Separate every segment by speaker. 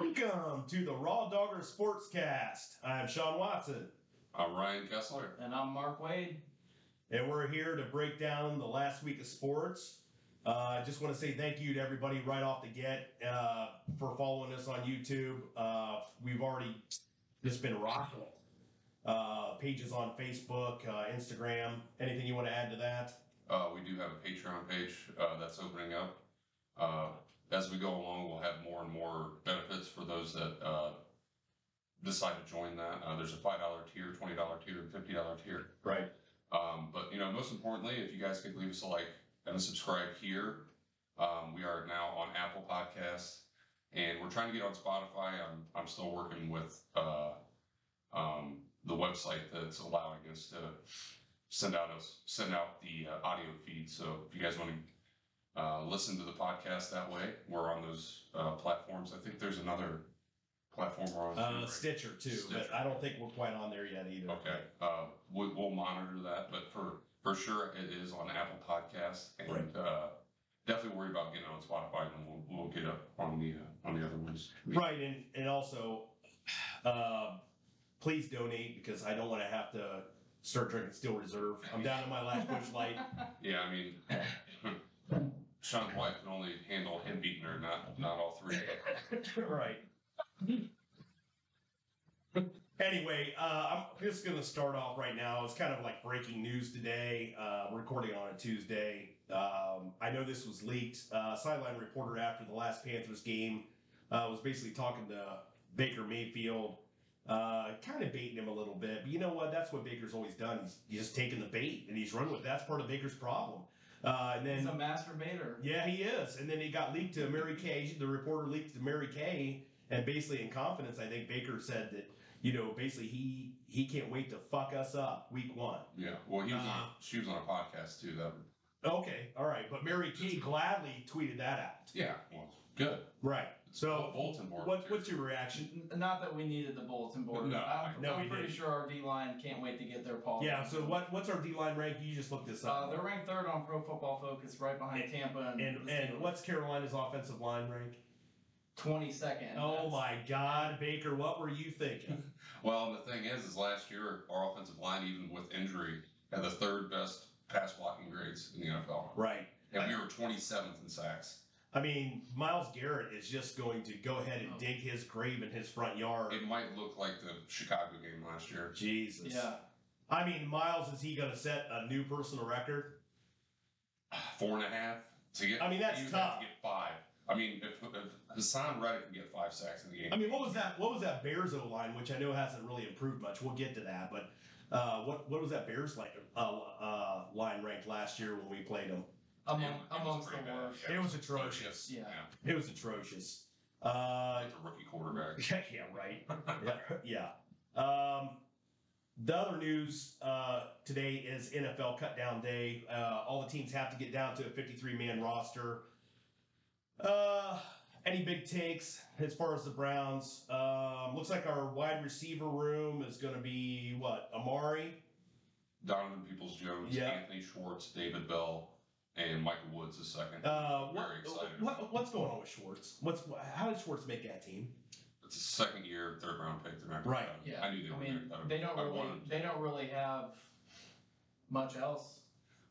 Speaker 1: welcome to the Raw Dogger Sportscast. I'm Sean Watson,
Speaker 2: I'm Uh, Ryan Kessler.
Speaker 3: And I'm Mark Wade.
Speaker 1: and we're here to break down the last week of sports. Uh, I just want to say thank you to everybody right off the get uh, for following us on YouTube. Uh, we've already just been rocking it. Uh, pages on Facebook, uh, Instagram. Anything you want to add to that?
Speaker 2: Uh, we do have a Patreon page uh, that's opening up. Uh, as we go along, we'll have more and more benefits for those that uh, decide to join that. Uh, there's a five dollar tier, twenty dollar tier, and fifty dollar tier.
Speaker 1: Right.
Speaker 2: Um, but you know, most importantly, if you guys could leave us a like and a subscribe here, um, we are now on Apple Podcasts, and we're trying to get on Spotify. I'm I'm still working with uh, um, the website that's allowing us to send out us send out the uh, audio feed. So if you guys want to uh, listen to the podcast that way, we're on those uh, platforms. I think there's another platform we're on. too,
Speaker 1: Uh,
Speaker 2: right?
Speaker 1: Stitcher too, but
Speaker 2: Stitcher.
Speaker 1: I don't think we're quite on there yet either.
Speaker 2: Okay, uh, we, we'll monitor that, but for, for sure, it is on Apple Podcasts and, uh, definitely worry about getting on Spotify and we'll, we'll get up on the, uh, on the other ones.
Speaker 1: Right, and and also, uh, please donate because I don't want to have to start drinking Steel Reserve. I'm down to my last Bush Light.
Speaker 2: Yeah, I mean, Sean's wife can only handle him beating her, not, not all three.
Speaker 1: right. Anyway, uh, I'm just going to start off right now. It's kind of like breaking news today. Uh, we're recording on a Tuesday. Um, I know this was leaked. Uh, sideline reporter after the last Panthers game uh, was basically talking to Baker Mayfield, uh, kind of baiting him a little bit. But you know what? That's what Baker's always done. He's, he's just taking the bait and he's run with. it. That's part of Baker's problem. Uh, and then
Speaker 3: He's a masturbator.
Speaker 1: yeah, he is. And then he got leaked to Mary Kay. The reporter leaked to Mary Kay, and basically in confidence, I think Baker said that you know basically he he can't wait to fuck us up week one.
Speaker 2: Yeah, well, he was
Speaker 1: Uh-huh.
Speaker 2: on, she was on a podcast too, that,
Speaker 1: Okay, all right. But Mary Kay gladly tweeted that out.
Speaker 2: yeah, well, good.
Speaker 1: Right. So
Speaker 2: Bolton board.
Speaker 1: what what's your reaction?
Speaker 3: N- Not that we needed the bulletin board.
Speaker 2: No,
Speaker 3: I'm,
Speaker 1: no,
Speaker 3: I'm
Speaker 1: we
Speaker 3: pretty
Speaker 1: didn't.
Speaker 3: sure our D line can't wait to get their paw.
Speaker 1: Yeah. So what what's our D line rank? You just looked this
Speaker 3: Uh,
Speaker 1: up.
Speaker 3: they're ranked third on Pro Football Focus, right behind
Speaker 1: And-
Speaker 3: Tampa and
Speaker 1: and
Speaker 3: the
Speaker 1: and what's Carolina's offensive line rank?
Speaker 3: twenty second.
Speaker 1: Oh my God, Baker, what were you thinking?
Speaker 2: Well, the thing is, is last year, our offensive line, even with injury, had the third best pass blocking grades in the NFL.
Speaker 1: right.
Speaker 2: And we were 27th in sacks.
Speaker 1: I mean, Miles Garrett is just going to go ahead and dig his grave in his front yard.
Speaker 2: Oh. It might look like the Chicago game last year.
Speaker 1: Jesus.
Speaker 3: Yeah.
Speaker 1: I mean, Miles, is he going to set a new personal record?
Speaker 2: Four and a half to get.
Speaker 1: I mean, that's
Speaker 2: you
Speaker 1: tough.
Speaker 2: Have to get five. I mean, if, if Hassan Reddick can get five sacks in the game,
Speaker 1: I mean, what was that? What was that Bears O line, which I know hasn't really improved much. We'll get to that, but uh, what what was that Bears like uh, uh, line ranked last year when we played them?
Speaker 2: It
Speaker 3: Among,
Speaker 2: was- it was
Speaker 3: amongst the
Speaker 2: pretty bad,
Speaker 3: worst.
Speaker 2: yeah.
Speaker 1: It was atrocious.
Speaker 2: Yeah,
Speaker 3: Yeah.
Speaker 1: It was atrocious. Uh,
Speaker 2: Like the rookie quarterback.
Speaker 1: yeah, yeah, right. yeah, yeah. Um, the other news uh, today is NFL cutdown day. Uh, all the teams have to get down to a 53 man roster. Uh, any big takes as far as the Browns? Um, looks like our wide receiver room is going to be what? Amari?
Speaker 2: Donovan Peoples Jones,
Speaker 1: Yeah.
Speaker 2: Anthony Schwartz, David Bell, and Michael Woods the second.
Speaker 1: Uh,
Speaker 2: Very
Speaker 1: what,
Speaker 2: excited.
Speaker 1: what, what's going on with Schwartz? What's how did Schwartz make that team?
Speaker 2: it's a second year, third round pick. They're not gonna
Speaker 1: Right,
Speaker 2: cut him.
Speaker 3: Yeah.
Speaker 2: I knew they were
Speaker 3: mean,
Speaker 2: gonna cut him.
Speaker 3: they don't
Speaker 2: I
Speaker 3: really.
Speaker 2: wanted-
Speaker 3: They don't really have much else.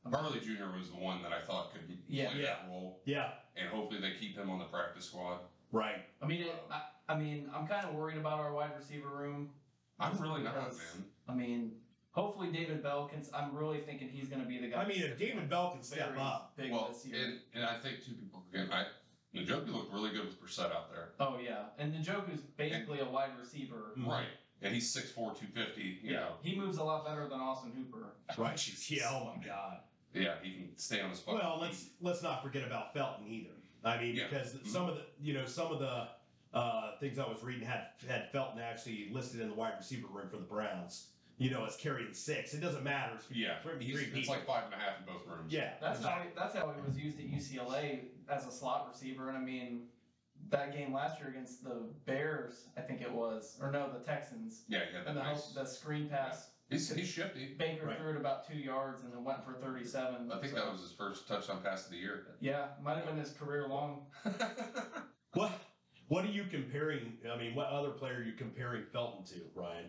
Speaker 2: Harley Jr. was the one that I thought could play
Speaker 3: Yeah.
Speaker 2: that role,
Speaker 1: Yeah,
Speaker 2: and hopefully they keep him on the practice squad.
Speaker 1: right.
Speaker 3: I mean, it, I, I mean, I'm kind of worried about our wide receiver room.
Speaker 2: I'm really not,
Speaker 3: Because,
Speaker 2: man.
Speaker 3: I mean, hopefully David Bell can. I'm really thinking he's going to be the guy.
Speaker 1: I mean, if David Bell can step
Speaker 3: Very
Speaker 1: up,
Speaker 3: big
Speaker 2: well,
Speaker 3: this year.
Speaker 2: And, and I think two people again. I Njoku looked really good with Brissett out there,
Speaker 3: oh yeah, and Njoku's basically a wide receiver.
Speaker 1: Mm.
Speaker 2: right? And he's 6'4", 250, You know,
Speaker 3: he moves a lot better than Austin Hooper.
Speaker 1: right? Yeah. Oh my God.
Speaker 2: yeah, he can stay on his spot.
Speaker 1: Well, let's let's not forget about Felton either. I mean,
Speaker 2: Yeah. Mm-hmm.
Speaker 1: because some of the you know some of the uh, things I was reading had had Felton actually listed in the wide receiver room for the Browns. You know, as carrying six. It doesn't matter. It's
Speaker 2: yeah,
Speaker 1: Three
Speaker 2: he's- it's
Speaker 1: people.
Speaker 2: like five and a half in both rooms.
Speaker 1: yeah.
Speaker 3: That's how that's how he was used at UCLA as a slot receiver. And I mean, that game last year against the Bears, I think it was, or no, the Texans,
Speaker 2: yeah, yeah.
Speaker 3: and the
Speaker 2: nice.
Speaker 3: the screen pass.
Speaker 2: he's, he's shifty.
Speaker 3: Baker
Speaker 1: Right.
Speaker 3: threw it about two yards and then went for 37.
Speaker 2: I think
Speaker 3: so-
Speaker 2: that was his first touchdown pass of the year.
Speaker 3: Yeah, might have been his career long.
Speaker 1: What What are you comparing? I mean, what other player are you comparing Felton to, Ryan?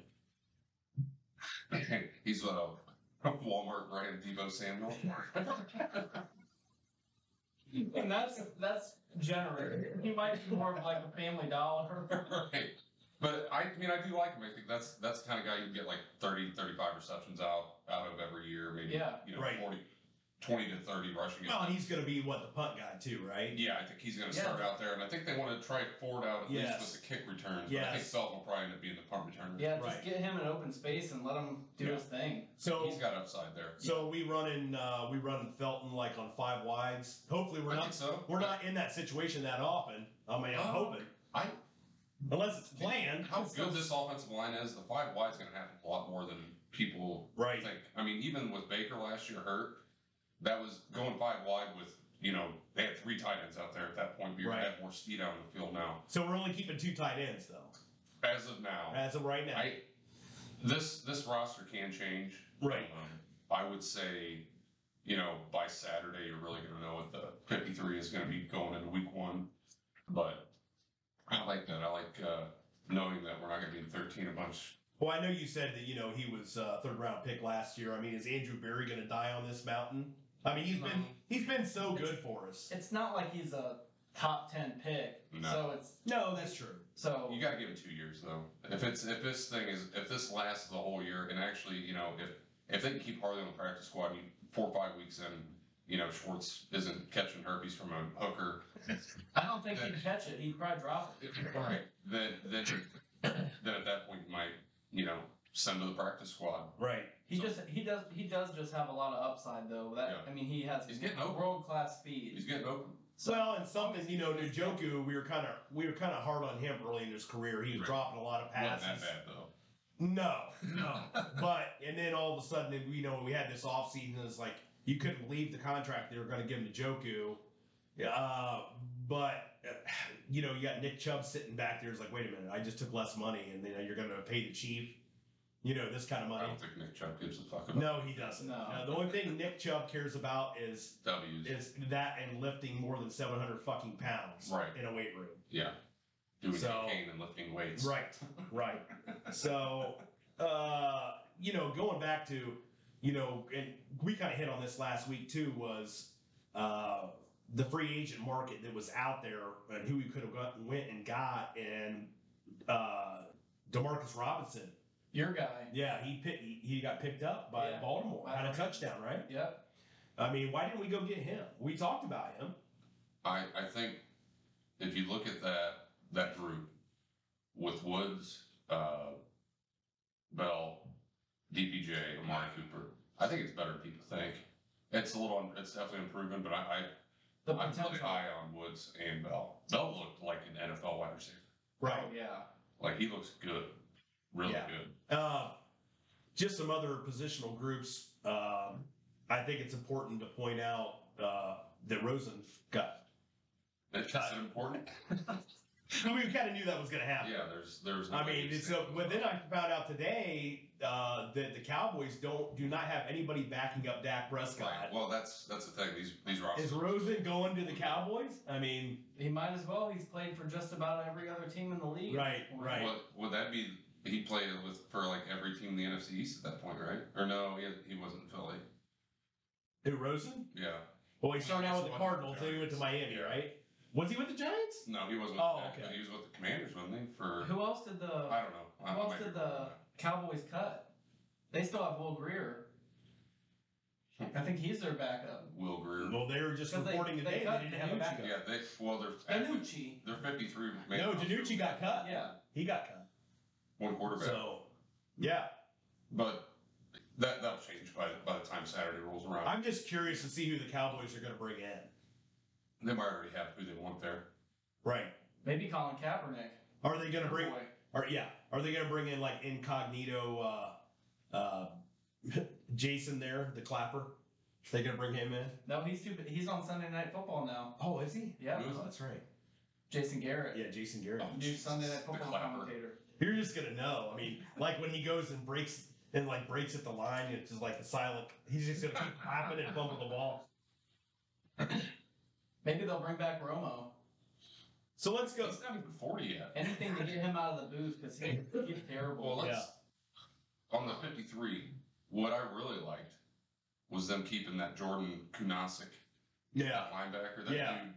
Speaker 2: He's a Walmart brand Debo Samuel.
Speaker 3: And that's that's generic. He might be more of like a Family Dollar.
Speaker 2: right. But I, I mean, I do like him. I think that's that's the kind of guy you can get like 30, 35 receptions out out of every year, maybe
Speaker 3: Yeah.
Speaker 2: you know
Speaker 1: Right.
Speaker 2: 40, 20 to thirty rushing.
Speaker 1: Well, and he's going to be what the punt guy too, right?
Speaker 2: Yeah, I think he's going to
Speaker 3: Yeah.
Speaker 2: start out there, and I think they want to try Ford out at
Speaker 1: Yes.
Speaker 2: least with the kick returns. But I think
Speaker 1: Yes.
Speaker 2: Felton will probably end up being the punt returner.
Speaker 3: Yeah, just
Speaker 1: Right.
Speaker 3: get him in open space and let him do
Speaker 2: Yeah.
Speaker 3: his thing.
Speaker 1: So
Speaker 2: He's got upside there.
Speaker 1: so we running uh, we running Felton like on five wides. Hopefully we're
Speaker 2: I
Speaker 1: not
Speaker 2: think so.
Speaker 1: we're not in that situation that often. I mean, I'm
Speaker 2: Oh.
Speaker 1: hoping
Speaker 2: I
Speaker 1: unless it's planned,
Speaker 2: how good this offensive line is. The five wide's going to happen a lot more than people I
Speaker 1: right?
Speaker 2: think. I mean, even with Baker last year hurt, that was going five wide with, you know, they had three tight ends out there at that point. You're
Speaker 1: Right.
Speaker 2: going to have more speed out in the field now.
Speaker 1: So we're only keeping two tight ends though,
Speaker 2: As of now,
Speaker 1: as of right now.
Speaker 2: I, this this roster can change.
Speaker 1: Right.
Speaker 2: Um, I would say, you know, by Saturday, you're really going to know what the 53 is going to be going into week one. But I like that. I like uh, knowing that we're not going to be in 13 a bunch.
Speaker 1: Well, I know you said that you know he was uh, third round pick last year. I mean, is Andrew Berry going to die on this mountain? I mean, he's been
Speaker 2: Um,
Speaker 1: he's been so good for us.
Speaker 3: It's not like he's a top ten pick.
Speaker 2: No.
Speaker 3: So it's
Speaker 1: No, that's true.
Speaker 3: so
Speaker 2: You got to give it two years though. If it's if this thing is if this lasts the whole year, and actually, you know, if if they can keep Harley on the practice squad, you four or five weeks in, you know, Schwartz isn't catching herpes from a hooker.
Speaker 3: I don't think he'd catch it. He'd probably drop it.
Speaker 2: Right. Then then then at that point you might you know send to the practice squad.
Speaker 1: Right.
Speaker 3: He just he does he does just have a lot of upside though. That
Speaker 2: Yeah.
Speaker 3: I mean he has
Speaker 2: He's getting open.
Speaker 3: world class speed.
Speaker 2: He's getting open.
Speaker 1: Well, and something you know, Njoku, we were kind of we were kind of hard on him early in his career. He was
Speaker 2: Right.
Speaker 1: dropping a lot of
Speaker 2: Wasn't
Speaker 1: passes.
Speaker 2: that bad though.
Speaker 1: No, no. but and then all of a sudden, you know, we had this offseason. It's like you couldn't believe the contract they were going to give him to Joku. Yeah. Uh, but uh, you know, you got Nick Chubb sitting back there. It's like, wait a minute, I just took less money, and then you're going to pay the chief, you know, this kind of
Speaker 2: I
Speaker 1: money.
Speaker 2: don't think Nick Chubb gives a fuck about
Speaker 1: No, he doesn't.
Speaker 3: No.
Speaker 1: the only thing Nick Chubb cares about is
Speaker 2: W's.
Speaker 1: is that and lifting more than 700 fucking pounds
Speaker 2: Right.
Speaker 1: in a weight room.
Speaker 2: Yeah. Doing
Speaker 1: So-
Speaker 2: cocaine and lifting weights.
Speaker 1: Right, right. So, uh, you know, going back to, you know, and we kind of hit on this last week too was uh, the free agent market that was out there and who we could have got, went and got and uh, Demarcus Robinson.
Speaker 3: Your guy.
Speaker 1: Yeah, he pick, he he got picked up by
Speaker 3: Yeah.
Speaker 1: Baltimore, had a touchdown, right?
Speaker 3: Yep.
Speaker 1: I mean, why didn't we go get him? We talked about him.
Speaker 2: I, I think if you look at that that group with Woods, uh, Bell, DPJ, Amari Cooper, I think it's better than people think. It's a little, un- it's definitely improving, but I, I
Speaker 3: The
Speaker 2: I'm really
Speaker 3: potential.
Speaker 2: high on Woods and Bell. Bell looked like an NFL wide receiver.
Speaker 3: Oh, yeah.
Speaker 2: Like he looks good, really
Speaker 1: Yeah.
Speaker 2: good.
Speaker 1: Uh, just some other positional groups. Um, I think it's important to point out uh, that Rosen got.
Speaker 2: That's
Speaker 1: Cut.
Speaker 2: that's important.
Speaker 1: I mean, we kind of knew that was going to happen.
Speaker 2: Yeah, there's there's.
Speaker 1: I
Speaker 2: no way
Speaker 1: mean,
Speaker 2: you
Speaker 1: it's
Speaker 2: say
Speaker 1: a,
Speaker 2: it was
Speaker 1: but then
Speaker 2: wrong.
Speaker 1: I found out today uh, that the Cowboys don't do not have anybody backing up Dak
Speaker 2: Right.
Speaker 1: Prescott.
Speaker 2: Well, that's that's the thing. These these rosters.
Speaker 1: Is Rosen going to the Cowboys? I mean,
Speaker 3: He might as well. He's played for just about every other team in the league.
Speaker 1: Right, right.
Speaker 2: Would, would that be he played with for like every team in the NFC East at that point, right? Or no, he, had, he wasn't in Philly.
Speaker 1: who Rosen?
Speaker 2: Yeah,
Speaker 1: Well, he started out with the
Speaker 2: He was with the
Speaker 1: Cardinals, then he went to Miami,
Speaker 2: Yeah.
Speaker 1: right? Was he with the Giants?
Speaker 2: no, he wasn't.
Speaker 1: Oh,
Speaker 2: with the,
Speaker 1: okay.
Speaker 2: He was with the Commanders, wasn't he? For
Speaker 3: Who else did the
Speaker 2: I don't know. I
Speaker 3: Who
Speaker 2: don't
Speaker 3: else
Speaker 2: know.
Speaker 3: did the Cowboys cut? They still have Will Greer. I think he's their backup.
Speaker 2: Will Greer?
Speaker 1: Well, they were just
Speaker 3: 'Cause they-
Speaker 1: reporting
Speaker 3: they
Speaker 1: today they,
Speaker 3: cut
Speaker 1: didn't have a
Speaker 3: Danucci.
Speaker 1: backup.
Speaker 2: yeah, they well they're actually,
Speaker 3: Benucci.
Speaker 2: they're fifty three.
Speaker 1: No, Danucci got cut.
Speaker 3: Yeah.
Speaker 1: He got cut.
Speaker 2: one quarterback,
Speaker 1: So, yeah,
Speaker 2: but that that'll change by by the time Saturday rolls around.
Speaker 1: I'm just curious to see who the Cowboys are going to bring in.
Speaker 2: they might already have who they want there.
Speaker 1: Right?
Speaker 3: Maybe Colin Kaepernick.
Speaker 1: Are they going to
Speaker 3: Your
Speaker 1: bring?
Speaker 3: boy.
Speaker 1: Or yeah, are they going to bring in like incognito uh, uh, Jason there, the clapper? They going to bring him in?
Speaker 3: No, he's too. He's on Sunday Night Football now.
Speaker 1: Oh, is he?
Speaker 3: Yeah.
Speaker 2: Who is
Speaker 1: Oh, that's right.
Speaker 3: Jason Garrett.
Speaker 1: Yeah, Jason Garrett.
Speaker 2: Oh.
Speaker 3: New Sunday Night
Speaker 2: The
Speaker 3: Football
Speaker 2: clapper.
Speaker 3: commentator.
Speaker 1: You're just gonna know. I mean, like when he goes and breaks and like breaks at the line, it's just like the silent. He's just gonna keep clapping and bumping the ball.
Speaker 3: Maybe they'll bring back Romo.
Speaker 1: So let's go.
Speaker 2: He's not even 40 yet.
Speaker 3: Anything to get him out of the booth because he, he's
Speaker 2: Well,
Speaker 3: terrible.
Speaker 2: let's. On the 53, what I really liked was them keeping that Jordan Kunasic
Speaker 1: Yeah.
Speaker 2: that linebacker. That
Speaker 1: Yeah.
Speaker 2: dude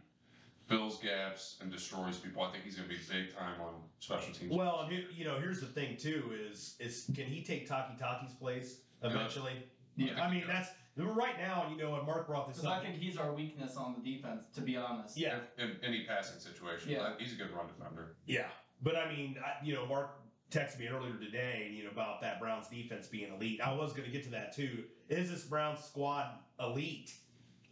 Speaker 2: fills gaps and destroys people. I think he's going to be big time on special teams.
Speaker 1: Well, and here- you know, here's the thing too: is is can he take Taki Taki's place eventually?
Speaker 2: Yeah.
Speaker 1: I mean, that's right now. You know, and Mark brought this
Speaker 3: Because I
Speaker 1: up.
Speaker 3: think he's our weakness on the defense, to be honest.
Speaker 1: Yeah,
Speaker 2: In, in any passing situation,
Speaker 3: Yeah.
Speaker 2: That- he's a good run defender.
Speaker 1: yeah. But I mean, I, you know, Mark texted me earlier today, you know, about that Browns defense being elite. I was going to get to that too. Is this Browns squad elite?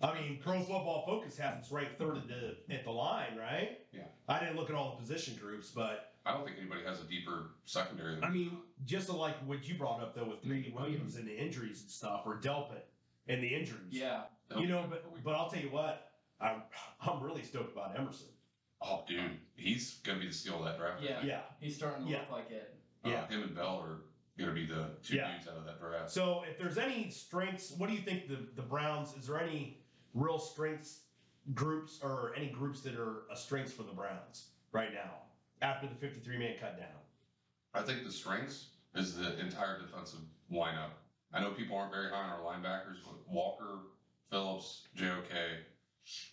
Speaker 1: I mean, Pro Football Focus has us ranked third at the at the line, right?
Speaker 2: Yeah.
Speaker 1: I didn't look at all the position groups, but
Speaker 2: I don't think anybody has a deeper secondary. Than
Speaker 1: I mean, just like what you brought up though with Greedy Williams and the injuries and stuff, or Delpit and the injuries.
Speaker 3: Yeah.
Speaker 1: You know, but but I'll tell you what, I'm I'm really stoked about Emerson.
Speaker 2: oh, dude, he's gonna be the steal of that draft.
Speaker 3: Yeah.
Speaker 1: Yeah.
Speaker 3: He's starting to
Speaker 1: Yeah.
Speaker 3: look like it.
Speaker 2: Uh,
Speaker 1: Yeah.
Speaker 2: him and Bell are gonna be the two
Speaker 1: Yeah.
Speaker 2: dudes out of that draft.
Speaker 1: So if there's any strengths, what do you think the the Browns? Is there any real strengths groups or any groups that are a strengths for the Browns right now after the 53 man cut down?
Speaker 2: I think the strengths is the entire defensive lineup. I know people aren't very high on our linebackers, but Walker, Phillips, JOK,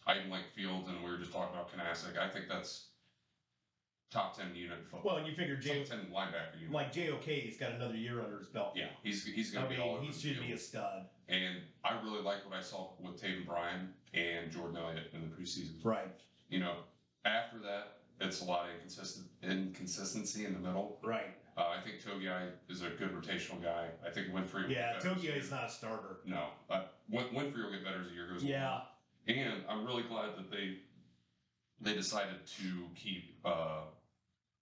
Speaker 2: I even like Fields, and we were just talking about Kanasic. I think that's top ten unit football.
Speaker 1: Well, you figure J
Speaker 2: top ten linebacker unit.
Speaker 1: like JOK's got another year under his belt.
Speaker 2: yeah, he's he's
Speaker 1: I
Speaker 2: gonna be all
Speaker 1: mean,
Speaker 2: over
Speaker 1: he
Speaker 2: the
Speaker 1: should
Speaker 2: field.
Speaker 1: be a stud.
Speaker 2: And I really like what I saw with Taven Bryan and Jordan Elliott in the preseason.
Speaker 1: Right.
Speaker 2: You know, after that, it's a lot of inconsistent inconsistency in the middle.
Speaker 1: Right.
Speaker 2: Uh, I think Togiai is a good rotational guy. I think Winfrey. will
Speaker 1: Yeah.
Speaker 2: get better
Speaker 1: Tokyo
Speaker 2: as
Speaker 1: is
Speaker 2: the year-
Speaker 1: not a starter.
Speaker 2: No, uh, Win- Winfrey will get better as the year goes
Speaker 1: Yeah.
Speaker 2: along. And I'm really glad that they they decided to keep uh,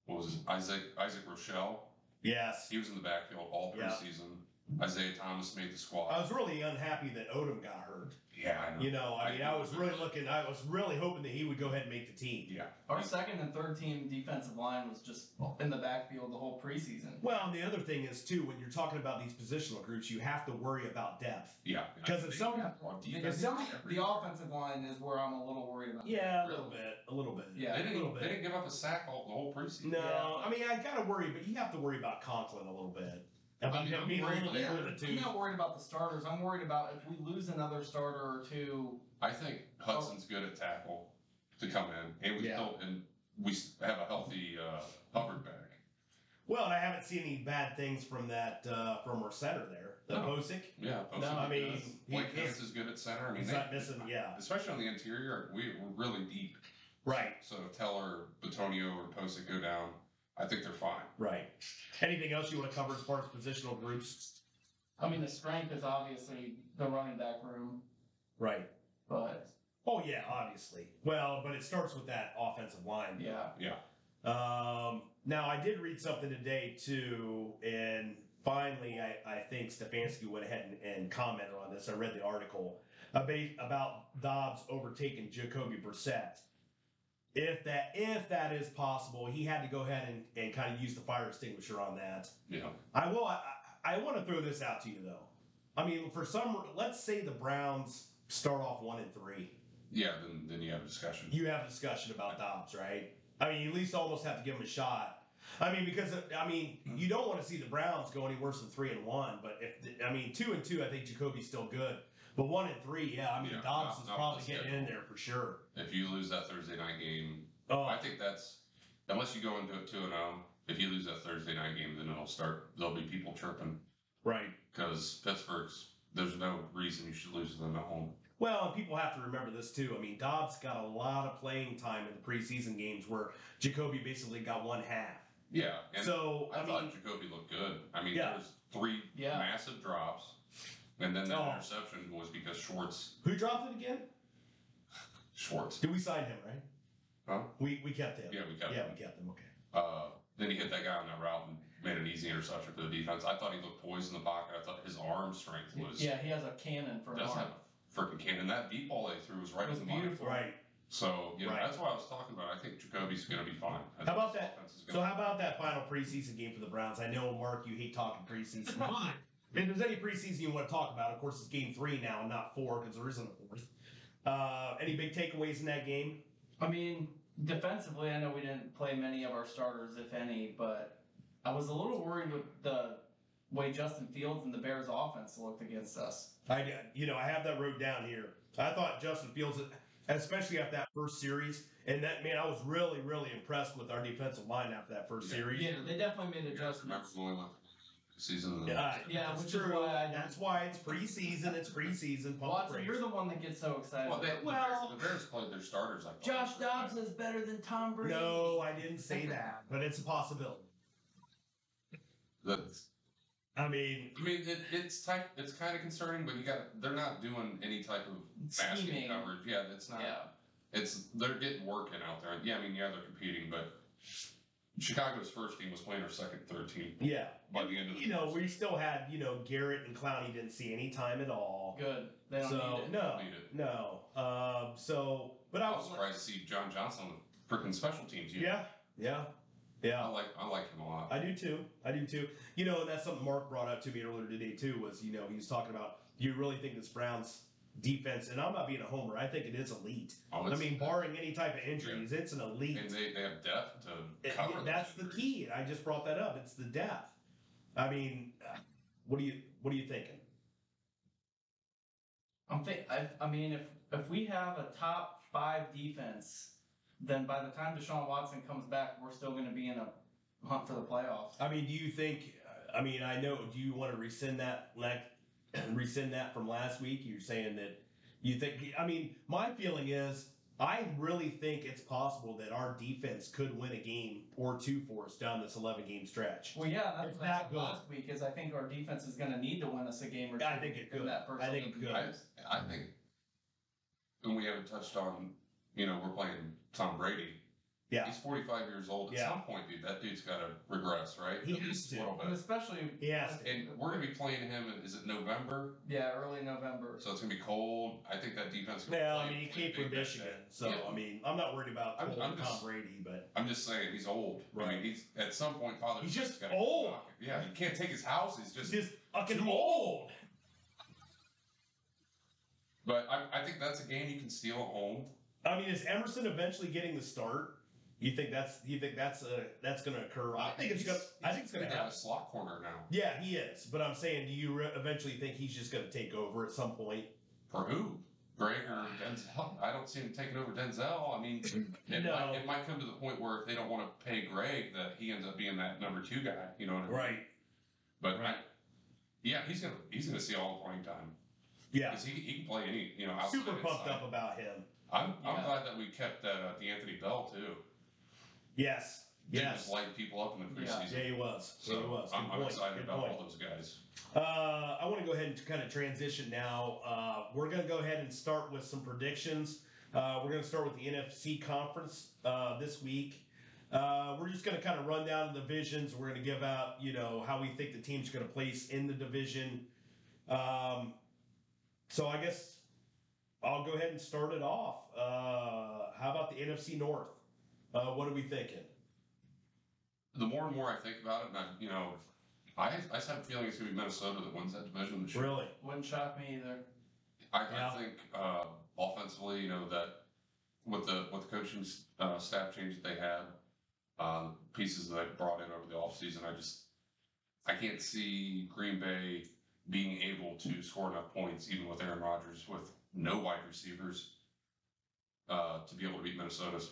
Speaker 2: what was his- Isaac Isaac Rochelle.
Speaker 1: Yes.
Speaker 2: He was in the backfield all
Speaker 1: Yeah.
Speaker 2: preseason. Isaiah Thomas made the squad.
Speaker 1: I was really unhappy that Odom got hurt.
Speaker 2: yeah, I know.
Speaker 1: You know, I
Speaker 2: I
Speaker 1: mean, I
Speaker 2: do
Speaker 1: was
Speaker 2: agree.
Speaker 1: really looking, I was really hoping that he would go ahead and make the team.
Speaker 2: Yeah.
Speaker 3: Our second and third team defensive line was just in the backfield the whole preseason.
Speaker 1: Well, and the other thing is too, when you're talking about these positional groups, you have to worry about depth.
Speaker 2: Yeah.
Speaker 1: 'Cause if
Speaker 2: it's
Speaker 1: some-
Speaker 3: Because the offensive line is where I'm a little worried about.
Speaker 1: Yeah, a little bit, a little bit.
Speaker 3: Yeah.
Speaker 2: They
Speaker 1: a little
Speaker 2: didn't, they
Speaker 1: bit.
Speaker 2: didn't give up a sack all the whole preseason.
Speaker 1: No,
Speaker 3: Yeah.
Speaker 1: I mean, I gotta worry, but you have to worry about Conklin a little bit. About
Speaker 2: mean,
Speaker 1: him
Speaker 2: I'm
Speaker 1: being a
Speaker 2: worried
Speaker 1: little bit
Speaker 2: about
Speaker 1: older,
Speaker 3: I'm
Speaker 1: too.
Speaker 3: not worried about the starters. I'm worried about if we lose another starter or two.
Speaker 2: I think Hudson's good at tackle to come in, and we
Speaker 1: Yeah.
Speaker 2: still and we s- have a healthy uh, Hubbard back.
Speaker 1: Well, and I haven't seen any bad things from that uh, from our center there, the
Speaker 2: No.
Speaker 1: Posick.
Speaker 2: Yeah,
Speaker 1: No, I mean, he-
Speaker 2: Blake
Speaker 1: he's-
Speaker 2: Harris is good at center. I mean,
Speaker 1: He's
Speaker 2: they-
Speaker 1: not missing. Yeah,
Speaker 2: especially on the interior, we, we're really deep.
Speaker 1: right,
Speaker 2: So if Teller, Batonio, or Posick go down, I think they're fine.
Speaker 1: right. Anything else you want to cover as far as positional groups?
Speaker 3: I mean, the strength is obviously the running back room,
Speaker 1: Right.
Speaker 3: but
Speaker 1: Oh yeah, obviously. Well, but it starts with that offensive line.
Speaker 3: yeah.
Speaker 1: Um, now I did read something today too, and finally I, I think Stefanski went ahead and, and commented on this. I read the article about, about Dobbs overtaking Jacoby Brissett. If that if that is possible, he had to go ahead and, and kind of use the fire extinguisher on that.
Speaker 2: Yeah.
Speaker 1: I will. I, I want to throw this out to you though. I mean, for some, let's say the Browns start off one and three.
Speaker 2: Yeah, then, then you have a discussion.
Speaker 1: you have a discussion about Dobbs, right? I mean, you at least almost have to give him a shot. I mean, because I mean, you don't want to see the Browns go any worse than three and one. But if I mean two and two, I think Jacoby's still good. But one and three, yeah, I mean
Speaker 2: Yeah,
Speaker 1: Dobbs
Speaker 2: no,
Speaker 1: is
Speaker 2: no,
Speaker 1: probably
Speaker 2: that's
Speaker 1: getting
Speaker 2: good.
Speaker 1: in there for sure.
Speaker 2: If you lose that Thursday night game,
Speaker 1: Oh,
Speaker 2: I think that's, unless you go into it 2 0, if you lose that Thursday night game, then it'll start, there'll be people chirping
Speaker 1: right.
Speaker 2: because Pittsburgh's, there's no reason you should lose to them at home.
Speaker 1: Well, and people have to remember this too. I mean, Dobbs got a lot of playing time in the preseason games where Jacoby basically got one half.
Speaker 2: Yeah. And
Speaker 1: so
Speaker 2: I,
Speaker 1: I,
Speaker 2: thought
Speaker 1: mean,
Speaker 2: Jacoby looked good. I mean,
Speaker 1: Yeah.
Speaker 2: there was three
Speaker 3: Yeah.
Speaker 2: massive drops, and then that
Speaker 1: Oh.
Speaker 2: interception was because Schwartz,
Speaker 1: who dropped it again?
Speaker 2: Schwartz,
Speaker 1: Did we sign him? Right?
Speaker 2: Huh?
Speaker 1: We we kept him.
Speaker 2: yeah, we got
Speaker 1: yeah, we kept him. Okay.
Speaker 2: Uh, then he hit that guy on that route and made an easy interception for the defense. I thought he looked poised in the pocket. I thought his arm strength was
Speaker 3: Yeah, he has a cannon for an
Speaker 2: doesn't
Speaker 3: arm.
Speaker 2: have a freaking cannon. That deep ball they threw was right
Speaker 3: It was
Speaker 2: in the
Speaker 3: beautiful.
Speaker 1: Right.
Speaker 2: So you know
Speaker 1: Right.
Speaker 2: that's why I was talking about. I think Jacoby's going to be fine.
Speaker 1: How
Speaker 2: I think
Speaker 1: about
Speaker 2: this
Speaker 1: that?
Speaker 2: offense is
Speaker 1: So
Speaker 2: gonna-
Speaker 1: how about that final preseason game for the Browns? I know, Mark, you hate talking preseason. Fine. If there's any preseason you want to talk about, of course, it's game three now and not four because there isn't a fourth. Uh, any big takeaways in that game?
Speaker 3: I mean, defensively, I know we didn't play many of our starters, if any, but I was a little worried with the way Justin Fields and the Bears offense looked against us.
Speaker 1: I did. You know, I have that wrote down here. I thought Justin Fields, especially after that first series, and that man, I was really, really impressed with our defensive line after that first
Speaker 2: Yeah.
Speaker 1: series.
Speaker 3: Yeah, they definitely made
Speaker 2: Remember
Speaker 3: adjustments.
Speaker 2: when we left the season?
Speaker 1: Uh,
Speaker 3: Yeah,
Speaker 1: that's
Speaker 3: which is why I-
Speaker 1: that's why it's preseason. It's preseason. Pump the
Speaker 3: Watson,
Speaker 1: brakes.
Speaker 3: you're the one that gets so excited.
Speaker 2: Well, they,
Speaker 3: Well,
Speaker 2: the, Bears, the Bears played their starters like.
Speaker 3: Josh Dobbs is better than Tom Brady.
Speaker 1: No, I didn't say that, but it's a possibility.
Speaker 2: That's,
Speaker 1: I mean,
Speaker 2: I mean, it, it's type. It's kind of concerning, but you got. They're not doing any type of basket
Speaker 3: Scheming.
Speaker 2: coverage. Yeah, it's not.
Speaker 3: Yeah.
Speaker 2: It's they're getting working out there. Yeah, I mean, yeah, they're competing, but Chicago's first team was playing our second, third team
Speaker 1: yeah,
Speaker 2: by the end of the
Speaker 1: you know, we still had you know Garrett and Clowney didn't see any time at all.
Speaker 3: Good. They don't
Speaker 1: so
Speaker 3: need it.
Speaker 1: no,
Speaker 2: Need it.
Speaker 1: no. Um, so, but I
Speaker 2: I
Speaker 1: was
Speaker 2: was surprised to see John Johnson on the freaking special teams. unit.
Speaker 1: yeah, yeah, yeah.
Speaker 2: I like I like him a lot.
Speaker 1: I do too. I do too. You know, and that's something Mark brought up to me earlier today too. Was you know he was talking about you really think this Browns defense, and I'm not being a homer. I think it is elite.
Speaker 2: Oh,
Speaker 1: I
Speaker 2: it's-
Speaker 1: mean, barring any type of injuries, it's an elite.
Speaker 2: and they, they have depth to
Speaker 1: It-
Speaker 2: cover.
Speaker 1: yeah, that's
Speaker 2: those
Speaker 1: the key.
Speaker 2: injuries.
Speaker 1: I just brought that up. It's the depth. I mean, uh, what do you what are you thinking?
Speaker 3: I'm think. I, I mean, if if we have a top five defense, then by the time Deshaun Watson comes back, we're still going to be in a hunt for the playoffs.
Speaker 1: I mean, do you think? I mean, I know. Do you want to rescind that? Like, rescind that from last week? You're saying that you think. I mean, my feeling is I really think it's possible that our defense could win a game or two for us down this 11 game stretch.
Speaker 3: Well, yeah, that's
Speaker 1: It's
Speaker 3: what I
Speaker 1: not
Speaker 3: said
Speaker 1: good.
Speaker 3: last week. Is I think our defense is going to need to win us a game or two.
Speaker 1: I think it
Speaker 3: in
Speaker 1: could.
Speaker 3: That first
Speaker 1: I think it
Speaker 3: game.
Speaker 1: could.
Speaker 2: I, I think, and we haven't touched on, you know, we're playing Tom Brady.
Speaker 1: Yeah.
Speaker 2: He's 45 years old. At
Speaker 1: Yeah.
Speaker 2: some point, dude, that dude's got to regress, right?
Speaker 1: He
Speaker 2: At
Speaker 1: has
Speaker 2: least a
Speaker 1: to.
Speaker 2: little
Speaker 3: And
Speaker 2: bit.
Speaker 3: especially
Speaker 1: He has to.
Speaker 2: And we're going to be playing him, in, is it November?
Speaker 3: yeah, early November.
Speaker 2: So it's going to be cold. I think that defense is gonna
Speaker 1: Well, I
Speaker 2: play-
Speaker 1: mean, he
Speaker 2: play
Speaker 1: came
Speaker 2: big
Speaker 1: from
Speaker 2: that
Speaker 1: Michigan,
Speaker 2: day.
Speaker 1: so
Speaker 2: Yeah.
Speaker 1: I mean, I'm not worried about
Speaker 2: I'm-
Speaker 1: Cole
Speaker 2: I'm
Speaker 1: and
Speaker 2: just-
Speaker 1: Tom Brady, but
Speaker 2: I'm just saying, he's old. I
Speaker 1: Right.
Speaker 2: mean, he's at some point, Father.
Speaker 1: He's just
Speaker 2: gotta-
Speaker 1: old.
Speaker 2: Yeah, he can't take his house. He's just.
Speaker 1: just fucking
Speaker 2: Too
Speaker 1: old.
Speaker 2: But I, I think that's a game you can steal at home.
Speaker 1: I mean, is Emerson eventually getting the start? You think that's you think that's uh that's going to occur? I think it's
Speaker 2: He's-
Speaker 1: going. I think it's going
Speaker 2: he's
Speaker 1: to
Speaker 2: got
Speaker 1: happen.
Speaker 2: a slot corner now.
Speaker 1: Yeah, he is. But I'm saying, do you re- eventually think he's just going to take over at some point?
Speaker 2: For who? Greg or Denzel? I don't see him taking over Denzel. I mean, it,
Speaker 1: No.
Speaker 2: might, it might come to the point where if they don't want to pay Greg, that he ends up being that number two guy. You know what I mean?
Speaker 1: Right.
Speaker 2: But I,
Speaker 1: Right.
Speaker 2: yeah, he's gonna he's gonna see all the playing time
Speaker 1: Yeah.
Speaker 2: because he, he can play any you know. outside,
Speaker 1: Super pumped
Speaker 2: inside.
Speaker 1: up about him.
Speaker 2: I'm I'm
Speaker 3: Yeah.
Speaker 2: glad that we kept that uh, D'Anthony Bell too.
Speaker 1: Yes.
Speaker 2: Didn't
Speaker 1: Yes.
Speaker 2: just light people up in the
Speaker 3: Yeah.
Speaker 2: preseason.
Speaker 1: Yeah, he was. Yeah, he
Speaker 2: So
Speaker 1: was. Good
Speaker 2: I'm, I'm
Speaker 1: point.
Speaker 2: excited
Speaker 1: Good
Speaker 2: about
Speaker 1: point.
Speaker 2: all those guys.
Speaker 1: Uh, I want to go ahead and kind of transition now. Uh, we're going to go ahead and start with some predictions. Uh, we're going to start with the NFC conference uh, this week. Uh, we're just going to kind of run down the divisions. We're going to give out, you know, how we think the team's going to place in the division. Um, so I guess I'll go ahead and start it off. Uh, how about the NFC North? Uh, what are we thinking?
Speaker 2: The more and more I think about it, and I, you know, I I just have a feeling it's gonna be Minnesota that wins that division this year.
Speaker 1: Really?
Speaker 3: Wouldn't shock me either.
Speaker 2: I,
Speaker 1: Yeah.
Speaker 2: I think uh, offensively, you know that with the with the coaching uh, staff change that they had, uh, pieces that they brought in over the offseason, I just I can't see Green Bay being able to score enough points, even with Aaron Rodgers, with no wide receivers, uh, to be able to beat Minnesota's.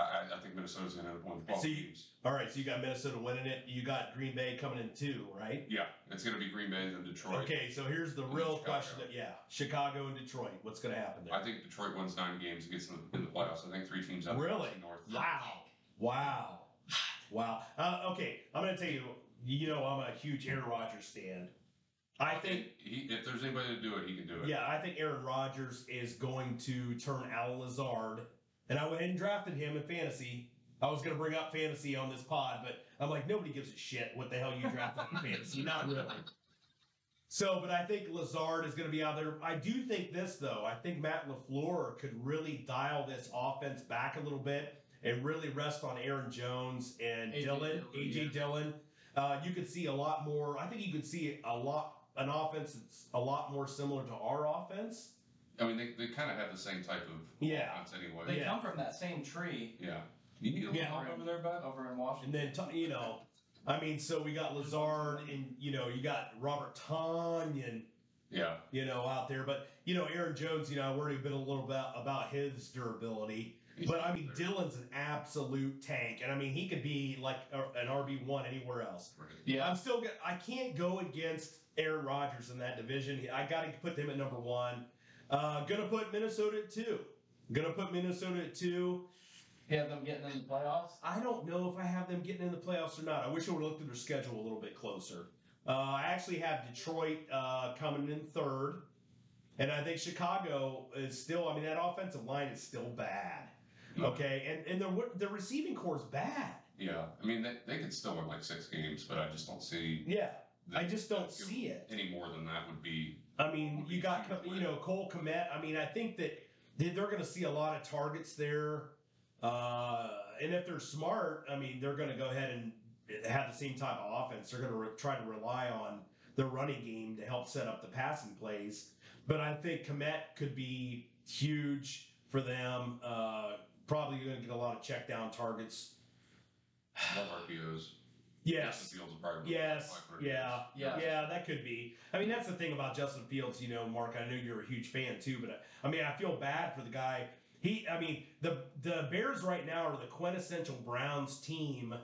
Speaker 2: I, I- I think Minnesota's going to end up winning twelve
Speaker 1: So you-
Speaker 2: games.
Speaker 1: All right, so you got Minnesota winning it. You got Green Bay coming in two, right?
Speaker 2: Yeah, it's going to be Green Bay and Detroit.
Speaker 1: Okay, so here's the
Speaker 2: And
Speaker 1: real
Speaker 2: Chicago.
Speaker 1: question. That, yeah, Chicago and Detroit. What's going to happen there?
Speaker 2: I think Detroit wins nine games and gets in the, in the playoffs. I think three teams out of
Speaker 1: Really?
Speaker 2: the North.
Speaker 1: Wow. Wow. Wow. Uh, okay, I'm going to tell you, you know, I'm a huge Aaron Rodgers stand. I think,
Speaker 2: he, if there's anybody to do it, he can do it.
Speaker 1: yeah, I think Aaron Rodgers is going to turn Al Lazard. And I went and drafted him in fantasy. I was going to bring up fantasy on this pod, but I'm like, nobody gives a shit what the hell you drafted in fantasy. Not really. So, but I think Lazard is going to be out there. I do think this though. I think Matt Lafleur could really dial this offense back a little bit and really rest on Aaron Jones and
Speaker 3: A.J.
Speaker 1: Dillon,
Speaker 3: Dillon,
Speaker 1: AJ
Speaker 3: yeah.
Speaker 1: Dillon. Uh, you could see a lot more. I think you could see a lot an offense that's a lot more similar to our offense.
Speaker 2: I mean, they, they kind of have the same type of
Speaker 1: Yeah.
Speaker 2: offense anyway.
Speaker 3: They
Speaker 1: Yeah.
Speaker 3: come from that same tree
Speaker 2: yeah. You need a little
Speaker 1: Yeah.
Speaker 2: help over there, bud.
Speaker 3: over in
Speaker 1: And
Speaker 3: Washington.
Speaker 1: then, t- you know, I mean, so we got Lazard and, you know, you got Robert Tanyan,
Speaker 2: Yeah.
Speaker 1: you know, out there. But, you know, Aaron Jones, you know, I worry a bit a little bit about his durability. But, I mean, Dylan's an absolute tank. And, I mean, he could be like a, an RB1 anywhere else.
Speaker 2: Right.
Speaker 3: yeah,
Speaker 1: I'm still, go- I can't go against Aaron Rodgers in that division. I got to put them at number one. Uh, gonna put Minnesota at two. Gonna put Minnesota at two.
Speaker 3: yeah, them getting in the playoffs.
Speaker 1: I don't know if I have them getting in the playoffs or not. I wish I would have looked at their schedule a little bit closer. Uh, I actually have Detroit uh, coming in third, and I think Chicago is still. I mean, that offensive line is still bad.
Speaker 2: Mhm.
Speaker 1: Okay, and and their their receiving core is bad.
Speaker 2: Yeah. I mean, they, they could still win like six games, but I just don't see
Speaker 1: Yeah,
Speaker 2: that-
Speaker 1: I just don't
Speaker 2: that-
Speaker 1: see it.
Speaker 2: any more than that would be.
Speaker 1: I mean, you got you know Cole Komet. I mean, I think that they- they're going to see a lot of targets there, uh, and if they're smart, I mean, they're going to go ahead and have the same type of offense. They're going to re- try to rely on the running game to help set up the passing plays. But I think Komet could be huge for them. Uh, probably going to get a lot of check down targets.
Speaker 2: Love RPOs.
Speaker 1: Yes.
Speaker 2: Justin Fields will probably win
Speaker 1: Yes.
Speaker 2: 500
Speaker 1: Yeah.
Speaker 3: Yeah.
Speaker 1: Yeah, that could be. I mean, that's the thing about Justin Fields. You know, Mark, I know you're a huge fan too, but I, I mean, I feel bad for the guy. He, I mean, the the Bears right now are the quintessential Browns team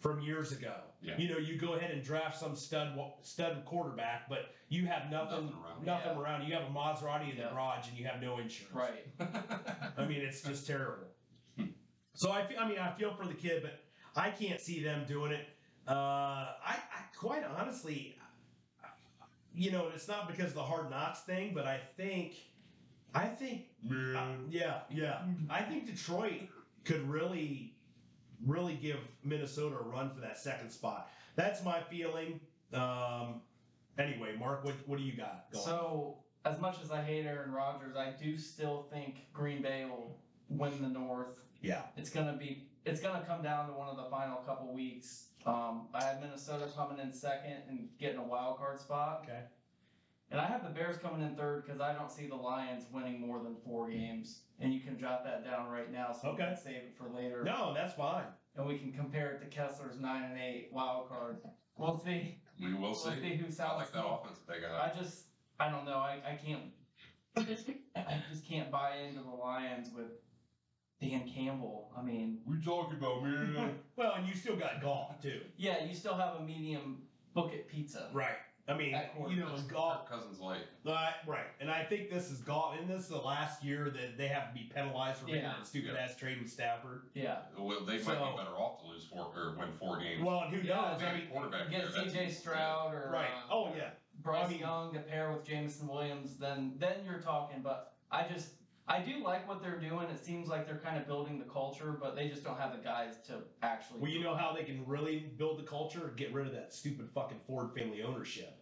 Speaker 1: from years ago.
Speaker 2: Yeah.
Speaker 1: You know, you go ahead and draft some stud wa- stud quarterback, but you have nothing
Speaker 2: Nothing around.
Speaker 1: nothing
Speaker 3: Yeah.
Speaker 1: around. You have a Maserati in the
Speaker 3: Yeah.
Speaker 1: garage and you have no insurance.
Speaker 3: Right.
Speaker 1: I mean, it's just terrible.
Speaker 2: Hmm.
Speaker 1: So I feel, I mean, I feel for the kid, but I can't see them doing it. Uh, I, I quite honestly, you know, it's not because of the hard knocks thing, but I think, I think, uh, yeah, yeah, I think Detroit could really, really give Minnesota a run for that second spot. That's my feeling. Um, anyway, Mark, what, what do you got? going?
Speaker 3: So, as much as I hate Aaron Rodgers, I do still think Green Bay will win the North.
Speaker 1: yeah,
Speaker 3: It's gonna be. It's gonna come down to one of the final couple weeks. Um, I have Minnesota coming in second and getting a wild card spot.
Speaker 1: okay,
Speaker 3: And I have the Bears coming in third because I don't see the Lions winning more than four games. And you can jot that down right now, so
Speaker 1: Okay.
Speaker 3: we can save it for later.
Speaker 1: no, that's fine.
Speaker 3: And we can compare it to Kessler's nine and eight wild card. We'll see.
Speaker 2: We will
Speaker 3: We'll
Speaker 2: see.
Speaker 3: see who
Speaker 2: I
Speaker 3: sounds
Speaker 2: like that offense that they
Speaker 3: I
Speaker 2: got.
Speaker 3: just, I don't know. I, I can't, I just can't buy into the Lions with Dan Campbell. I mean,
Speaker 2: We talking about man.
Speaker 1: Well, and you still got golf too.
Speaker 3: yeah, you still have a medium book at pizza.
Speaker 1: Right. I mean,
Speaker 3: At quarter.
Speaker 1: you know, in golf,
Speaker 2: Cousins like
Speaker 1: uh, right? And I think this is golf, and this is the last year that they have to be penalized for making
Speaker 3: Yeah.
Speaker 1: that stupid ass trade with Stafford.
Speaker 3: Yeah.
Speaker 2: well, they might
Speaker 1: So-
Speaker 2: be better off to lose four or win four games.
Speaker 1: Well, and who
Speaker 3: Yeah,
Speaker 1: knows?
Speaker 2: they
Speaker 1: I
Speaker 2: have a
Speaker 1: mean,
Speaker 2: quarterback
Speaker 3: Get
Speaker 2: there, that's-
Speaker 3: CJ Stroud or
Speaker 1: right?
Speaker 3: uh,
Speaker 1: Oh yeah.
Speaker 3: Bryce
Speaker 1: I mean-
Speaker 3: Young to pair with Jamison Williams, then then you're talking. But I just I do like what they're doing. It seems like they're kind of building the culture, but they just don't have the guys to actually.
Speaker 1: Well, you
Speaker 3: do
Speaker 1: know how they can really build the culture? Get rid of that stupid fucking Ford family ownership.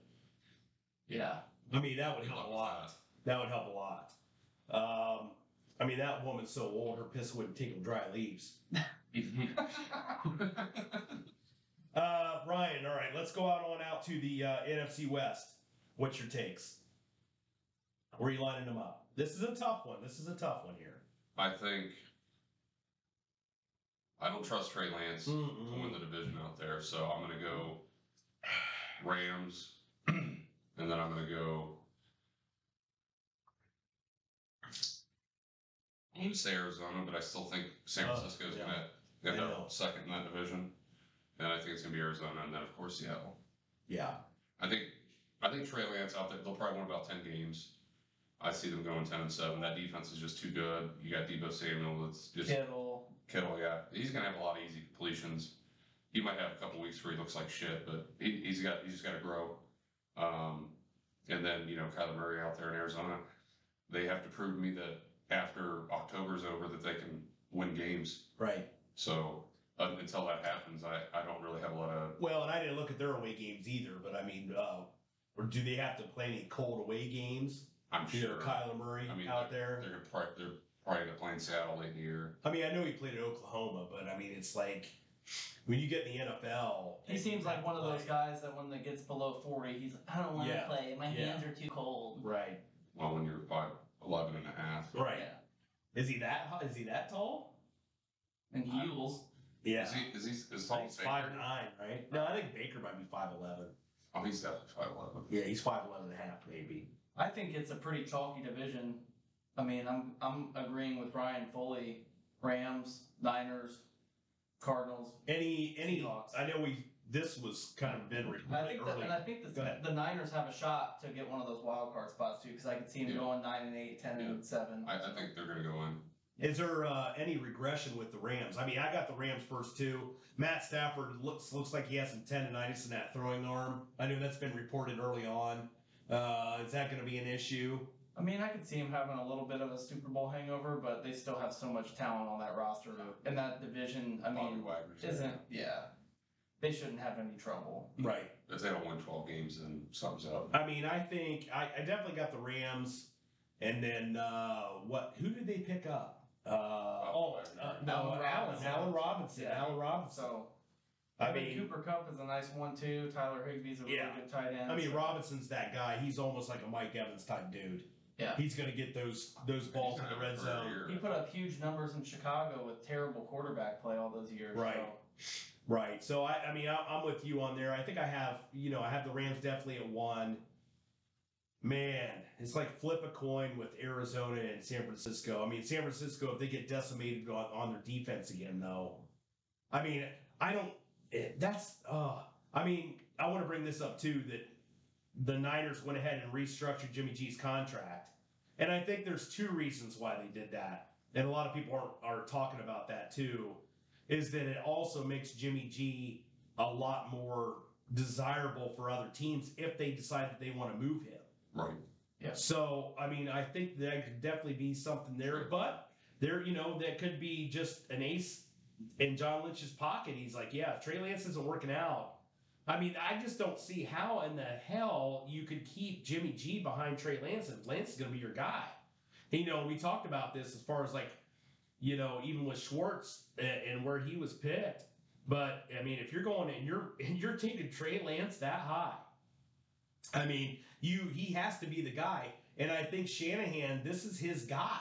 Speaker 3: it. yeah,
Speaker 1: I mean, that would
Speaker 2: Good
Speaker 1: help
Speaker 2: luck
Speaker 1: a
Speaker 2: with
Speaker 1: lot. That would help a lot. Um, I mean, that woman's so old, her piss wouldn't tickle dry leaves.
Speaker 2: that.
Speaker 1: Uh, Ryan, all right, let's go out on out to the uh, NFC West. What's your takes? Where are you lining them up? This is a tough one. This is a tough one here.
Speaker 2: I think I don't trust Trey Lance to win
Speaker 1: Mm-mm.
Speaker 2: the division out there, so I'm gonna go Rams, and then I'm gonna go. I'm gonna say Arizona, but I still think San
Speaker 1: Oh,
Speaker 2: Francisco is
Speaker 1: yeah.
Speaker 2: gonna
Speaker 1: I
Speaker 2: end
Speaker 1: know.
Speaker 2: up second in that division, and I think it's gonna be Arizona, and then of course Seattle.
Speaker 1: Yeah.
Speaker 2: I think I think Trey Lance out there, they'll probably win about ten games. I see them going ten and seven. That defense is just too good. You got Debo Samuel. It's just
Speaker 3: Kittle.
Speaker 2: Kittle. Yeah, he's gonna have a lot of easy completions. He might have a couple weeks where he looks like shit, but he, he's got he's just got to grow. Um, and then you know Kyler Murray out there in Arizona, they have to prove to me that after October's over that they can win games.
Speaker 1: Right.
Speaker 2: So uh, until that happens, I, I don't really have a lot of
Speaker 1: Well, and I didn't look at their away games either, but I mean, uh, or do they have to play any cold away games?
Speaker 2: I'm
Speaker 1: You know,
Speaker 2: sure
Speaker 1: Kyler Murray
Speaker 2: I mean,
Speaker 1: out there.
Speaker 2: they're gonna probably, they're probably gonna play in Seattle late in the year.
Speaker 1: I mean, I know he played at Oklahoma, but I mean, it's like when you get in the NFL,
Speaker 3: He seems like one of those
Speaker 1: Like,
Speaker 3: guys that when it gets below forty, he's I don't want to
Speaker 1: Yeah.
Speaker 3: play. My
Speaker 1: Yeah.
Speaker 3: hands are too cold.
Speaker 1: Right.
Speaker 2: Well, when you're five, 11 and a half.
Speaker 1: Right.
Speaker 3: Yeah.
Speaker 1: Is he that? hi- Is he that tall?
Speaker 3: And heels.
Speaker 1: Yeah.
Speaker 2: Is he, is he,
Speaker 1: I
Speaker 2: is Tom
Speaker 1: think he's
Speaker 2: Baker?
Speaker 1: five nine, right? No, I think Baker might be five eleven.
Speaker 2: Oh, he's definitely 5'11.
Speaker 1: Yeah, he's five eleven and a half, maybe.
Speaker 3: I think it's a pretty chalky division. I mean, I'm I'm agreeing with Ryan fully. Rams, Niners, Cardinals.
Speaker 1: Any any?
Speaker 3: Seahawks.
Speaker 1: I know we. This was kind of been
Speaker 3: And
Speaker 1: reported
Speaker 3: I think that,
Speaker 1: early.
Speaker 3: and I think
Speaker 1: Go
Speaker 3: the,
Speaker 1: ahead.
Speaker 3: the Niners have a shot to get one of those wild card spots too, because I could see them
Speaker 2: Yeah.
Speaker 3: going nine and eight, ten and seven.
Speaker 2: I, I think they're going to go in.
Speaker 1: Is there uh, any regression with the Rams? I mean, I got the Rams first too. Matt Stafford looks looks like he has some tendonitis in that throwing arm. I know that's been reported early on. Uh, is that going to be an issue?
Speaker 3: I mean, I could see them having a little bit of a Super Bowl hangover, but they still have so much talent on that roster and that division. I
Speaker 2: Bobby
Speaker 3: mean,
Speaker 2: Wagner's
Speaker 3: isn't
Speaker 2: there.
Speaker 3: yeah, they shouldn't have any trouble.
Speaker 1: Right.
Speaker 2: If they don't win 12 games, then something's up.
Speaker 1: I mean, I think I, I definitely got the Rams, and then uh, what? Who did they pick up? Uh, oh, uh, no,
Speaker 3: Allen
Speaker 1: Allen Allen,
Speaker 3: Robinson.
Speaker 1: Robinson.
Speaker 3: Yeah.
Speaker 1: Allen Robinson.
Speaker 3: So
Speaker 1: I
Speaker 3: mean,
Speaker 1: mean,
Speaker 3: Cooper Cup is a nice one too. Tyler Higby's a really
Speaker 1: Yeah.
Speaker 3: good tight end.
Speaker 1: I mean,
Speaker 3: so-
Speaker 1: Robinson's that guy. He's almost like a Mike Evans type dude.
Speaker 3: Yeah.
Speaker 1: He's going to get those those balls in the red zone.
Speaker 3: He put up huge numbers in Chicago with terrible quarterback play all those years.
Speaker 1: Right.
Speaker 3: so-
Speaker 1: Right. So I, I mean, I, I'm with you on there. I think I have, you know, I have the Rams definitely at one. Man, it's like flip a coin with Arizona and San Francisco. I mean, San Francisco, if they get decimated on, on their defense again, though, I mean, I don't. It, that's. Uh, I mean, I want to bring this up too that the Niners went ahead and restructured Jimmy G's contract, and I think there's two reasons why they did that, and a lot of people are are talking about that too is that it also makes Jimmy G a lot more desirable for other teams if they decide that they want to move him.
Speaker 2: Right.
Speaker 1: So, I mean, I think that could definitely be something there, but there, you know, that could be just an ace in John Lynch's pocket. He's like, yeah, if Trey Lance isn't working out. I mean, I just don't see how in the hell you could keep Jimmy G behind Trey Lance if Lance is going to be your guy. You know, we talked about this as far as like, you know, even with Schwartz and, and where he was picked. But I mean, if you're going and you're and you're taking Trey Lance that high, I mean, you he has to be the guy. And I think Shanahan, this is his guy.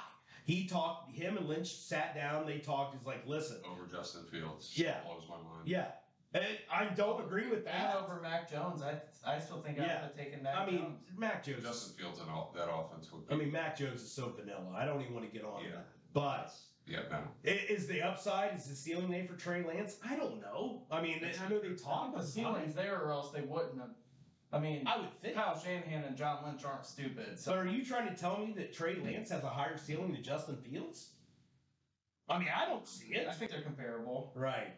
Speaker 1: He talked him and Lynch sat down, they talked, he's like, listen,
Speaker 2: Over Justin Fields.
Speaker 1: Yeah.
Speaker 2: Blows my mind.
Speaker 1: yeah. And I don't agree with
Speaker 3: And
Speaker 1: that.
Speaker 3: over Mac Jones, I I still think
Speaker 1: Yeah.
Speaker 3: I would have taken Mac
Speaker 1: I mean,
Speaker 3: Jones.
Speaker 1: Mac Jones.
Speaker 2: Justin Fields and all, that offense would be.
Speaker 1: I mean, Mac Jones is so vanilla. I don't even want to get on
Speaker 2: Yeah.
Speaker 1: that. But
Speaker 2: yeah, no.
Speaker 1: i- is the upside, is the ceiling there for Trey Lance? I don't know. I mean, I know they talk
Speaker 3: the
Speaker 1: about
Speaker 3: ceiling's there, or else they wouldn't have. I mean,
Speaker 1: I would think.
Speaker 3: Kyle Shanahan and John Lynch aren't stupid.
Speaker 1: So
Speaker 3: So
Speaker 1: are you trying to tell me that Trey Lance has a higher ceiling than Justin Fields? I mean, I don't see it.
Speaker 3: I think they're comparable.
Speaker 1: Right.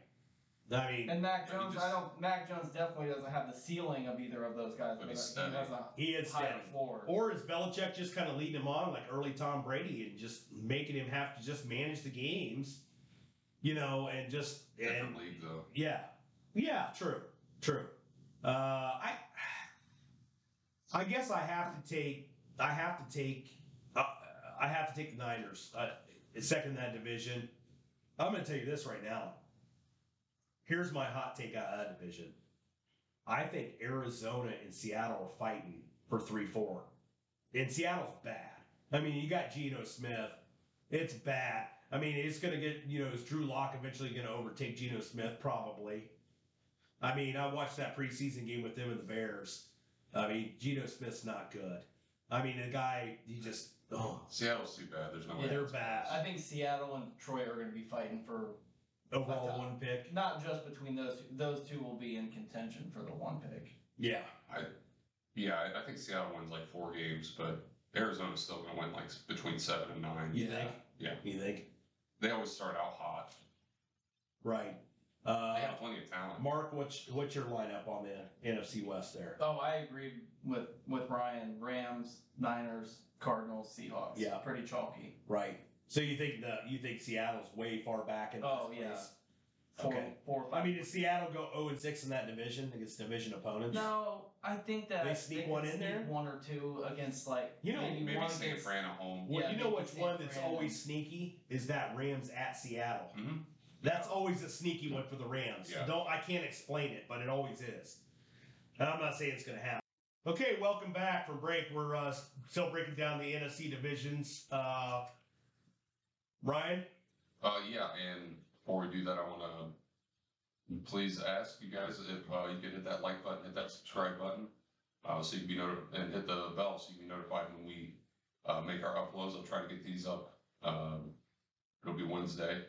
Speaker 1: I mean,
Speaker 3: And Mac
Speaker 2: But he
Speaker 3: Jones,
Speaker 2: just-
Speaker 3: I don't. Mac Jones definitely doesn't have the ceiling of either of those guys,
Speaker 2: But
Speaker 3: but he
Speaker 2: he's
Speaker 3: has
Speaker 2: steady.
Speaker 3: a
Speaker 1: he is
Speaker 3: higher
Speaker 1: steady.
Speaker 3: floor.
Speaker 1: Or is Belichick just kind of leading him on like early Tom Brady and just making him have to just manage the games, you know, and just and
Speaker 2: Different league, though.
Speaker 1: yeah, yeah, true, true. Uh, I I guess I have to take I have to take uh, I have to take the Niners uh, second in that division. I'm going to tell you this right now. Here's my hot take out of that division. I think Arizona and Seattle are fighting for three four, and Seattle's bad. I mean, you got Geno Smith. It's bad. I mean, it's going to get you know is Drew Lock eventually going to overtake Geno Smith probably. I mean, I watched that preseason game with them and the Bears. I mean, Geno Smith's not good. I mean, the guy he just oh
Speaker 2: Seattle's too bad. There's no way.
Speaker 1: they're
Speaker 2: that's
Speaker 1: bad.
Speaker 2: close.
Speaker 3: I think Seattle and Detroit are going to be fighting for Oh,
Speaker 1: overall one pick.
Speaker 3: not just between those. two- Those two will be in contention for the one pick.
Speaker 1: Yeah,
Speaker 2: Yeah, I, I think Seattle wins like four games, but Arizona's still going to win like s- between seven and nine.
Speaker 1: you think?
Speaker 2: Yeah.
Speaker 1: you think?
Speaker 2: They always start out hot.
Speaker 1: Right.
Speaker 2: They
Speaker 1: Uh,
Speaker 2: have plenty of talent.
Speaker 1: Mark, what's what's your lineup on the NFC West there?
Speaker 3: Oh, I agree with with Ryan. Rams, Niners, Cardinals, Seahawks.
Speaker 1: Yeah.
Speaker 3: pretty chalky.
Speaker 1: Right. So you think the you think Seattle's way far back in this
Speaker 3: Oh,
Speaker 1: place?
Speaker 3: yeah. Four,
Speaker 1: Okay.
Speaker 3: four or five.
Speaker 1: I mean, did Seattle go 0 and 6 in that division against division opponents?
Speaker 3: no, I think that
Speaker 1: They sneak
Speaker 3: could
Speaker 1: one in
Speaker 3: sneak
Speaker 1: there?
Speaker 3: one or two against like
Speaker 1: You know,
Speaker 3: maybe,
Speaker 2: Maybe
Speaker 3: one
Speaker 2: San
Speaker 3: against-
Speaker 2: Fran at home.
Speaker 1: Well,
Speaker 3: Yeah,
Speaker 1: you know
Speaker 3: they
Speaker 1: which
Speaker 3: can
Speaker 1: one
Speaker 3: sneak
Speaker 1: that's
Speaker 3: Rams.
Speaker 1: always sneaky is that Rams at Seattle.
Speaker 2: hmm
Speaker 1: That's always a sneaky one for the Rams.
Speaker 2: Yeah.
Speaker 1: Don't I can't explain it, but it always is. And I'm not saying it's going to happen. Okay, welcome back from break. We're uh, still breaking down the NFC divisions. Uh, Ryan,
Speaker 2: Uh, yeah, and before we do that, I want to please ask you guys if uh, you could hit that like button, hit that subscribe button, uh, so you can be notified, and hit the bell so you can be notified when we uh, make our uploads. I'll try to get these up. Um, it'll be Wednesday.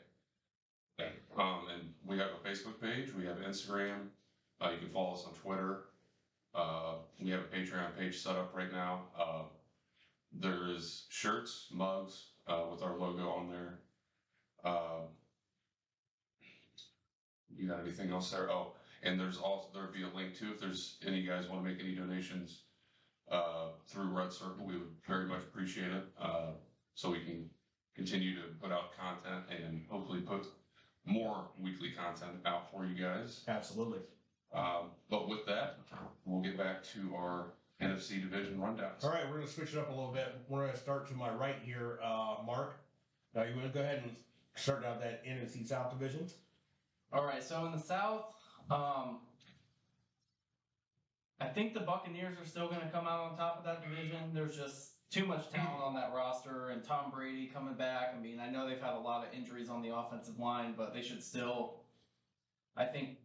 Speaker 2: Um, and we have a Facebook page, we have Instagram, uh, you can follow us on Twitter. Uh, we have a Patreon page set up right now. Uh, there's shirts, mugs uh, with our logo on there. Um, you got anything else there? Oh, and there's also there'll be a link too if there's any guys want to make any donations uh, through Red Circle. We would very much appreciate it uh, so we can continue to put out content and hopefully put more weekly content out for you guys.
Speaker 1: absolutely.
Speaker 2: Um, but with that, we'll get back to our NFC division rundowns.
Speaker 1: All right, we're going to switch it up a little bit. We're going to start to my right here, uh, Mark. Now you want to go ahead and start out that NFC South division?
Speaker 3: All right, so in the South, um, I think the Buccaneers are still going to come out on top of that division. There's just too much talent on that roster, and Tom Brady coming back. I mean, I know they've had a lot of injuries on the offensive line, but they should still. I think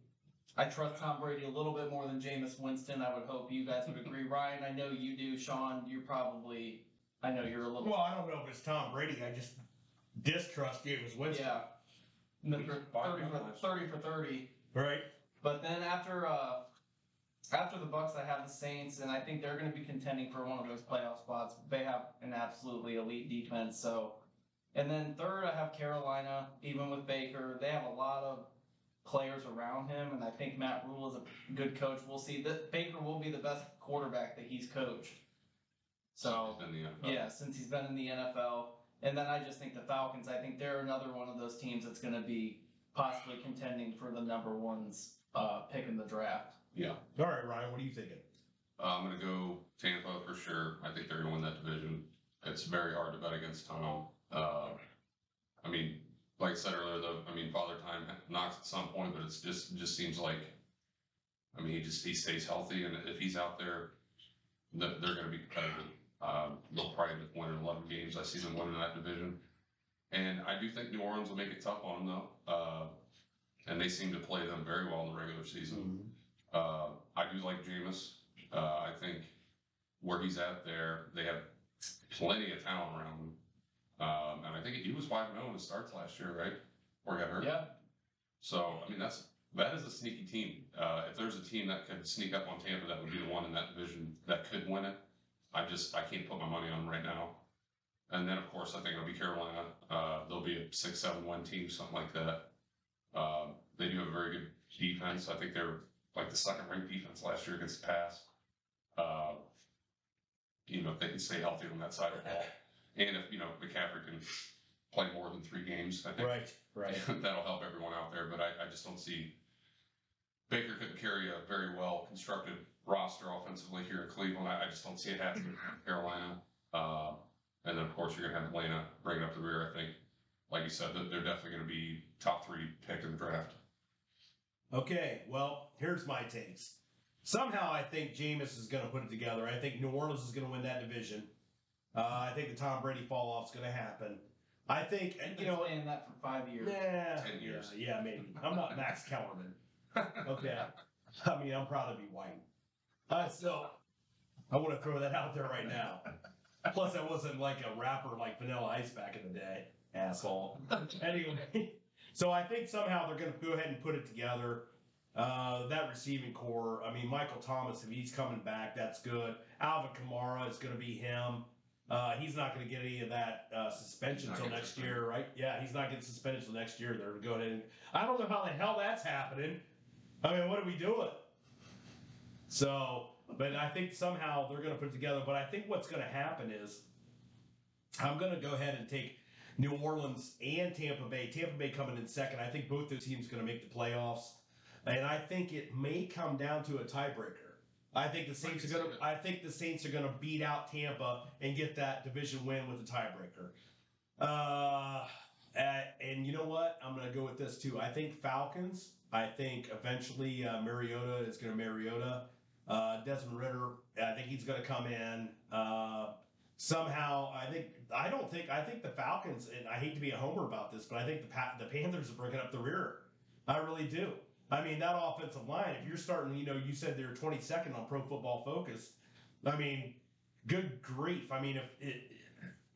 Speaker 3: I trust Tom Brady a little bit more than Jameis Winston. I would hope you guys would agree, Ryan. I know you do, Sean. You probably. I know you're a little.
Speaker 1: Well, I don't know if it's Tom Brady. I just distrust James Winston.
Speaker 3: yeah. Thirty
Speaker 2: Five
Speaker 3: for,
Speaker 2: minutes.
Speaker 3: thirty for thirty.
Speaker 1: Right?
Speaker 3: But then after uh, after the Bucks, I have the Saints, and I think they're going to be contending for one of those playoff spots. They have an absolutely elite defense. So, and then third, I have Carolina. Even with Baker, they have a lot of players around him, and I think Matt Rule is a good coach. We'll see that Baker will be the best quarterback that he's coached. So
Speaker 2: in the
Speaker 1: Oh.
Speaker 2: NFL.
Speaker 3: yeah, since he's been in the NFL. And then I just think the Falcons, I think they're another one of those teams that's going to be possibly contending for the number one's uh, pick in the draft.
Speaker 2: yeah.
Speaker 1: All right, Ryan, what are you thinking?
Speaker 2: Uh, I'm going to go Tampa for sure. I think they're going to win that division. It's very hard to bet against Tom. Uh, I mean, like I said earlier, though, I mean, Father Time knocks at some point, but it's just just seems like, I mean, he just he stays healthy, and if he's out there, th- they're going to be competitive. Um, they'll probably end up winning 11 games. I see them winning that division, and I do think New Orleans will make it tough on them though. Uh, and they seem to play them very well in the regular season. Uh, I do like Jameis. Uh, I think where he's at there, they have plenty of talent around him. Um, and I think he was 5 0 in his starts last year, right? Or got hurt.
Speaker 3: Yeah.
Speaker 2: So, I mean, that's that is a sneaky team. Uh, if there's a team that could sneak up on Tampa, that would be the one in that division that could win it. I just I can't put my money on right now. And then, of course, I think it'll be Carolina. Uh, they'll be a six, seven, one team, something like that. Um, they do have a very good defense. I think they're like the second ranked defense last year against the pass. Uh, you know, if they can stay healthy on that side of the ball, and if you know McCaffrey can play more than three games, I think
Speaker 1: Right, right.
Speaker 2: that'll help everyone out there. But I, I just don't see Baker couldn't carry a very well constructed roster offensively here in Cleveland. I, I just don't see it happening in Carolina. Uh, and then of course you're gonna have Atlanta bringing up the rear. I think, like you said, that they're definitely gonna be top three pick in the draft.
Speaker 1: Okay, well, here's my takes. Somehow I think Jameis is going to put it together. I think New Orleans is going to win that division. Uh, I think the Tom Brady fall off is going to happen. I think, and, you know,
Speaker 3: saying that for five years.
Speaker 1: yeah,
Speaker 2: 10 years.
Speaker 1: Yeah, yeah, maybe. I'm not Max Kellerman. Okay. I mean, I'm proud to be white. Uh, so I want to throw that out there right now. Plus, I wasn't like a rapper like Vanilla Ice back in the day, asshole. Anyway, so I think somehow they're going to go ahead and put it together. Uh, that receiving core, I mean, Michael Thomas, if he's coming back, that's good. Alvin Kamara is going to be him. Uh, he's not going to get any of that uh, suspension
Speaker 2: He's not
Speaker 1: until
Speaker 2: getting
Speaker 1: next
Speaker 2: suspended.
Speaker 1: year, right? Yeah, he's not getting suspended until next year. They're going in. I don't know how the hell that's happening. I mean, what are we doing? So, but I think somehow they're going to put it together. But I think what's going to happen is I'm going to go ahead and take New Orleans and Tampa Bay. Tampa Bay coming in second. I think both those teams going to make the playoffs, and I think it may come down to a tiebreaker. I think the Saints are going to. I think the Saints are going to beat out Tampa and get that division win with the tiebreaker. Uh, uh, and you know what? I'm going to go with this too. I think Falcons. I think eventually uh, Mariota is going to Mariota. Uh, Desmond Ritter, I think he's going to come in. Uh, somehow, I think I don't think I think the Falcons, and I hate to be a homer about this, but I think the pa- the Panthers are bringing up the rear. I really do. I mean, that offensive line. If you're starting, you know, you said they're 22nd on Pro Football Focus. I mean, good grief. I mean, if it,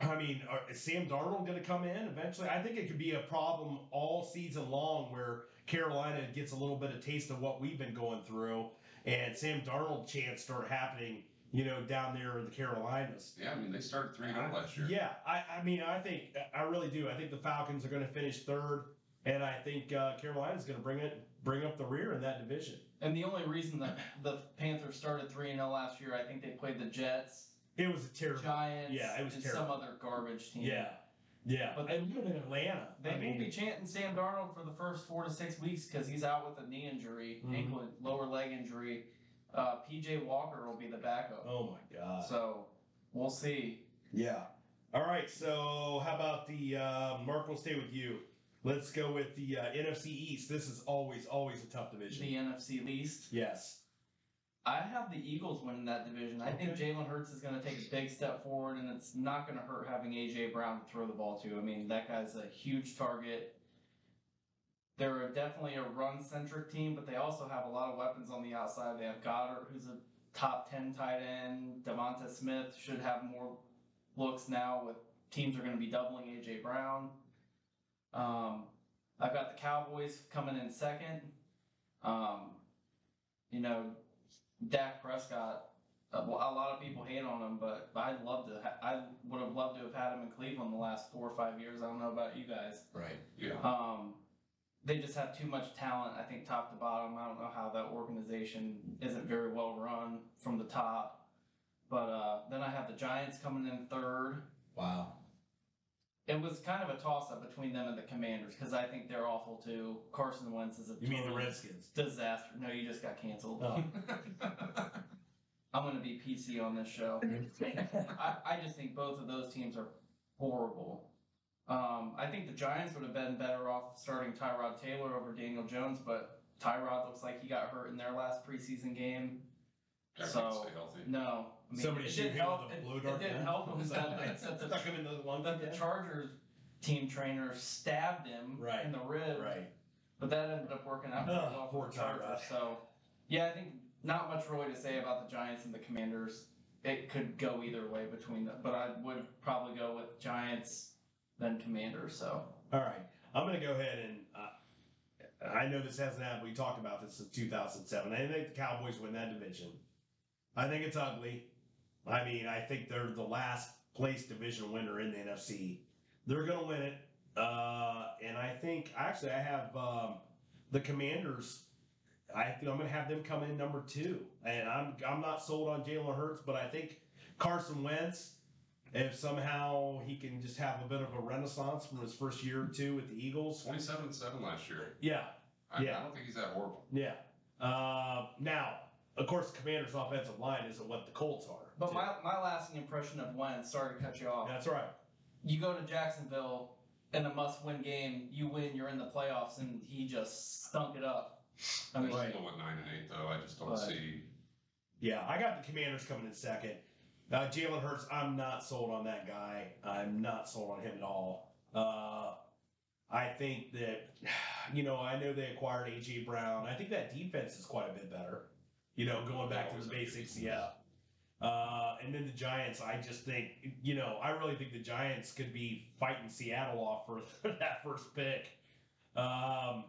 Speaker 1: I mean, are, is Sam Darnold going to come in eventually? I think it could be a problem all season long where Carolina gets a little bit of taste of what we've been going through, and Sam Darnold chants start happening, you know, down there in the Carolinas.
Speaker 2: Yeah, I mean they started three and zero last year.
Speaker 1: Yeah, I, I mean, I think I really do. I think the Falcons are going to finish third, and I think uh, Carolina's going to bring it bring up the rear in that division.
Speaker 3: And the only reason that the Panthers started three and zero last year, I think they played the Jets,
Speaker 1: It was a terrible.
Speaker 3: Giants,
Speaker 1: Yeah, it was
Speaker 3: and
Speaker 1: terrible.
Speaker 3: some other garbage team.
Speaker 1: Yeah, yeah.
Speaker 3: But
Speaker 1: and even in Atlanta,
Speaker 3: They
Speaker 1: I mean,
Speaker 3: will be chanting Sam Darnold for the first four to six weeks because he's out with a knee injury,
Speaker 1: Mhm.
Speaker 3: ankle, lower leg injury. Uh, PJ Walker will be the backup.
Speaker 1: oh my god.
Speaker 3: So we'll see.
Speaker 1: Yeah. All right. So how about the uh, Mark? We'll stay with you. Let's go with the uh, NFC East. This is always always a tough
Speaker 3: The
Speaker 1: division.
Speaker 3: NFC least.
Speaker 1: Yes.
Speaker 3: I have the Eagles winning that division. I think Jalen Hurts is going to take a big step forward, and it's not going to hurt having AJ Brown to throw the ball to. I mean, that guy's a huge target. They're definitely a run-centric team, but they also have a lot of weapons on the outside. They have Goddard, who's a top ten tight end. Devonta Smith should have more looks now. With teams are going to be doubling AJ Brown. Um, I've got the Cowboys coming in second. Um, you know, Dak Prescott. A a lot of people hate on him, but I'd love to. Ha- I would have loved to have had him in Cleveland the last four or five years. I don't know about you guys.
Speaker 4: Right.
Speaker 2: Yeah.
Speaker 3: Um, they just have too much talent. I think top to bottom. I don't know how that organization isn't very well run from the top. But uh, then I have the Giants coming in third.
Speaker 4: Wow.
Speaker 3: It was kind of a toss up between them and the Commanders because I think they're awful too. Carson Wentz is a
Speaker 1: You mean the
Speaker 3: total
Speaker 1: Redskins?
Speaker 3: disaster. No, you just got canceled.
Speaker 1: Oh.
Speaker 3: I'm going to be PC on this show. I, I just think both of those teams are horrible. Um, I think the Giants would have been better off starting Tyrod Taylor over Daniel Jones, but Tyrod looks like he got hurt in their last preseason game.
Speaker 2: Gotta
Speaker 3: So-
Speaker 2: stay healthy.
Speaker 3: No, I mean,
Speaker 1: Somebody
Speaker 3: it
Speaker 1: shoot
Speaker 3: didn't
Speaker 1: him
Speaker 3: help.
Speaker 1: with a
Speaker 3: it-
Speaker 1: blow
Speaker 3: it,
Speaker 1: dart
Speaker 3: didn't
Speaker 1: gun.
Speaker 3: help him. That, that, the,
Speaker 1: Stuck him in the lung.
Speaker 3: that the
Speaker 1: yeah.
Speaker 3: Chargers team trainer stabbed him
Speaker 1: Right,
Speaker 3: in the rib.
Speaker 1: Right.
Speaker 3: But that ended up working out pretty
Speaker 1: Ugh,
Speaker 3: well for
Speaker 1: poor
Speaker 3: the Chargers.
Speaker 1: Tyrod.
Speaker 3: So, yeah, I think not much really to say about the Giants and the Commanders. It could go either way between them, but I would probably go with Giants then Commanders. So,
Speaker 1: All right. I'm going to go ahead and uh, I know this hasn't happened. We talked about this since 2007. I think the Cowboys win that division. I think it's ugly. I mean, I think they're the last place division winner in the NFC. They're going to win it. Uh, and I think actually I have um, the Commanders. I think I'm going to have them come in number two. And I'm I'm not sold on Jalen Hurts, but I think Carson Wentz if somehow he can just have a bit of a renaissance from his first year or two with the Eagles.
Speaker 2: Twenty-seven and seven last year.
Speaker 1: Yeah,
Speaker 2: I,
Speaker 1: Yeah.
Speaker 2: I don't think he's that horrible.
Speaker 1: yeah. Uh, now, of course, the Commanders' offensive line isn't what the Colts are.
Speaker 3: but my, my lasting impression of Wentz, sorry to cut you off.
Speaker 1: that's right.
Speaker 3: You go to Jacksonville in a must win game, you win, you're in the playoffs, and he just stunk it up. I
Speaker 2: They
Speaker 3: mean,
Speaker 2: still went nine and eight though. I just don't
Speaker 3: But-
Speaker 2: see.
Speaker 1: Yeah, I got the Commanders coming in second. Uh, Jalen Hurts, I'm not sold on that guy. I'm not sold on him at all. Uh, I think that, you know, I know they acquired A.J. Brown. I think that defense is quite a bit better. You know, going back to the basics, yeah. Uh, and then the Giants, I just think, you know, I really think the Giants could be fighting Seattle off for that first pick. Um,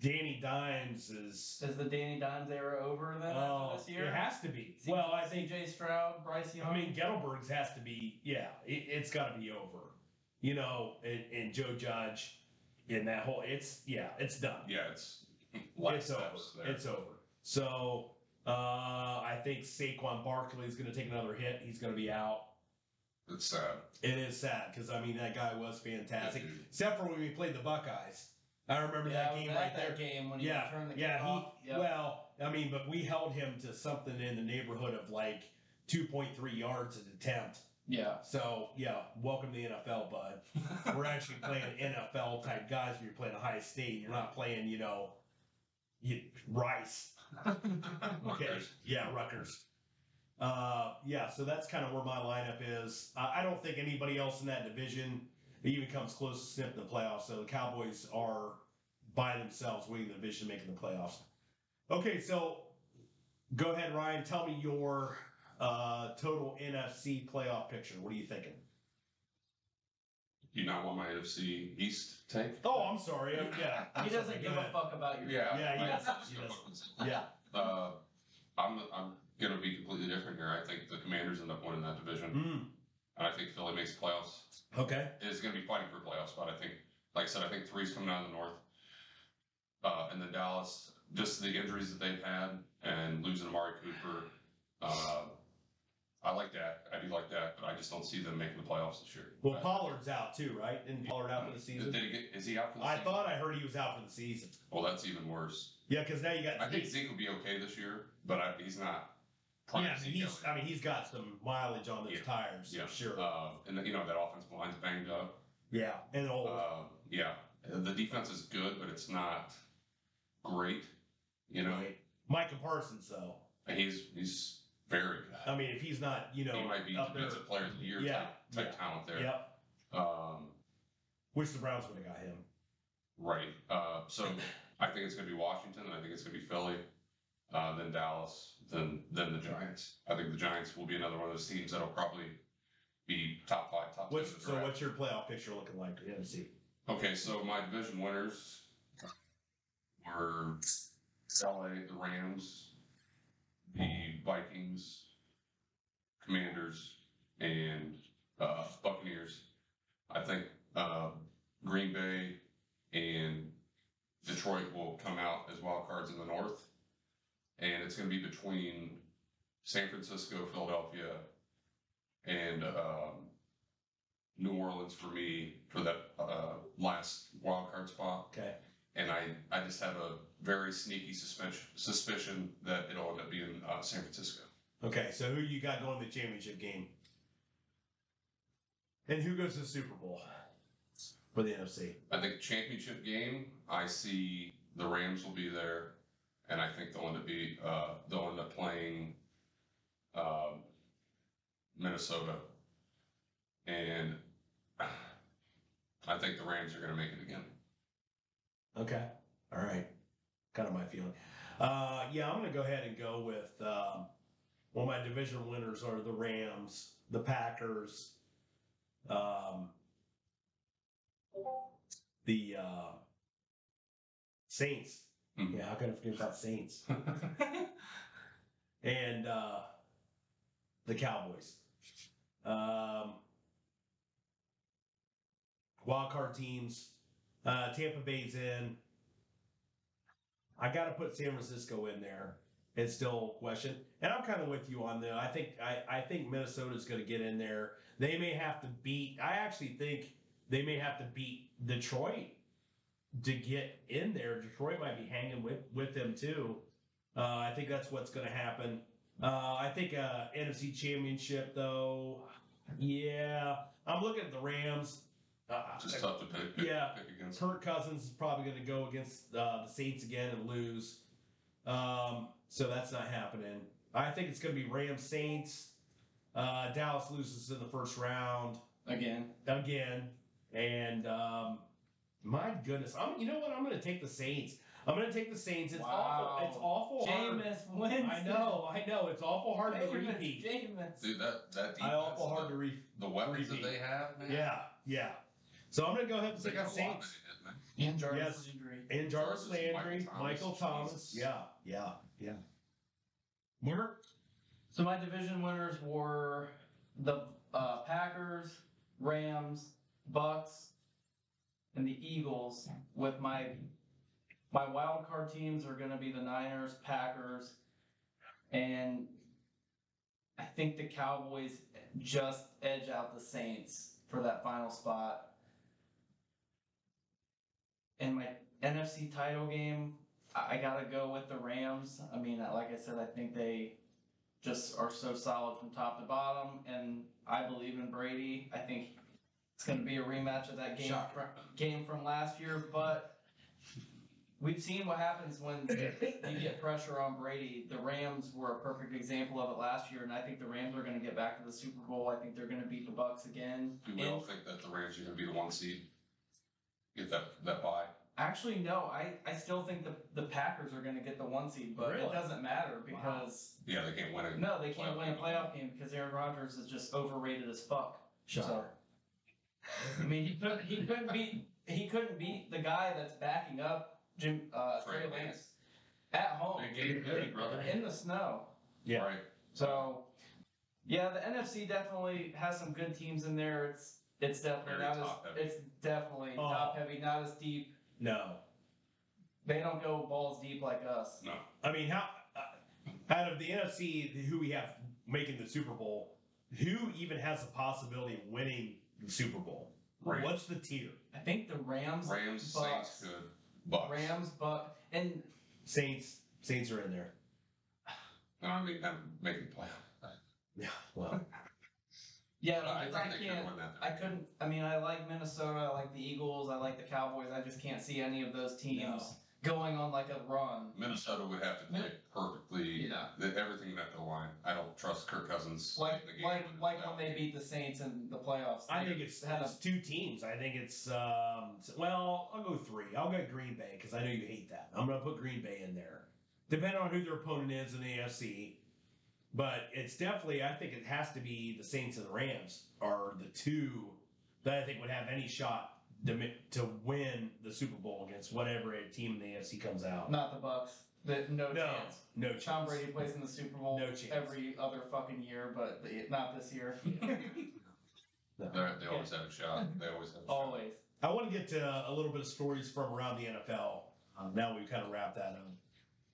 Speaker 1: Danny Dimes is.
Speaker 3: is the Danny Dimes era over then
Speaker 1: Oh,
Speaker 3: after this year?
Speaker 1: it has to be.
Speaker 3: See-
Speaker 1: Well, I think
Speaker 3: CJ Stroud, Bryce Young.
Speaker 1: I mean, Gettleberg's has to be, yeah, it, it's got to be over. You know, and, and Joe Judge and that whole, it's, yeah, it's done.
Speaker 2: Yeah, it's last
Speaker 1: it's over.
Speaker 2: steps there.
Speaker 1: It's over. So uh, I think Saquon Barkley is going to take another hit. He's going to be out.
Speaker 2: It's sad.
Speaker 1: It is sad because, I mean, that guy was fantastic,
Speaker 2: Yeah, dude.
Speaker 1: except for when we played the Buckeyes. I remember
Speaker 3: yeah,
Speaker 1: that game
Speaker 3: was
Speaker 1: right there.
Speaker 3: that game when
Speaker 1: Yeah,
Speaker 3: he turned the
Speaker 1: yeah,
Speaker 3: kick
Speaker 1: he-
Speaker 3: off. Yep.
Speaker 1: Well, I mean, but we held him to something in the neighborhood of like 2.3 yards an attempt.
Speaker 3: yeah.
Speaker 1: So yeah, welcome to the NFL, bud. We're actually playing NFL type guys. When you're playing Ohio State, you're not playing, you know, you, Rice. Okay. Yeah, Rutgers. Uh, yeah, so that's kind of where my lineup is. I, I don't think anybody else in that division even comes close to sniffing the playoffs. So the Cowboys are by themselves winning the division, making the playoffs. Okay, so go ahead, Ryan. Tell me your uh, total NFC playoff picture. What are you thinking?
Speaker 2: You not want my NFC East take?
Speaker 1: Oh, I'm sorry. I'm- yeah, I'm
Speaker 3: He
Speaker 1: sorry.
Speaker 3: doesn't
Speaker 1: Go
Speaker 3: give a
Speaker 1: ahead.
Speaker 3: fuck about your.
Speaker 2: Yeah.
Speaker 1: Yeah, he
Speaker 2: I-
Speaker 1: does.
Speaker 2: I'm just
Speaker 1: He
Speaker 2: gonna
Speaker 1: does.
Speaker 2: fuck myself.
Speaker 1: Yeah,
Speaker 2: Uh, I'm I'm gonna be completely different here. I think the Commanders end up winning that division,
Speaker 1: Mm,
Speaker 2: and I think Philly makes playoffs.
Speaker 1: okay.
Speaker 2: Is gonna be fighting for a playoff spot. I think, like I said, I think three's coming out of the north, uh, and then Dallas. Just the injuries that they've had and losing Amari Cooper. Uh, I like that. I do like that, but I just don't see them making the playoffs this year.
Speaker 1: Well,
Speaker 2: I-
Speaker 1: Pollard's out too, right? And Pollard out for the
Speaker 2: Did
Speaker 1: season.
Speaker 2: he get- is he out for the
Speaker 1: I
Speaker 2: season?
Speaker 1: thought I heard he was out for the season.
Speaker 2: Well, that's even worse.
Speaker 1: Yeah, because now you got.
Speaker 2: I think
Speaker 1: Zeke.
Speaker 2: Zeke will be okay this year, but I, he's not. prime
Speaker 1: Yeah,
Speaker 2: Zeke
Speaker 1: he's.
Speaker 2: Elliott.
Speaker 1: I mean, he's got some mileage on those
Speaker 2: Yeah.
Speaker 1: tires.
Speaker 2: Yeah.
Speaker 1: for sure.
Speaker 2: Uh, and you know that offensive line's banged up.
Speaker 1: yeah, and old.
Speaker 2: Uh, yeah, the defense is good, but it's not great. You know,
Speaker 1: Right. Micah Parsons, though.
Speaker 2: And he's he's very good.
Speaker 1: I mean, if he's not, you know,
Speaker 2: he might be
Speaker 1: up there.
Speaker 2: defensive player of the year
Speaker 1: Yeah,
Speaker 2: type, type
Speaker 1: yeah,
Speaker 2: talent there.
Speaker 1: Yep.
Speaker 2: Um,
Speaker 1: Wish the Browns would have got him.
Speaker 2: right. Uh, so I think it's going to be Washington, and I think it's going to be Philly, uh, then Dallas, then then the Giants. I think the Giants will be another one of those teams that'll probably be top five, top
Speaker 1: What's,
Speaker 2: two. in the
Speaker 1: so,
Speaker 2: draft.
Speaker 1: what's your playoff picture looking like for the NFC?
Speaker 2: Okay, so my division winners were LA, the Rams, the Vikings, Commanders, and uh, Buccaneers. I think uh, Green Bay and Detroit will come out as wild cards in the North, and it's going to be between San Francisco, Philadelphia, and um, New Orleans for me for that uh, last wild card spot,
Speaker 1: Okay.
Speaker 2: and I, I just have a very sneaky suspicion suspicion that it'll end up being uh, San Francisco.
Speaker 1: Okay. So, who you got going to the championship game? And who goes to the Super Bowl for the NFC?
Speaker 2: I think championship game. I see the Rams will be there, and I think they'll end up be uh, they'll end up playing um, Minnesota, and I think the Rams are going to make it again.
Speaker 1: Okay. All right. Kind of my feeling. Uh, yeah, I'm going to go ahead and go with um, well, my division winners are the Rams, the Packers, um, the uh, Saints.
Speaker 2: Mhm.
Speaker 1: Yeah, how could I forget about Saints? and uh, the Cowboys. Um, wild card teams. Uh, Tampa Bay's in. I got to put San Francisco in there. It's still a question, and I'm kind of with you on that. I think I, I think Minnesota's going to get in there. They may have to beat. I actually think they may have to beat Detroit to get in there. Detroit might be hanging with with them too. Uh, I think that's what's going to happen. Uh, I think uh, NFC Championship though. Yeah, I'm looking at the Rams. Uh,
Speaker 2: Just tough to pick.
Speaker 1: Yeah.
Speaker 2: pick against.
Speaker 1: Kirk Cousins is probably going to go against uh, the Saints again and lose. Um, so that's not happening. I think it's going to be Rams Saints. Uh, Dallas loses in the first round
Speaker 3: Again.
Speaker 1: again. And um, my goodness, I'm you know what? I'm going to take the Saints. I'm going to take the Saints. It's
Speaker 3: Wow.
Speaker 1: awful. It's awful hard.
Speaker 3: Jameis wins.
Speaker 1: Oh, I know. I know. It's awful hard to
Speaker 3: Jameis.
Speaker 1: repeat.
Speaker 3: Jameis.
Speaker 2: Dude, that that defense,
Speaker 1: I awful hard to
Speaker 2: the,
Speaker 1: repeat.
Speaker 2: the weapons that
Speaker 1: repeat.
Speaker 2: they have, man.
Speaker 1: Yeah, yeah. So I'm going to go ahead and
Speaker 2: they
Speaker 1: take
Speaker 2: got
Speaker 1: the
Speaker 2: a lot.
Speaker 1: Saints.
Speaker 2: Man.
Speaker 1: Yes.
Speaker 3: And Jarvis' injury.
Speaker 1: And Jarvis
Speaker 2: Jarvis,
Speaker 1: Landry,
Speaker 2: Michael
Speaker 1: Michael Thomas.
Speaker 2: Thomas, Jesus.
Speaker 1: Yeah, yeah, yeah. Mark?
Speaker 3: So my division winners were the uh, Packers, Rams, Bucks, and the Eagles. With my my wild card teams are going to be the Niners, Packers, and I think the Cowboys just edge out the Saints for that final spot. And my NFC title game, I I gotta go with the Rams. I mean, like I said, I think they just are so solid from top to bottom, and I believe in Brady. I think it's going to be a rematch of that game
Speaker 2: Shocker.
Speaker 3: fr- game from last year, but We've seen what happens when you get pressure on Brady. The Rams were a perfect example of it last year, and I think the Rams are going to get back to the Super Bowl. I think they're going to beat the Bucks again.
Speaker 2: Do we all think that the Rams are going to be the one seed? Get that that bye.
Speaker 3: Actually, no, I, I still think the, the Packers are going to get the one seed, but it
Speaker 1: Really?
Speaker 3: doesn't matter because
Speaker 2: Yeah, they can't win it.
Speaker 3: no, they can't
Speaker 2: Playoff
Speaker 3: win a
Speaker 2: game.
Speaker 3: playoff game because Aaron Rodgers is just overrated as fuck.
Speaker 1: Shocker.
Speaker 3: I mean, he couldn't he couldn't beat he couldn't beat the guy that's backing up Jim uh,
Speaker 2: Trey
Speaker 3: Trey Lance
Speaker 2: Lance.
Speaker 3: at home
Speaker 2: Big game, big brother.
Speaker 3: in the snow.
Speaker 1: Yeah.
Speaker 2: Right.
Speaker 3: So, yeah, the NFC definitely has some good teams in there. It's it's definitely
Speaker 2: Very
Speaker 3: not
Speaker 2: top
Speaker 3: as
Speaker 2: heavy.
Speaker 3: it's definitely
Speaker 1: Oh.
Speaker 3: top heavy, not as deep.
Speaker 1: No.
Speaker 3: They don't go balls deep like us.
Speaker 2: No.
Speaker 1: I mean, how uh, out of the NFC, who we have making the Super Bowl, who even has the possibility of winning the Super Bowl?
Speaker 2: Rams,
Speaker 1: What's the tier?
Speaker 3: I think the Rams,
Speaker 2: Rams
Speaker 3: Bucks.
Speaker 2: Saints could. Bucks.
Speaker 3: Rams, but and
Speaker 1: Saints. Saints are in there.
Speaker 2: No, I mean, I'm making playoff.
Speaker 1: Yeah. Well.
Speaker 3: yeah,
Speaker 2: But I
Speaker 3: because
Speaker 2: think
Speaker 3: I,
Speaker 2: they
Speaker 3: can't.
Speaker 2: could win that.
Speaker 3: I couldn't. I mean, I like Minnesota. I like the Eagles. I like the Cowboys. I just can't see any of those teams going on like a run.
Speaker 2: Minnesota would have to play perfectly.
Speaker 3: Yeah.
Speaker 2: The, everything that the line. I don't trust Kirk Cousins.
Speaker 3: Like
Speaker 2: in the game
Speaker 3: like
Speaker 2: with
Speaker 3: like
Speaker 2: that.
Speaker 3: when they beat the Saints in the playoffs.
Speaker 1: I
Speaker 3: They
Speaker 1: think it's,
Speaker 3: had a
Speaker 1: it's two teams. I think it's um, s- well. I'll go three. I'll go Green Bay because I know you hate that. I'm going to put Green Bay in there, depending on who their opponent is in the AFC. But it's definitely. I think it has to be the Saints and the Rams are the two that I think would have any shot to, mi- to win the Super Bowl against whatever team in the AFC comes out.
Speaker 3: Not the Bucks. The, no,
Speaker 1: No.
Speaker 3: chance.
Speaker 1: No chance.
Speaker 3: Tom Brady plays in the Super Bowl
Speaker 1: No chance.
Speaker 3: every other fucking year, but the- not this year.
Speaker 1: No.
Speaker 2: They're- They always have a shot. They always have. A shot.
Speaker 3: Always.
Speaker 1: I want to get to a little bit of stories from around the NFL. Um, now we've kind of wrapped that up.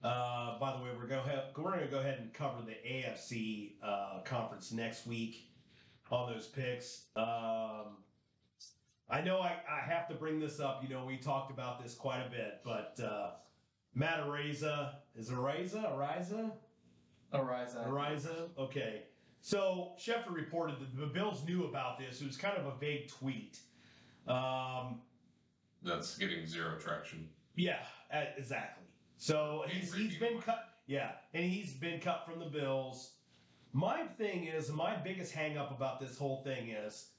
Speaker 1: Uh, by the way, we're go ahead, we're going to go ahead and cover the AFC uh, conference next week on those picks. Um, I know I, I have to bring this up. You know, we talked about this quite a bit, but uh, Matt Ariza is it Ariza Ariza
Speaker 3: Ariza.
Speaker 1: Ariza. Okay. So Schefter reported that the Bills knew about this. It was kind of a vague tweet. Um,
Speaker 2: That's getting zero traction.
Speaker 1: Yeah, uh, exactly. So
Speaker 2: And
Speaker 1: he's,
Speaker 2: Brady
Speaker 1: he's been
Speaker 2: won.
Speaker 1: cut. Yeah, and he's been cut from the Bills. My thing is, my biggest hang up about this whole thing is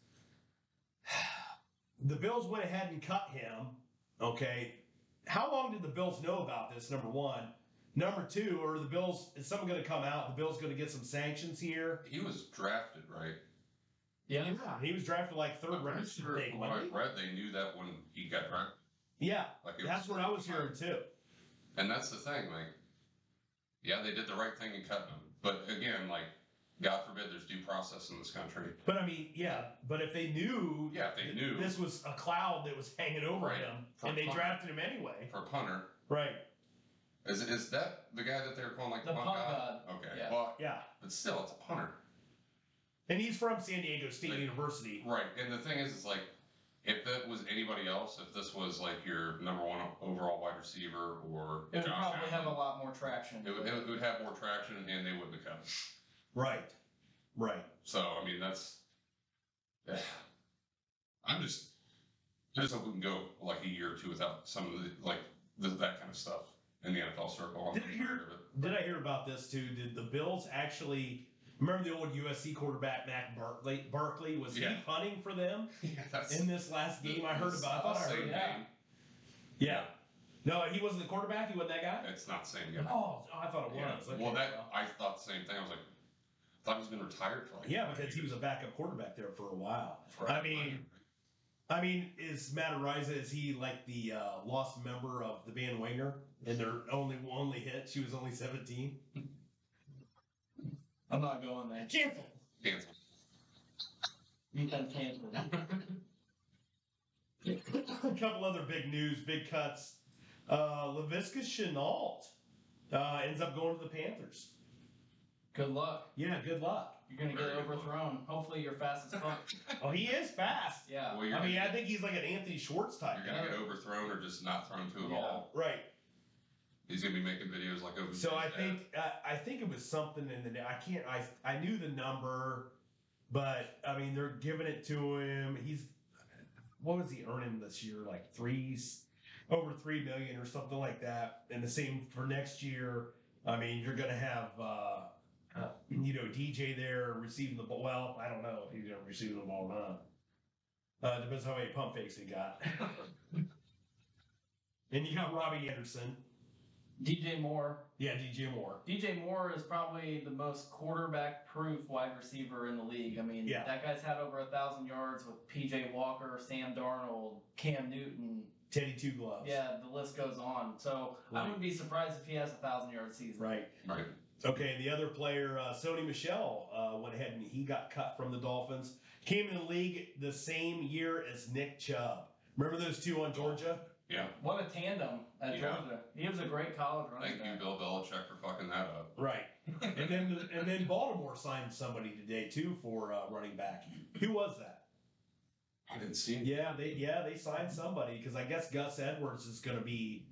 Speaker 1: the Bills went ahead and cut him. Okay. How long did the Bills know about this? Number one. Number two, are the Bills, is someone going to come out? The Bills going to get some sanctions here?
Speaker 2: He was drafted, right?
Speaker 3: Yeah.
Speaker 1: He was drafted like third
Speaker 2: I'm pretty
Speaker 1: round.
Speaker 2: sure
Speaker 1: big
Speaker 2: from what I
Speaker 1: one.
Speaker 2: read, they knew that when he got drafted.
Speaker 1: Yeah,
Speaker 2: Like it
Speaker 1: that's what I was
Speaker 2: hearing.
Speaker 1: hearing too.
Speaker 2: And that's the thing, like, yeah, they did the right thing in cutting him. But again, like, God forbid there's due process in this country.
Speaker 1: But I mean, yeah, but if they knew
Speaker 2: Yeah, if they knew
Speaker 1: this was a cloud that was hanging over
Speaker 2: Right.
Speaker 1: him,
Speaker 2: For
Speaker 1: and they
Speaker 2: fun.
Speaker 1: drafted him anyway.
Speaker 2: for punter,
Speaker 1: Right?
Speaker 2: is is that the guy that they were calling like
Speaker 3: The punt
Speaker 2: Okay,
Speaker 3: yeah.
Speaker 2: well,
Speaker 1: Yeah,
Speaker 2: but still, it's a punter,
Speaker 1: and he's from San Diego State
Speaker 2: Like-
Speaker 1: University.
Speaker 2: right? And the thing is, is like, if that was anybody else, if this was like your number one overall wide receiver or
Speaker 3: It would
Speaker 2: Josh
Speaker 3: probably have a
Speaker 2: Allen,
Speaker 3: lot more traction.
Speaker 2: it would, it would- it would have more traction, and they wouldn't have cut him.
Speaker 1: Right. Right.
Speaker 2: So I mean, that's. I'm just, I just hope we can go like a year or two without some of the like the, that kind of stuff in the NFL circle. I'm
Speaker 1: Did you-
Speaker 2: tired of it.
Speaker 1: Did I hear about this too? Did the Bills actually remember the old USC quarterback Mac Barkley? Barkley was he
Speaker 2: Yeah.
Speaker 1: punting for them
Speaker 2: Yeah, that's
Speaker 1: in this last game? I heard
Speaker 2: it's
Speaker 1: about. I
Speaker 2: not
Speaker 1: thought I
Speaker 2: the
Speaker 1: heard
Speaker 2: same
Speaker 1: about-
Speaker 2: game.
Speaker 1: Yeah. No, he wasn't the quarterback. He wasn't that guy.
Speaker 2: It's not the same game.
Speaker 1: Oh, I thought it
Speaker 2: Yeah.
Speaker 1: was. Okay,
Speaker 2: well, that I thought the same thing. I was like, I thought he's been retired for like
Speaker 1: yeah, because he was a backup quarterback there for a while.
Speaker 2: forever.
Speaker 1: I mean, I mean, is Matt Ariza is he like the uh, lost member of the band Winger and their only only hit? She was only seventeen.
Speaker 3: I'm not going there.
Speaker 1: Cancel.
Speaker 2: Cancel.
Speaker 3: You've been canceled.
Speaker 1: A couple other big news, big cuts. Uh, Lavisca Chenault uh, ends up going to the Panthers.
Speaker 3: Good luck.
Speaker 1: Yeah, good luck.
Speaker 3: You're gonna get
Speaker 2: Very good luck.
Speaker 3: overthrown. Hopefully, you're fast as fuck.
Speaker 1: Oh, he is fast.
Speaker 3: Yeah.
Speaker 2: Well, you're
Speaker 1: I mean,
Speaker 2: gonna,
Speaker 1: I think he's like an Anthony Schwartz type.
Speaker 2: you're gonna get overthrown or just not thrown to at
Speaker 3: Yeah.
Speaker 2: all.
Speaker 1: Right.
Speaker 2: He's gonna be making videos like over.
Speaker 1: So I think uh, I think it was something in the I can't I I knew the number, but I mean they're giving it to him. He's what was he earning this year? Like three? s- over three million or something like that. And the same for next year. I mean, you're going to have uh, uh, you know DJ there receiving the ball. Well, I don't know if he's going to receive the ball or not. Uh, depends how many pump fakes he got. and you got Robbie Anderson.
Speaker 3: DJ Moore.
Speaker 1: Yeah, DJ Moore.
Speaker 3: DJ Moore is probably the most quarterback proof wide receiver in the league. I mean,
Speaker 1: Yeah.
Speaker 3: that guy's had over a thousand yards with PJ Walker, Sam Darnold, Cam Newton.
Speaker 1: Teddy Two Gloves.
Speaker 3: Yeah, Uh-huh. the list goes on. So I
Speaker 1: Right.
Speaker 3: wouldn't be surprised if he has a thousand yard season.
Speaker 1: Right.
Speaker 2: Right.
Speaker 1: Okay, the other player, uh, Sony Michelle, uh, went ahead and he got cut from the Dolphins. Came in the league the same year as Nick Chubb. Remember those two on Georgia?
Speaker 2: Yeah.
Speaker 3: What a tandem at
Speaker 2: Yeah.
Speaker 3: Georgia. He was a great college running
Speaker 2: Thank you,
Speaker 3: back.
Speaker 2: Bill Belichick, for fucking that up.
Speaker 1: Right. And then and then Baltimore signed somebody today too for uh, running back. Who was that?
Speaker 2: I didn't see him.
Speaker 1: Yeah, they yeah they signed somebody because I guess Gus Edwards is going to be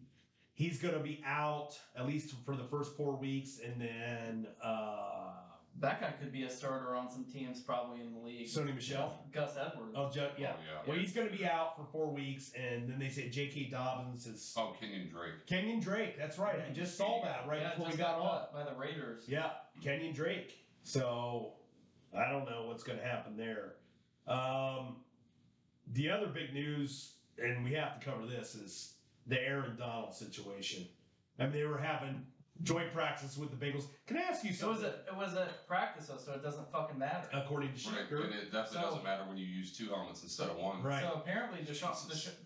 Speaker 1: he's going to be out at least for the first four weeks, and then uh,
Speaker 3: That guy could be a starter on some teams probably in the league.
Speaker 1: Sony Michelle.
Speaker 3: Gus Edwards.
Speaker 1: Oh, Ju- yeah.
Speaker 2: Oh, yeah.
Speaker 1: Well, he's going to be out for four weeks, and then they say J.K. Dobbins is
Speaker 2: Oh, Kenyon Drake.
Speaker 1: Kenyon Drake. That's right. I just saw that right
Speaker 3: Yeah,
Speaker 1: before we
Speaker 3: just
Speaker 1: got on.
Speaker 3: cut by the Raiders.
Speaker 1: Yeah, Kenyon Drake. So I don't know what's going to happen there. Um, the other big news, and we have to cover this, is the Aaron Donald situation. I mean, they were having joint practice with the Bengals. Can I ask you
Speaker 3: It was
Speaker 1: something?
Speaker 3: a it was a practice though, so it doesn't fucking matter.
Speaker 1: According to
Speaker 2: Right.
Speaker 1: Schefter,
Speaker 2: And it definitely
Speaker 3: So-
Speaker 2: doesn't matter when you use two helmets instead of one.
Speaker 1: right?
Speaker 3: So apparently Deshaun,
Speaker 2: Jesus.
Speaker 3: Desha-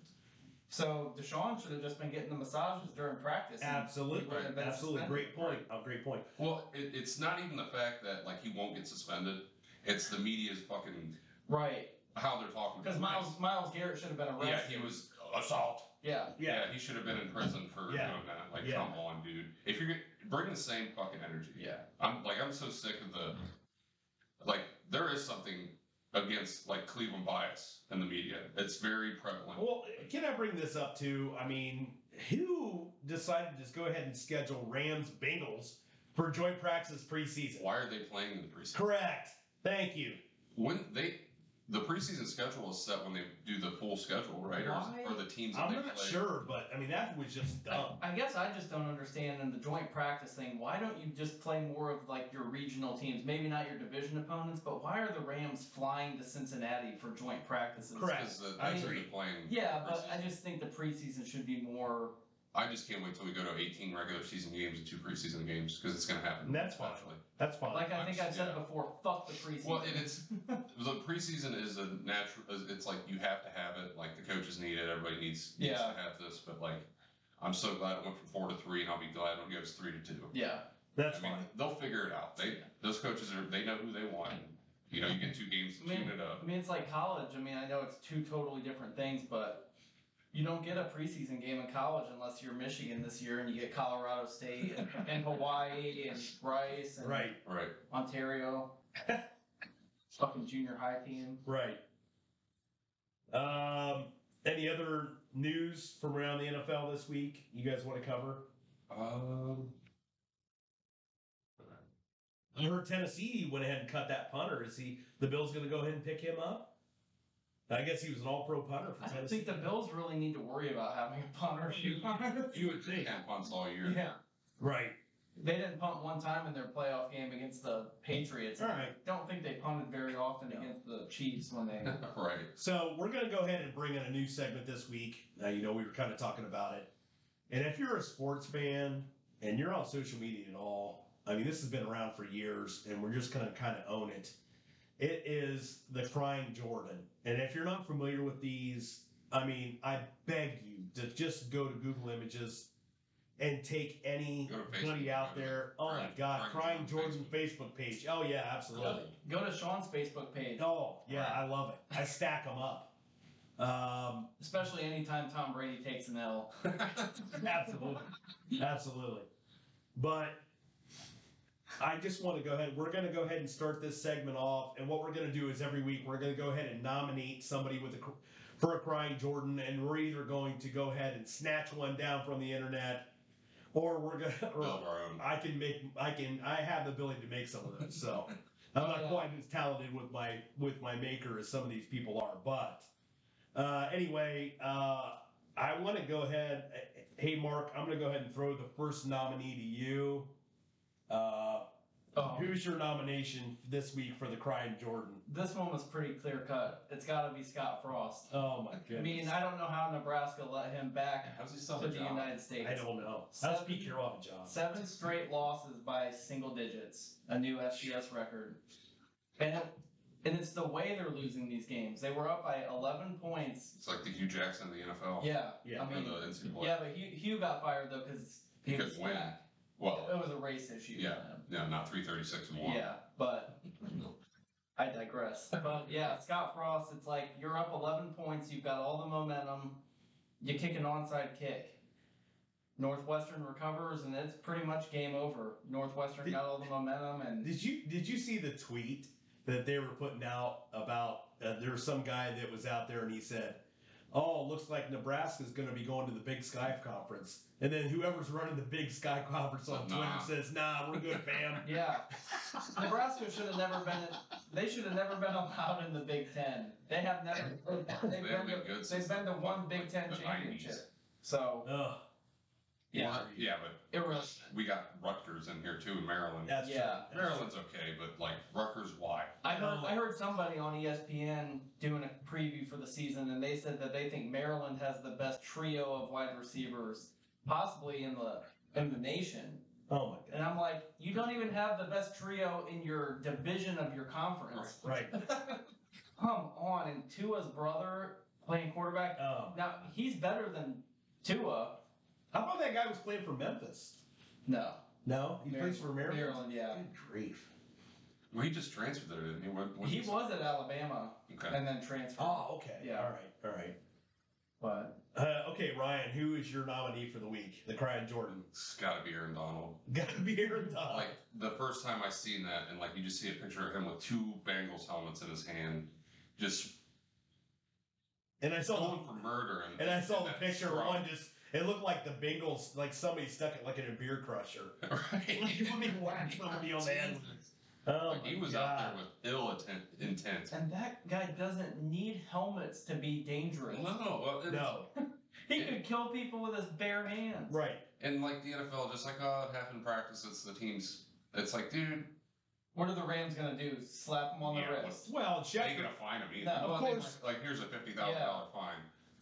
Speaker 3: so Deshaun should have just been getting the massages during practice. and he
Speaker 1: absolutely,
Speaker 3: wouldn't have been
Speaker 1: absolutely,
Speaker 3: suspended.
Speaker 1: great point. Oh, great point.
Speaker 2: Well, it, it's not even the fact that like he won't get suspended. It's the media's fucking
Speaker 3: Right,
Speaker 2: how they're talking.
Speaker 3: because
Speaker 2: about
Speaker 3: Miles Miles Garrett should have been
Speaker 2: it. Yeah,
Speaker 3: arrested.
Speaker 2: he was assault.
Speaker 3: Yeah,
Speaker 1: Yeah,
Speaker 2: Yeah, he should have been in prison for
Speaker 1: Yeah.
Speaker 2: doing that. Like,
Speaker 1: Yeah.
Speaker 2: come on, dude. If you're gonna- bring the same fucking energy.
Speaker 3: yeah.
Speaker 2: I'm like, I'm so sick of the. Like, there is something against like Cleveland bias in the media. It's very prevalent.
Speaker 1: Well, can I bring this up too? I mean, who decided to just go ahead and schedule Rams Bengals for joint practice preseason?
Speaker 2: Why are they playing in the preseason?
Speaker 1: Correct. Thank you.
Speaker 2: When they the preseason schedule is set when they do the full schedule, right? Or,
Speaker 3: Why?
Speaker 2: or the teams that
Speaker 1: I'm
Speaker 2: they
Speaker 1: not
Speaker 2: play.
Speaker 1: sure, but I mean that was just dumb.
Speaker 3: Uh, I guess I just don't understand in the joint practice thing. Why don't you just play more of like your regional teams? Maybe not your division opponents, but why are the Rams flying to Cincinnati for joint practices?
Speaker 1: Correct.
Speaker 2: Because the,
Speaker 1: I
Speaker 2: that's what
Speaker 1: agree.
Speaker 2: they're playing.
Speaker 3: Yeah, but I
Speaker 2: preseason.
Speaker 3: just think the preseason should be more.
Speaker 2: I just can't wait till we go to 18 regular season games and two preseason games because it's going to happen.
Speaker 1: And that's fine.
Speaker 2: eventually.
Speaker 1: That's fine.
Speaker 3: Like I
Speaker 2: Oh, I'm
Speaker 3: think
Speaker 2: s-
Speaker 3: I've said
Speaker 2: yeah.
Speaker 3: before, fuck the preseason.
Speaker 2: Well, and it's the preseason is a natural. It's like you have to have it. Like the coaches need it. Everybody needs, needs
Speaker 3: Yeah.
Speaker 2: to have this. But like, I'm so glad it went from four to three, and I'll be glad when it goes three to two.
Speaker 3: yeah.
Speaker 1: That's
Speaker 2: I mean,
Speaker 1: fine.
Speaker 2: they'll figure it out. They those coaches are. They know who they want. You know, you get two games to
Speaker 3: I mean,
Speaker 2: tune it up.
Speaker 3: I mean, it's like college. I mean, I know it's two totally different things, but you don't get a preseason game in college unless you're Michigan this year and you get Colorado State and, and Hawaii and Rice and
Speaker 1: Right,
Speaker 2: Right.
Speaker 3: Ontario. Fucking junior high team.
Speaker 1: right. Um, any other news from around the NFL this week you guys want to cover?
Speaker 2: Um.
Speaker 1: I heard Tennessee went ahead and cut that punter. Is he the Bills going to go ahead and pick him up? I guess he was an All-Pro punter
Speaker 3: I
Speaker 1: for
Speaker 3: don't
Speaker 1: Tennessee.
Speaker 3: think the Bills really need to worry about having a punter.
Speaker 2: You would think that punts all year.
Speaker 3: yeah.
Speaker 1: right.
Speaker 3: They didn't punt one time in their playoff game against the Patriots.
Speaker 1: All right.
Speaker 3: I don't think they punted very often
Speaker 1: No.
Speaker 3: against the Chiefs when they.
Speaker 2: right.
Speaker 1: So we're going to go ahead and bring in a new segment this week. Now, you know, we were kind of talking about it. And if you're a sports fan and you're on social media at all, I mean, this has been around for years and we're just going to kind of own it. It is the crying Jordan. And if you're not familiar with these, I mean, I beg you to just go to Google Images and take any
Speaker 2: Go to Facebook,
Speaker 1: buddy out
Speaker 2: go to
Speaker 1: there. Oh my
Speaker 2: Crying-
Speaker 1: God,
Speaker 2: Crying
Speaker 1: crying
Speaker 2: Jordan
Speaker 1: Jordan Facebook page. Oh yeah, absolutely.
Speaker 3: Go to Sean's Facebook page.
Speaker 1: Oh yeah, I love it. I stack them up. Um,
Speaker 3: Especially anytime Tom Brady takes an L.
Speaker 1: absolutely, absolutely. But I just want to go ahead. We're going to go ahead and start this segment off, and what we're going to do is every week we're going to go ahead and nominate somebody with a cr- for a crying Jordan, and we're either going to go ahead and snatch one down from the internet, or we're going to.
Speaker 2: Build our own.
Speaker 1: I can make. I can. I have the ability to make some of those. So I'm not
Speaker 3: Yeah.
Speaker 1: quite as talented with my with my maker as some of these people are. But uh, anyway, uh, I want to go ahead. uh, Hey, Mark, I'm going to go ahead and throw the first nominee to you. Uh,
Speaker 3: Oh.
Speaker 1: Who's your nomination this week for the Crying Jordan?
Speaker 3: This one was pretty clear cut. It's got to be Scott Frost.
Speaker 1: Oh my
Speaker 3: I
Speaker 1: goodness!
Speaker 3: mean, I don't know how Nebraska let him back
Speaker 2: How's he
Speaker 3: to
Speaker 2: still
Speaker 3: the
Speaker 2: a job?
Speaker 3: United States.
Speaker 1: I don't know. How's
Speaker 3: Seven-
Speaker 1: Pete Carroll have a job?
Speaker 3: Seven straight losses by single digits, a new FCS record. And, and it's the way they're losing these games. They were up by 11 points.
Speaker 2: It's like the Hugh Jackson of the NFL.
Speaker 3: Yeah.
Speaker 1: Yeah.
Speaker 3: I
Speaker 2: Or
Speaker 3: mean,
Speaker 2: the NCAA.
Speaker 3: yeah, but Hugh, Hugh got fired, though, because
Speaker 2: He
Speaker 3: was
Speaker 2: could win.
Speaker 3: back.
Speaker 2: Well,
Speaker 3: It was a race issue.
Speaker 2: Yeah. no, not 336 and 1.
Speaker 3: Yeah, but I digress. But yeah, Scott Frost, it's like you're up 11 points, you've got all the momentum, you kick an onside kick. Northwestern recovers, and it's pretty much game over. Northwestern got all the momentum, and
Speaker 1: Did you did you see the tweet that they were putting out about uh, there was some guy that was out there and he said, "Oh, looks like Nebraska's going to be going to the Big Sky Conference," and then whoever's running the Big Sky Conference on Twitter
Speaker 2: Oh, Nah.
Speaker 1: says, "Nah, we're good, fam."
Speaker 3: yeah, Nebraska should have never been. They should have never been allowed in the Big Ten. They have never. They've
Speaker 2: They haven't been
Speaker 3: been to,
Speaker 2: good
Speaker 3: they've
Speaker 2: since
Speaker 3: been to
Speaker 2: the-
Speaker 3: one Big
Speaker 2: like,
Speaker 3: Ten
Speaker 2: the 90s.
Speaker 3: championship. So
Speaker 1: Ugh,
Speaker 3: yeah,
Speaker 2: Well, yeah, but
Speaker 3: irrelevant.
Speaker 2: we got Rutgers in here too in Maryland.
Speaker 1: that's true.
Speaker 3: Yeah.
Speaker 1: That's true.
Speaker 2: Maryland's okay, but like Rutgers, why?
Speaker 3: I heard,
Speaker 1: Oh.
Speaker 3: I heard somebody on E ESPN doing a preview for the season, and they said that they think Maryland has the best trio of wide receivers possibly in the in the nation.
Speaker 1: Oh my
Speaker 3: And I'm like, you don't even have the best trio in your division of your conference.
Speaker 1: god! Right.
Speaker 3: Come on, and Tua's brother playing quarterback.
Speaker 1: Um,
Speaker 3: Now he's better than Tua.
Speaker 1: how about that guy was playing for Memphis?
Speaker 3: No,
Speaker 1: No, he
Speaker 3: Mar-
Speaker 1: plays for Maryland.
Speaker 3: Maryland, yeah.
Speaker 1: Good grief.
Speaker 2: Well, he just transferred there, didn't he? What, what
Speaker 3: He was at Alabama
Speaker 2: Okay.
Speaker 3: and then transferred.
Speaker 1: Oh, okay.
Speaker 3: Yeah.
Speaker 1: All right. All right.
Speaker 3: But
Speaker 1: Uh, okay, Ryan, who is your nominee for the week? The Crying Jordan.
Speaker 2: It's got to be Aaron Donald.
Speaker 1: Gotta be Aaron Donald.
Speaker 2: Like the first time I seen that, and like you just see a picture of him with two Bengals helmets in his hand, just
Speaker 1: and I saw
Speaker 2: going for murder. And,
Speaker 1: and I saw the
Speaker 2: that
Speaker 1: picture of
Speaker 2: strut.
Speaker 1: one just it looked like the Bengals like somebody stuck it like in a beer crusher.
Speaker 2: right?
Speaker 1: You wouldn't whack somebody on the head. Oh
Speaker 2: Like, he
Speaker 1: my
Speaker 2: was out
Speaker 1: God.
Speaker 2: there with ill intent. intent.
Speaker 3: and that guy doesn't need helmets to be dangerous.
Speaker 2: No, well, it's-
Speaker 1: No.
Speaker 3: He could kill people with his bare hands.
Speaker 1: Right.
Speaker 2: and like the NFL, just like oh, it happened in practice. It's the teams. It's like, dude,
Speaker 3: What are the Rams gonna do? Slap him on the
Speaker 2: Yeah,
Speaker 3: wrist?
Speaker 1: Well,
Speaker 2: they ain't
Speaker 1: Schefter
Speaker 2: gonna fine him either.
Speaker 3: No,
Speaker 2: Well,
Speaker 1: of
Speaker 2: they
Speaker 1: course.
Speaker 2: might, like here's a fifty thousand thousand dollar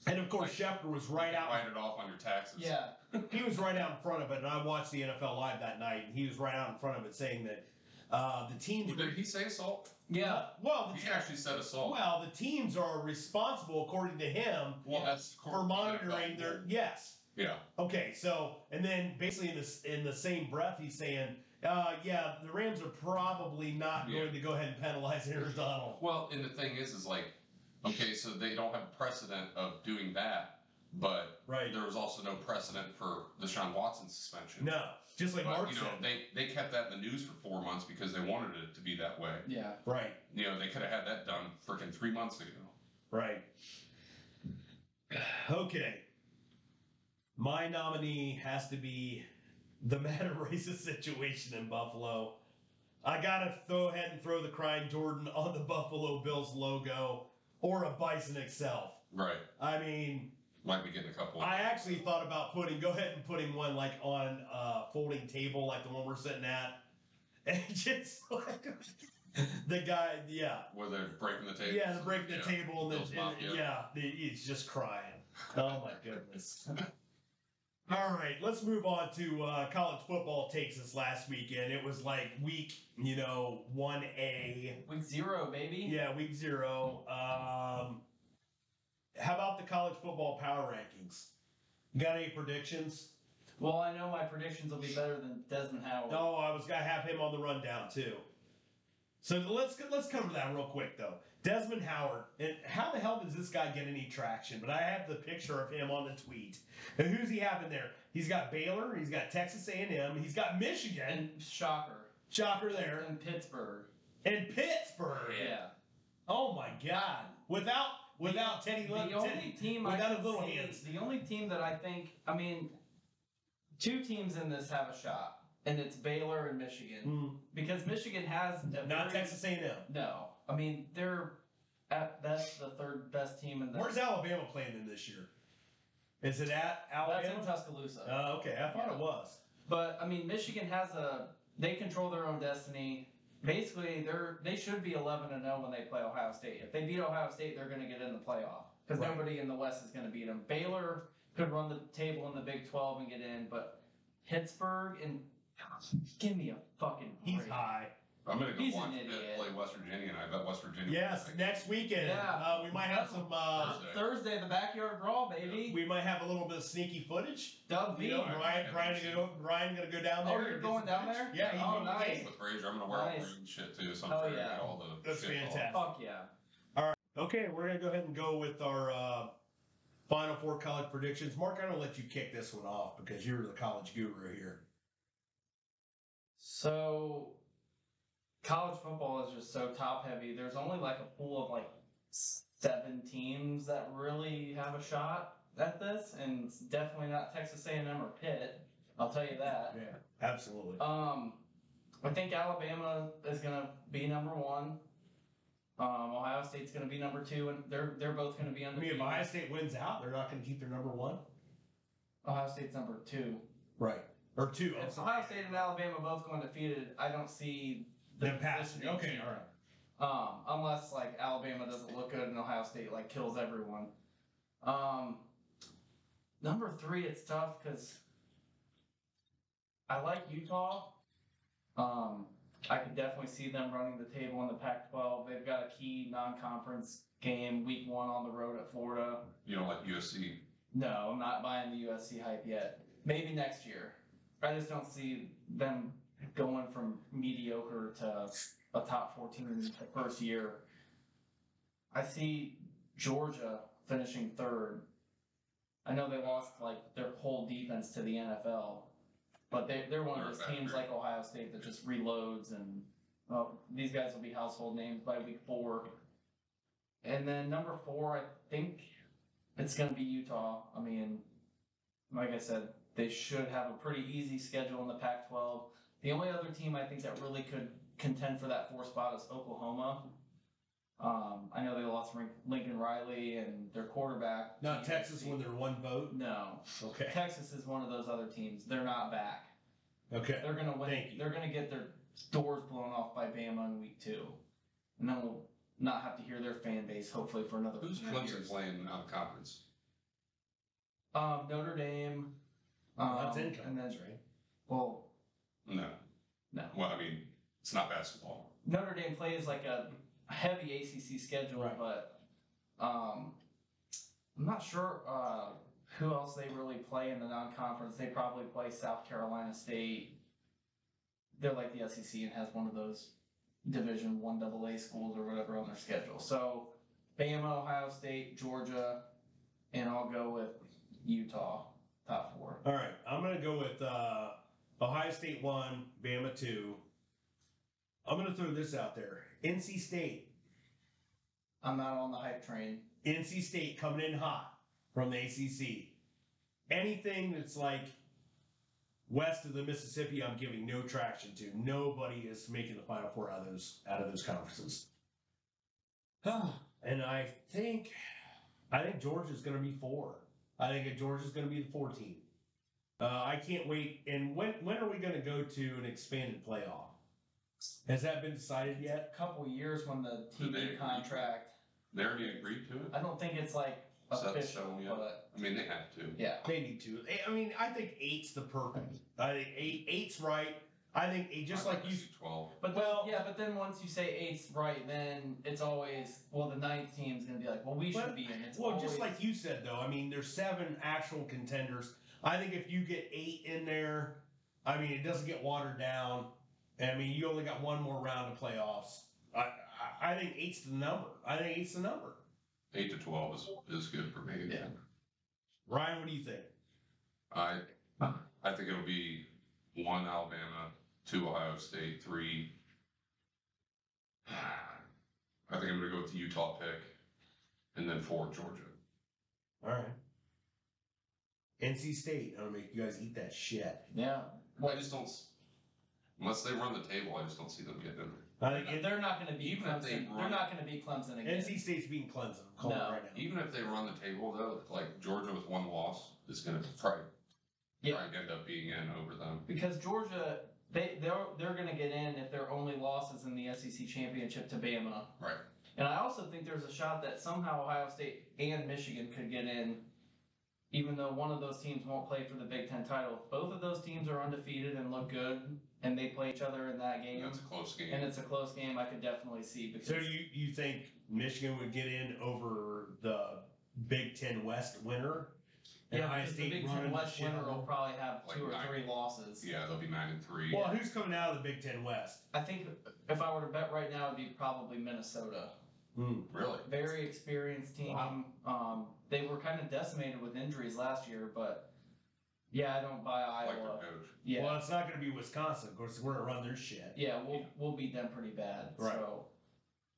Speaker 2: fine.
Speaker 1: and of course Schefter was right
Speaker 2: You can
Speaker 1: out
Speaker 2: Write it off on your taxes.
Speaker 3: Yeah,
Speaker 1: he was right out in front of it and I watched the NFL live that night and he was right out in front of it saying that uh, the teams
Speaker 2: Did he say assault?
Speaker 3: yeah.
Speaker 1: well the
Speaker 2: He actually said assault.
Speaker 1: well the teams are responsible according to him
Speaker 2: Well,
Speaker 3: Yeah.
Speaker 2: that's
Speaker 1: for
Speaker 2: correct.
Speaker 1: monitoring their yes.
Speaker 2: Yeah.
Speaker 1: Okay, so and then basically in this in the same breath, he's saying, uh, "Yeah, the Rams are probably not
Speaker 2: Yeah.
Speaker 1: going to go ahead and penalize Aaron Donald."
Speaker 2: Well, and the thing is, is like, okay, so they don't have precedent of doing that, but
Speaker 1: Right?
Speaker 2: there was also no precedent for the Deshaun Watson suspension.
Speaker 1: No, just like
Speaker 2: But,
Speaker 1: Mark
Speaker 2: you
Speaker 1: said.
Speaker 2: know, they, they kept that in the news for four months because they wanted it to be that way.
Speaker 3: Yeah.
Speaker 1: right,
Speaker 2: You know, they could have had that done freaking three months ago.
Speaker 1: right. Okay, my nominee has to be the matter racist situation in Buffalo. I gotta throw ahead and throw the crying Jordan on the Buffalo Bills logo or a bison itself.
Speaker 2: Right.
Speaker 1: I mean.
Speaker 2: Might be getting a couple.
Speaker 1: I actually thought about putting, go ahead and putting one like on a folding table, like the one we're sitting at, and just like the guy, yeah,
Speaker 2: where they're breaking the table.
Speaker 1: yeah, the breaking the
Speaker 2: Yeah.
Speaker 1: table, and,
Speaker 2: Bill's
Speaker 1: the, and
Speaker 2: Mafia.
Speaker 1: yeah, the, he's just crying. Oh my goodness. All right, let's move on to uh, college football takes this last weekend. It was like week, you know, one A.
Speaker 3: Week zero, baby.
Speaker 1: Yeah, week zero. Um, how about the college football power rankings? Got any predictions?
Speaker 3: Well, I know my predictions will be better than Desmond Howard.
Speaker 1: No, Oh, I was gonna have him on the rundown too. So let's let's cover that real quick though. Desmond Howard, and how the hell does this guy get any traction? But I have the picture of him on the tweet. And who's he having there? He's got Baylor, he's got Texas A&M, he's got Michigan,
Speaker 3: And shocker.
Speaker 1: shocker there,
Speaker 3: And Pittsburgh.
Speaker 1: and Pittsburgh.
Speaker 2: Yeah.
Speaker 3: Yeah.
Speaker 1: Oh my God! Without without Teddy,
Speaker 3: The
Speaker 1: Lin- Teddy
Speaker 3: only team I
Speaker 1: without
Speaker 3: can
Speaker 1: his little
Speaker 3: see-
Speaker 1: hands.
Speaker 3: The only team that I think, I mean, two teams in this have a shot, and it's Baylor and Michigan
Speaker 1: Mm,
Speaker 3: because Michigan has a
Speaker 1: not
Speaker 3: very-
Speaker 1: Texas A&M.
Speaker 3: No, I mean they're at best the third best team in the
Speaker 1: Where's Alabama playing in this year? Is it at
Speaker 3: That's in
Speaker 1: Alabama?
Speaker 3: Tuscaloosa.
Speaker 1: Oh, okay. I thought it was.
Speaker 3: But I mean, Michigan has a they control their own destiny. Basically, they're they should be eleven and zero when they play Ohio State. If they beat Ohio State, they're going to get in the playoff because
Speaker 1: Right.
Speaker 3: nobody in the West is going to beat them. Baylor could run the table in the Big Twelve and get in, but Pittsburgh and give me a fucking
Speaker 1: He's
Speaker 3: break.
Speaker 1: high.
Speaker 2: I'm gonna go
Speaker 3: He's an
Speaker 2: watch Pitt
Speaker 3: idiot.
Speaker 2: play West Virginia, and I bet West Virginia.
Speaker 1: Yes, next weekend
Speaker 3: Yeah.
Speaker 1: uh, we might have some. Uh,
Speaker 2: Thursday.
Speaker 3: Thursday, the backyard brawl, baby.
Speaker 1: we might have a little bit of sneaky footage.
Speaker 3: Dub
Speaker 1: You
Speaker 3: B.
Speaker 1: know,
Speaker 2: Yeah.
Speaker 1: Brian, Brian, gonna go, Brian gonna go down
Speaker 3: Oh,
Speaker 1: there.
Speaker 3: you're
Speaker 1: and-
Speaker 3: going down there?
Speaker 1: Yeah, he's
Speaker 3: Oh,
Speaker 1: gonna be
Speaker 3: nice.
Speaker 1: paying.
Speaker 2: With Brazier, I'm gonna wear all
Speaker 3: Nice.
Speaker 2: green shit too, so I'm
Speaker 3: Oh,
Speaker 2: sure I
Speaker 3: yeah.
Speaker 2: get all the.
Speaker 1: That's
Speaker 2: shit off.
Speaker 1: fantastic.
Speaker 3: Fuck yeah.
Speaker 1: Okay, we're gonna go ahead and go with our uh, final four college predictions. Mark, I'm gonna let you kick this one off because you're the college guru here.
Speaker 3: So, college football is just so top heavy. There's only like a pool of like seven teams that really have a shot at this, and it's definitely not Texas A&M or Pitt. I'll tell you that.
Speaker 1: Yeah, absolutely.
Speaker 3: Um, I think Alabama is gonna be number one. Um, Ohio State's gonna be number two, and they're they're both gonna be
Speaker 1: I mean,
Speaker 3: undefeated.
Speaker 1: if Ohio State wins out, they're not gonna keep their number one,
Speaker 3: Ohio State's number two.
Speaker 1: right? Or two. I'm
Speaker 3: If
Speaker 1: sorry.
Speaker 3: Ohio State and Alabama both go undefeated, I don't see the
Speaker 1: Them passing.
Speaker 3: positioning
Speaker 1: Okay,
Speaker 3: changing.
Speaker 1: all right.
Speaker 3: Um, unless like Alabama doesn't look good and Ohio State like kills everyone. Um, number three, it's tough because I like Utah. Um, I could definitely see them running the table in the Pac-12. They've got a key non-conference game week one on the road at Florida.
Speaker 2: You know, like USC.
Speaker 3: No, I'm not buying the USC hype yet. Maybe next year. I just don't see them going from mediocre to a top 14 in the first year. I see Georgia finishing third. I know they lost like their whole defense to the NFL, but they, they're one of those teams like Ohio State that just reloads and well, these guys will be household names by week four. And then number four, I think it's going to be Utah. I mean, like I said, they should have a pretty easy schedule in the Pac 12. The only other team I think that really could contend for that four spot is Oklahoma. Um, I know they lost Link- Lincoln Riley and their quarterback.
Speaker 1: Not Texas when they're one vote.
Speaker 3: No.
Speaker 1: Okay.
Speaker 3: Texas is one of those other teams. They're not back.
Speaker 1: Okay.
Speaker 3: They're gonna win.
Speaker 1: Thank you.
Speaker 3: They're gonna get their doors blown off by Bama in week two, and then we'll not have to hear their fan base hopefully for another.
Speaker 2: Who's
Speaker 3: few
Speaker 2: Clemson
Speaker 3: years.
Speaker 2: playing out of conference?
Speaker 3: Um, Notre Dame. Um,
Speaker 1: That's in
Speaker 3: and then
Speaker 1: conference, right?
Speaker 3: well,
Speaker 2: No.
Speaker 3: No.
Speaker 2: Well, I mean, it's not basketball.
Speaker 3: Notre Dame plays like a heavy ACC schedule,
Speaker 1: Right.
Speaker 3: but um, I'm not sure uh, who else they really play in the non-conference. They probably play South Carolina State. They're like the SEC and has one of those Division One double A schools or whatever on their schedule. So Bama, Ohio State, Georgia, and I'll go with Utah top four.
Speaker 1: All right, I'm gonna go with uh, Ohio State one, Bama two. I'm gonna throw this out there: NC State,
Speaker 3: I'm not on the hype train.
Speaker 1: NC State coming in hot from the ACC. Anything that's like west of the Mississippi, I'm giving no traction to. Nobody is making the Final Four out of those out of those conferences. and I think, I think Georgia's going to be four. I think that Georgia's going to be the four team. Uh, I can't wait. And when when are we going to go to an expanded playoff? Has that been decided yet?
Speaker 3: A couple years when the
Speaker 2: Did they
Speaker 3: TV
Speaker 2: agree?
Speaker 3: contract.
Speaker 2: They already agreed to it.
Speaker 3: I don't think it's like
Speaker 2: Is that
Speaker 3: official,
Speaker 2: so, yeah?
Speaker 3: but
Speaker 2: I mean, they have to.
Speaker 3: yeah.
Speaker 1: They need to. I- I mean, I think eight's the perfect. I think eight, eight's right. I think eight, just
Speaker 2: I'd
Speaker 1: like
Speaker 2: to
Speaker 1: you.
Speaker 2: see Twelve.
Speaker 3: But
Speaker 1: Well-
Speaker 3: well, yeah. But then once you say eight's right, then it's always well the ninth team's gonna be like, well we should
Speaker 1: Well-
Speaker 3: be in. It's
Speaker 1: Well,
Speaker 3: always,
Speaker 1: just like you said though. I mean, there's seven actual contenders. I think if you get eight in there, I mean, it doesn't get watered down. I mean, you only got one more round of playoffs. I, I, I think eight's the number. I think eight's the number.
Speaker 2: Eight to twelve is is good for me.
Speaker 3: Yeah.
Speaker 1: Ryan, what do you think?
Speaker 2: I I think it'll be one Alabama, two Ohio State, three. I think I'm gonna go with the Utah pick, and then four Georgia.
Speaker 1: All right. NC State. I'm gonna make you guys eat that shit.
Speaker 3: yeah.
Speaker 2: Well, I just don't. s- Unless they run the table, I just don't see them getting in there.
Speaker 1: I
Speaker 3: They're
Speaker 1: think
Speaker 3: not- they're not going to be
Speaker 2: Even if
Speaker 3: Clemson.
Speaker 2: they
Speaker 3: They're
Speaker 2: run-
Speaker 3: not going to be Clemson
Speaker 1: N-
Speaker 3: again.
Speaker 1: NC State's being cleansed of cold
Speaker 3: No.
Speaker 1: right now.
Speaker 2: Even if they run the table, though, like Georgia with one loss is going to probably,
Speaker 3: Yeah.
Speaker 2: probably end up being in over them.
Speaker 3: because Georgia, they they're they're going to get in if their only loss is in the SEC championship to Bama.
Speaker 2: Right.
Speaker 3: And I also think there's a shot that somehow Ohio State and Michigan could get in, even though one of those teams won't play for the Big Ten title. Both of those teams are undefeated and look good, and they play each other in that game.
Speaker 2: That's a close game.
Speaker 3: and it's a close game. I could definitely see because
Speaker 1: So you you think Michigan would get in over the Big Ten West winner? And
Speaker 3: yeah,
Speaker 1: Ohio
Speaker 3: because the
Speaker 1: State
Speaker 3: Big
Speaker 1: running
Speaker 3: Ten
Speaker 1: the
Speaker 3: West
Speaker 1: shit
Speaker 3: winner
Speaker 1: out
Speaker 3: will
Speaker 1: of
Speaker 3: probably have
Speaker 2: Like
Speaker 3: two or
Speaker 2: nine.
Speaker 3: three losses.
Speaker 2: yeah, they'll be nine and three.
Speaker 1: them? Well, who's coming out of the Big Ten West?
Speaker 3: I think if I were to bet right now, it'd be probably Minnesota.
Speaker 1: Hmm.
Speaker 2: Really?
Speaker 3: Very experienced team.
Speaker 1: Wow.
Speaker 3: Um, they were kind of decimated with injuries last year, but yeah, I don't buy
Speaker 2: I like their
Speaker 3: Iowa.
Speaker 2: coach.
Speaker 3: Yeah,
Speaker 1: Well, it's not going to be Wisconsin. Of course, we're going to run their shit.
Speaker 3: yeah, we'll we'll beat them pretty bad.
Speaker 1: Right.
Speaker 3: So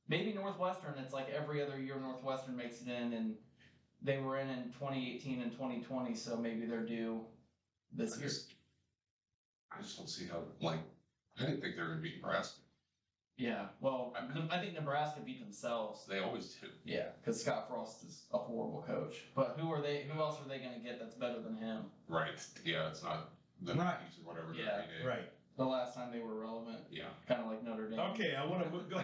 Speaker 3: maybe Northwestern. It's like every other year Northwestern makes it in, and they were in in 2018 and 2020, so maybe they're due this
Speaker 2: I
Speaker 3: year.
Speaker 2: just, I just don't see how, like, I didn't think they were going to beat Nebraska.
Speaker 3: Yeah, well, I think Nebraska beat themselves.
Speaker 2: They always do.
Speaker 3: Yeah, because Scott Frost is a horrible coach. But who are they? Who else are they going to get that's better than him?
Speaker 2: Right. Yeah, it's not the
Speaker 1: Right.
Speaker 2: 90s or whatever.
Speaker 3: Yeah.
Speaker 2: they're beating.
Speaker 1: Right.
Speaker 3: The last time they were relevant,
Speaker 2: Yeah.
Speaker 3: kind of like Notre Dame.
Speaker 1: Okay, I want to go.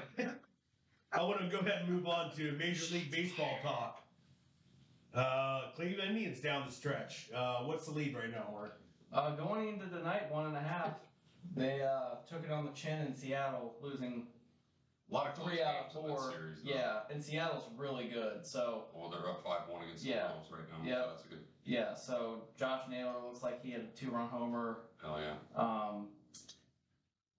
Speaker 1: I want to go ahead and move on to Major League Baseball talk. Uh, Cleveland Indians down the stretch. Uh, what's the lead right now, Mark?
Speaker 3: Uh, going into the night, one and a half. They uh, took it on the chin in Seattle, losing
Speaker 2: A lot of close
Speaker 3: three out of
Speaker 2: games in that
Speaker 3: four.
Speaker 2: series, though.
Speaker 3: Yeah, and Seattle's really good. So
Speaker 2: Well, they're up 5 1 against
Speaker 3: Yeah.
Speaker 2: the Royals right now.
Speaker 3: Yeah.
Speaker 2: So that's a good.
Speaker 3: yeah, so Josh Naylor looks like he had a two-run homer.
Speaker 2: Hell yeah.
Speaker 3: Um,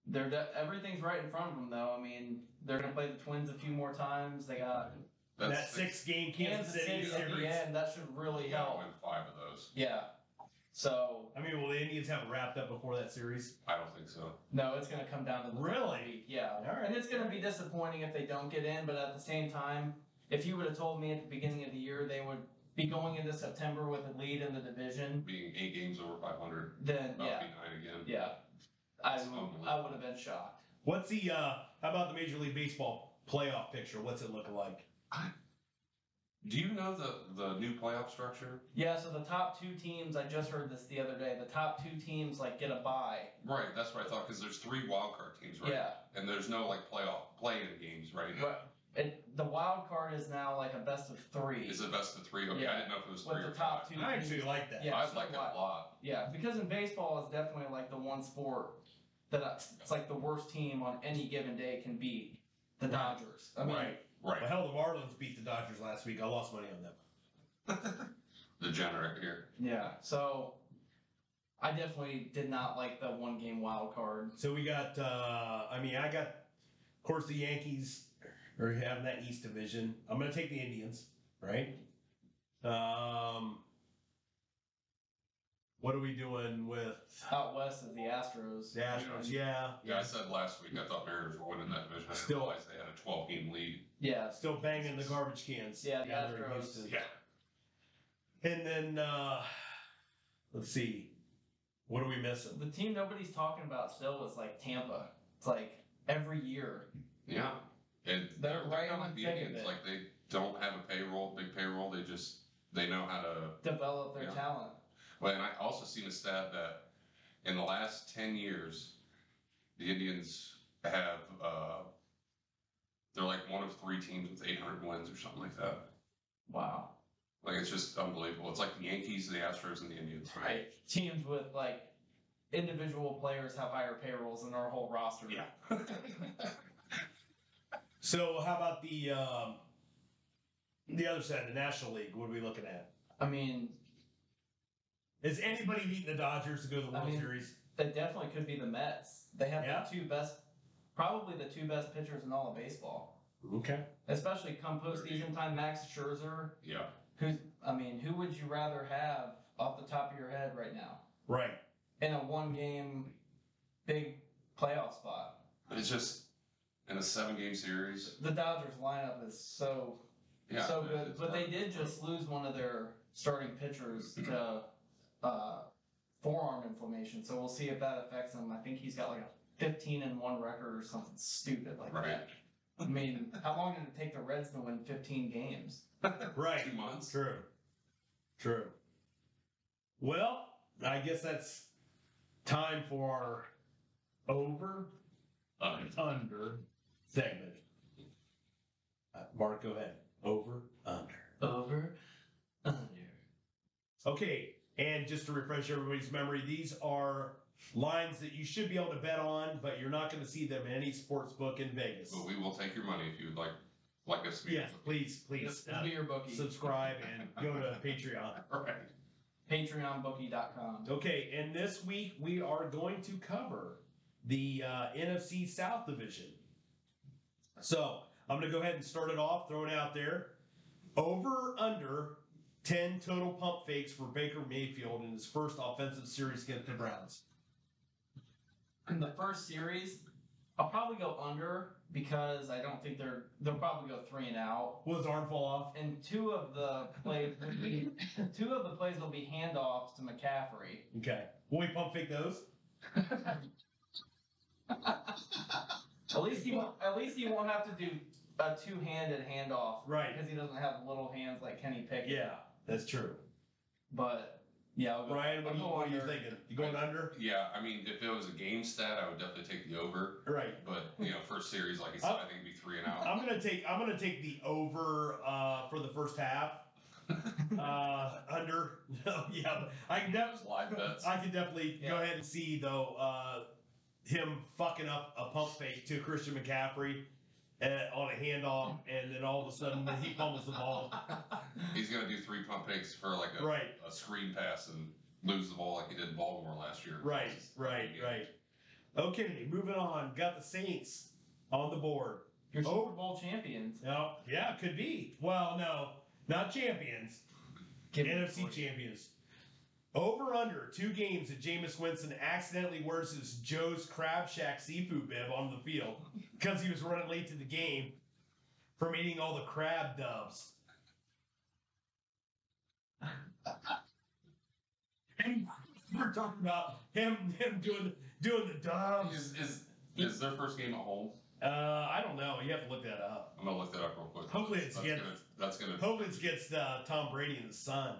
Speaker 3: they're de- everything's right in front of them, though. I mean, they're gonna play the Twins a few more times. They got
Speaker 1: that six game Kansas,
Speaker 3: Kansas City
Speaker 1: series.
Speaker 3: at the end. That should really
Speaker 2: You gotta
Speaker 3: help.
Speaker 2: win five of those.
Speaker 3: Yeah. So
Speaker 1: I mean, will the Indians have it wrapped up before that series?
Speaker 2: I don't think so.
Speaker 3: no, it's gonna come down to the
Speaker 1: Really?
Speaker 3: week. Yeah.
Speaker 1: All right.
Speaker 3: And it's gonna be disappointing if they don't get in, but at the same time, if you would have told me at the beginning of the year they would be going into September with a lead in the division,
Speaker 2: Being eight games over 500,
Speaker 3: then
Speaker 2: about to
Speaker 3: yeah,
Speaker 2: be nine again.
Speaker 3: yeah, I
Speaker 2: It's
Speaker 3: would,
Speaker 2: unbelievable.
Speaker 3: I would have been shocked.
Speaker 1: What's the? Uh, how about the Major League Baseball playoff picture? What's it look like?
Speaker 2: Do you know the, the new playoff structure?
Speaker 3: Yeah. So the top two teams, I just heard this the other day. The top two teams like get a bye.
Speaker 2: Right, that's what I thought, because there's three wildcard teams, right?
Speaker 3: Yeah.
Speaker 2: And there's no like playoff play in games right now.
Speaker 3: Right. And the wild card is now like a best of three
Speaker 2: Is it best of three? Okay,
Speaker 3: Yeah.
Speaker 2: I didn't know if it was
Speaker 3: with
Speaker 2: three
Speaker 3: the
Speaker 2: or
Speaker 3: top
Speaker 2: five.
Speaker 3: two.
Speaker 1: I
Speaker 3: teams.
Speaker 1: actually like that.
Speaker 3: Yeah,
Speaker 2: I
Speaker 3: so
Speaker 2: like it a
Speaker 3: what?
Speaker 2: lot.
Speaker 3: Yeah, because in baseball, it's definitely like the one sport that I- it's like the worst team on any given day can beat the
Speaker 1: Right.
Speaker 3: Dodgers. I mean,
Speaker 1: right. Well,
Speaker 2: Right.
Speaker 1: hell, the Marlins beat the Dodgers last week. I lost money on them.
Speaker 2: Degenerate here.
Speaker 3: yeah. So I definitely did not like the one game wild card.
Speaker 1: So we got. Uh, I mean, I got. Of course, the Yankees are having that East Division. I'm going to take the Indians, right? Um, what are we doing with
Speaker 3: Out west is the Astros.
Speaker 1: the Astros? Yeah,
Speaker 2: Yeah, I
Speaker 1: yeah.
Speaker 2: said last week I thought Mariners were winning that division. I didn't
Speaker 1: Still-
Speaker 2: realize they had a 12 game lead.
Speaker 3: Yeah.
Speaker 1: Still banging the garbage cans.
Speaker 3: Yeah, the
Speaker 1: down there in
Speaker 3: Astros.
Speaker 1: Houston.
Speaker 2: Yeah.
Speaker 1: And then uh, let's see, what are we missing?
Speaker 3: The team nobody's talking about still is like Tampa. It's like every year.
Speaker 2: Yeah. And
Speaker 3: They're
Speaker 2: they're,
Speaker 3: right
Speaker 2: they're kind
Speaker 3: on
Speaker 2: of the
Speaker 3: thick of
Speaker 2: Indians.
Speaker 3: it.
Speaker 2: Like they don't have a payroll, big payroll. They just, they know how to
Speaker 3: Develop their
Speaker 2: Yeah.
Speaker 3: talent.
Speaker 2: Well, and I also seen a stat that in the last ten years, the Indians have uh, they're like one of three teams with 800 wins or something like that.
Speaker 3: Wow.
Speaker 2: Like it's just unbelievable. It's like the Yankees, the Astros, and the Indians.
Speaker 3: Right. Teams with like individual players have higher payrolls than our whole roster.
Speaker 2: Yeah.
Speaker 1: So how about the um, the other side, the National League? What are we looking at?
Speaker 3: I mean,
Speaker 1: Is anybody beating the Dodgers to go to the
Speaker 3: I
Speaker 1: World
Speaker 3: mean-
Speaker 1: Series?
Speaker 3: That definitely could be the Mets. They have
Speaker 1: Yeah.
Speaker 3: the two best, probably the two best pitchers in all of baseball.
Speaker 1: Okay.
Speaker 3: Especially come postseason time, Max Scherzer,
Speaker 2: yeah.
Speaker 3: who's, I mean, who would you rather have off the top of your head right now
Speaker 1: Right.
Speaker 3: in a one game big playoff spot?
Speaker 2: It's just in a seven game series.
Speaker 3: The Dodgers lineup is so,
Speaker 2: Yeah.
Speaker 3: so
Speaker 2: it-
Speaker 3: good.
Speaker 2: it's
Speaker 3: But they
Speaker 2: hard.
Speaker 3: did just lose one of their starting pitchers to uh, forearm inflammation. So we'll see if that affects him. I think he's got like a fifteen and one record or something stupid like that. I mean, how long did it take the Reds to win fifteen games?
Speaker 1: Right.
Speaker 2: Two months.
Speaker 1: True. True. Well, I guess that's time for our over
Speaker 2: Um,
Speaker 1: under segment. Uh, Mark, go ahead. Over under.
Speaker 3: Over, under.
Speaker 1: Okay, and just to refresh everybody's memory, these are lines that you should be able to bet on, but you're not going to see them in any sports book in Vegas.
Speaker 2: but we will take your money if you would like like us to be.
Speaker 1: Yes, please, please
Speaker 3: Just
Speaker 1: uh,
Speaker 3: be your bookie.
Speaker 1: subscribe and go to Patreon.
Speaker 2: All right.
Speaker 3: Patreonbookie.com.
Speaker 1: Okay, and this week we are going to cover the uh, NFC South division. So I'm going to go ahead and start it off, throw it out there. Over under 10 total pump fakes for Baker Mayfield in his first offensive series against the Browns.
Speaker 3: In the first series, I'll probably go under because I don't think they're they'll probably go three and out.
Speaker 1: Will his arm fall off?
Speaker 3: And two of the plays, will be- two of the plays will be handoffs to McCaffrey.
Speaker 1: Okay. Will we pump fake those?
Speaker 3: At least he won't. At least he won't have to do a two-handed handoff
Speaker 1: Right.
Speaker 3: because he doesn't have little hands like Kenny Pickett.
Speaker 1: Yeah, that's true.
Speaker 3: But yeah, I'll go,
Speaker 1: Ryan, what,
Speaker 3: I'll
Speaker 1: do you,
Speaker 3: go
Speaker 1: what are you
Speaker 3: under.
Speaker 1: thinking? You going under?
Speaker 2: Yeah, I mean, if it was a game stat, I would definitely take the over.
Speaker 1: Right.
Speaker 2: But you know, first series, like I said, I think it'd be three and out.
Speaker 1: I'm gonna take I'm gonna take the over uh, for the first half. Uh, under. No, yeah. I can def-
Speaker 2: Those live bets.
Speaker 1: I can definitely go
Speaker 3: Yeah.
Speaker 1: ahead and see though uh, him fucking up a pump fake to Christian McCaffrey uh, on a handoff, and then all of a sudden he fumbles the ball.
Speaker 2: He's gonna do three pump fakes for like a,
Speaker 1: Right,
Speaker 2: a screen pass and lose the ball like he did in Baltimore last year.
Speaker 1: right, right, right. Okay, moving on. Got the Saints on the board.
Speaker 3: Your
Speaker 1: Oh.
Speaker 3: Super Bowl champions.
Speaker 1: No, yeah, could be. Well, no, not champions.
Speaker 3: Give me
Speaker 1: NFC
Speaker 3: forty.
Speaker 1: champions. Over under two games that Jameis Winston accidentally wears his Joe's Crab Shack seafood bib on the field because he was running late to the game from eating all the crab dubs. and we're talking about him him doing doing the dubs.
Speaker 2: Is, is is their first game at home?
Speaker 1: Uh, I don't know. You have to look that up.
Speaker 2: I'm gonna look that up real quick.
Speaker 1: Hopefully it's
Speaker 2: that's
Speaker 1: against-
Speaker 2: gonna that's gonna
Speaker 1: Hope it's against uh, Tom Brady and the son.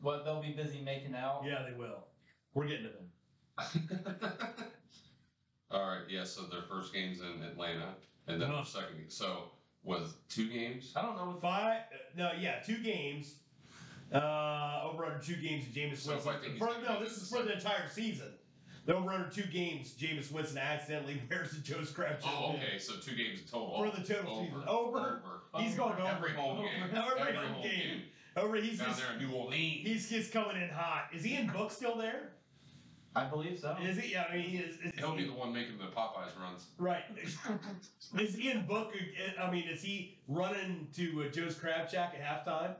Speaker 3: What they'll be busy making out.
Speaker 1: Yeah, they will. We're getting to them.
Speaker 2: All right, yeah, so their first game's in Atlanta, and then
Speaker 1: Uh-huh. Oh,
Speaker 2: their second game. So, was two games?
Speaker 3: I don't know. If,
Speaker 1: Five? uh, No, yeah, two games. Uh, over under two games, Jameis
Speaker 2: So if I
Speaker 1: Winston.
Speaker 2: think he's
Speaker 1: For,
Speaker 2: gonna
Speaker 1: no,
Speaker 2: do
Speaker 1: this
Speaker 2: this
Speaker 1: is
Speaker 2: the
Speaker 1: for the entire season. The over under two games, Jameis Winston accidentally wears the Joe's Crab Shack
Speaker 2: Oh,
Speaker 1: bib.
Speaker 2: okay, so two games total.
Speaker 1: For the total season. Over. He's going over.
Speaker 2: Every home
Speaker 1: Over.
Speaker 2: game.
Speaker 1: Every home
Speaker 2: home
Speaker 1: game. Over, he's
Speaker 2: Down
Speaker 1: just,
Speaker 2: there in New Orleans.
Speaker 1: he's just coming in hot. Is he in book still there?
Speaker 3: I believe so.
Speaker 1: Is he? I mean, he is. is
Speaker 2: He'll be
Speaker 1: he,
Speaker 2: the one making the Popeyes runs.
Speaker 1: right. Is he in book? ag- I mean, is he running to uh, Joe's Crab Shack at halftime?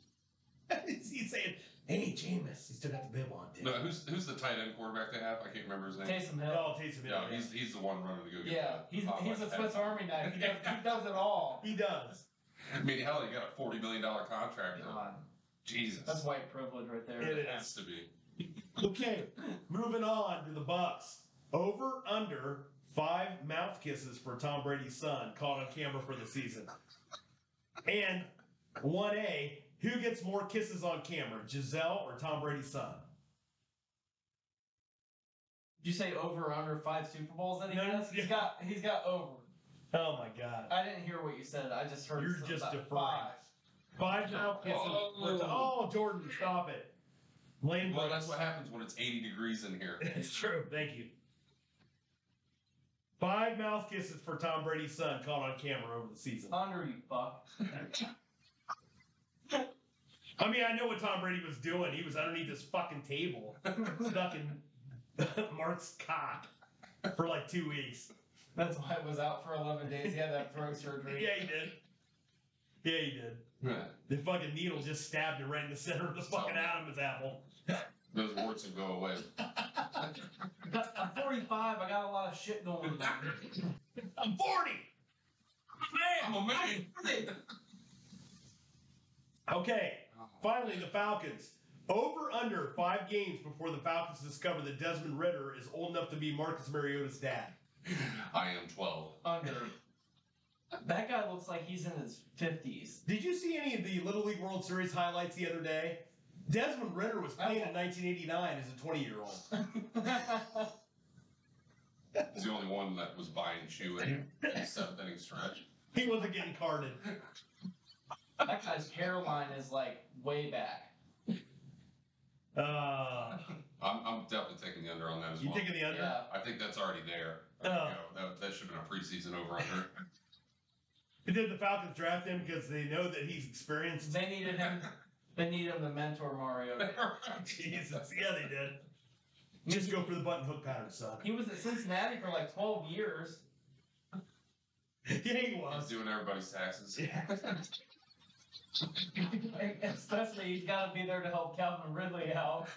Speaker 1: is he saying, "Hey, Jameis, he's still got the bib on"? dude."
Speaker 2: No, who's who's the tight end quarterback they have? I can't remember his name.
Speaker 3: Taysom Hill.
Speaker 1: No, Taysom Hill.
Speaker 2: No, he's he's the one running to go get
Speaker 3: Yeah,
Speaker 2: the
Speaker 3: he's
Speaker 2: Popeyes
Speaker 3: he's a
Speaker 2: hat.
Speaker 3: Swiss Army knife. He does, he does it all.
Speaker 1: he does.
Speaker 2: I mean, hell, he got a forty million dollar contract. though.
Speaker 3: God,
Speaker 2: Jesus,
Speaker 3: that's white privilege right there.
Speaker 1: It
Speaker 2: it
Speaker 1: is.
Speaker 2: has to be.
Speaker 1: Okay, moving on to the Bucks. Over under five mouth kisses for Tom Brady's son caught on camera for the season. And one A, who gets more kisses on camera, Giselle or Tom Brady's son?
Speaker 3: Did you say over or under five Super Bowls that he
Speaker 1: No,
Speaker 3: has?
Speaker 1: yeah.
Speaker 3: He's got he's got over.
Speaker 1: Oh my God!
Speaker 3: I didn't hear what you said. I just heard
Speaker 1: You're
Speaker 3: something
Speaker 1: just
Speaker 3: about
Speaker 1: deferring. Five mouth kisses. for Tom- oh Jordan, stop it. Lane
Speaker 2: Well,
Speaker 1: Brooks.
Speaker 2: that's what happens when it's eighty degrees in here.
Speaker 1: It's true. Thank you. Five mouth kisses for Tom Brady's son caught on camera over the season.
Speaker 3: five. Under you fuck.
Speaker 1: I mean, I know what Tom Brady was doing. He was underneath this fucking table, stuck in Mark's cock for like two weeks.
Speaker 3: That's why I was out for eleven days. He had that throat surgery.
Speaker 1: Yeah, he did. Yeah, he did. The fucking needle just stabbed him right in the center of the fucking Adam's apple.
Speaker 2: Those warts will go away.
Speaker 3: I'm 45. I got a lot of shit going on.
Speaker 1: I'm 40!
Speaker 2: I'm a man.
Speaker 1: Okay, finally, the Falcons. Over under five games before the Falcons discover that Desmond Ritter is old enough to be Marcus Mariota's dad.
Speaker 2: I am 12.
Speaker 3: Under. that guy looks like he's in his fifties.
Speaker 1: Did you see any of the Little League World Series highlights the other day? Desmond Ritter was playing in 1989 as a 20 year old.
Speaker 2: He's the only one that was buying shoe in the seventh inning stretch.
Speaker 1: He wasn't getting carded.
Speaker 3: that guy's hairline is like way back.
Speaker 1: Uh,
Speaker 2: I'm, I'm definitely taking the under on that as
Speaker 1: you
Speaker 2: well.
Speaker 1: think of the under?
Speaker 3: Yeah.
Speaker 2: I think that's already there.
Speaker 1: Oh.
Speaker 2: Okay, go. That, that should have been a preseason over under.
Speaker 1: And Did the Falcons draft him because they know that he's experienced?
Speaker 3: They needed him. They need him to mentor Mario.
Speaker 1: Jesus, yeah, they did. Just go for the button hook pattern, son.
Speaker 3: He was at Cincinnati for like 12 years.
Speaker 1: Yeah, he
Speaker 2: He's
Speaker 1: was.
Speaker 2: doing everybody's taxes.
Speaker 3: Especially, he's got to be there to help Calvin Ridley out.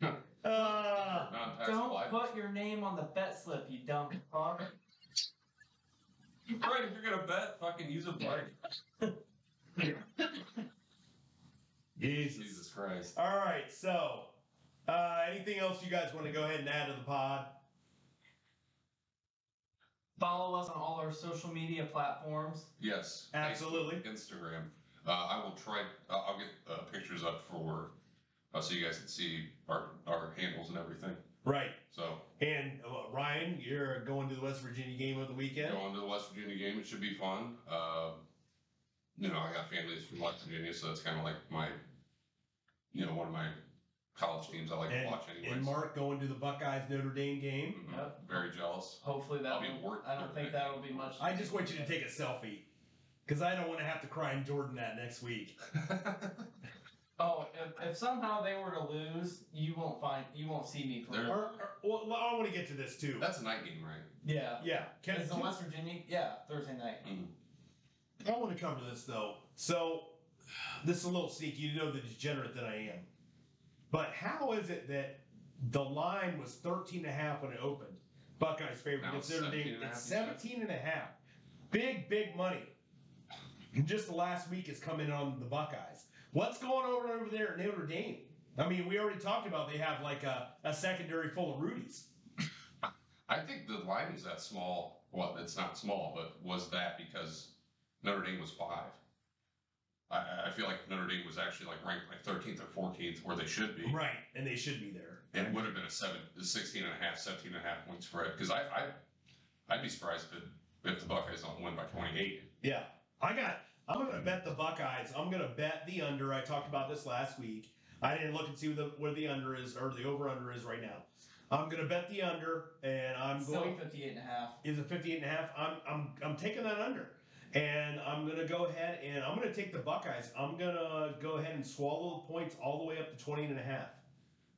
Speaker 1: Uh,
Speaker 2: Non-taxable
Speaker 3: Don't
Speaker 2: items.
Speaker 3: put your name on the bet slip, you dumb fuck.
Speaker 2: Right, if you're gonna bet, fucking use a blank.
Speaker 1: Jesus.
Speaker 2: Jesus Christ.
Speaker 1: All right, so uh, anything else you guys want to go ahead and add to the pod?
Speaker 3: Follow us on all our social media platforms.
Speaker 2: Yes.
Speaker 1: Absolutely.
Speaker 2: Facebook, Instagram. Uh, I will try. Uh, I'll get uh, pictures up for uh, so you guys can see our our handles and everything.
Speaker 1: Right.
Speaker 2: So
Speaker 1: And uh, Ryan, you're going to the West Virginia game of the weekend.
Speaker 2: going to the West Virginia game, it should be fun. Uh, you know, I got families from West Virginia, so that's kind of like my, you know, one of my college teams I like
Speaker 1: And-
Speaker 2: to watch anyways.
Speaker 1: And Mark going to the Buckeyes Notre Dame game.
Speaker 2: Mhm.
Speaker 3: Yep.
Speaker 2: Very jealous.
Speaker 3: Hopefully that
Speaker 2: I'll be
Speaker 3: will
Speaker 2: working
Speaker 3: I don't think
Speaker 2: there.
Speaker 3: that will be much.
Speaker 1: I just want you to take a selfie because I don't want to have to cry in Jordan that next week.
Speaker 3: Oh, if, if somehow they were to lose, you won't find you won't see me for.
Speaker 2: There-
Speaker 1: Or, or- well, I want to get to this too.
Speaker 2: that's a night game, right?
Speaker 3: Yeah.
Speaker 1: Yeah, can,
Speaker 3: It's in West Virginia. Yeah, Thursday night.
Speaker 2: Mm.
Speaker 1: I want to cover this though. So, this is a little sneaky. You know the degenerate that I am. But how is it that the line was 13 and a half when it opened? Buckeyes favorite
Speaker 2: Now it's
Speaker 1: against Notre
Speaker 2: 17
Speaker 1: Dame.
Speaker 2: and a half,
Speaker 1: It's
Speaker 2: you said?
Speaker 1: 17 and a half. Big, big money. And just the last week is coming on the Buckeyes. What's going on over there at Notre Dame? I mean, we already talked about they have like a, a secondary full of Rudies.
Speaker 2: I think the line was that small. Well, it's not small, but was that because Notre Dame was five? I- I, I feel like Notre Dame was actually like ranked like 13th or 14th where they should be.
Speaker 1: Right. And they should be there.
Speaker 2: It would have been a seven, 16 and a half, 17 and a half point spread. Because I, I, I'd be surprised if, if the Buckeyes don't win by 28.
Speaker 1: Yeah, I got. I'm gonna bet the Buckeyes. I'm gonna bet the under. I talked about this last week. I didn't look and see the, where the under is or the over under is right now. I'm gonna bet the under, and I'm
Speaker 3: Still
Speaker 1: going
Speaker 3: 58 and a half.
Speaker 1: is a 58 and a half. I'm I'm I'm taking that under, and I'm gonna go ahead and I'm gonna take the Buckeyes. I'm gonna go ahead and swallow the points all the way up to 20 and a half.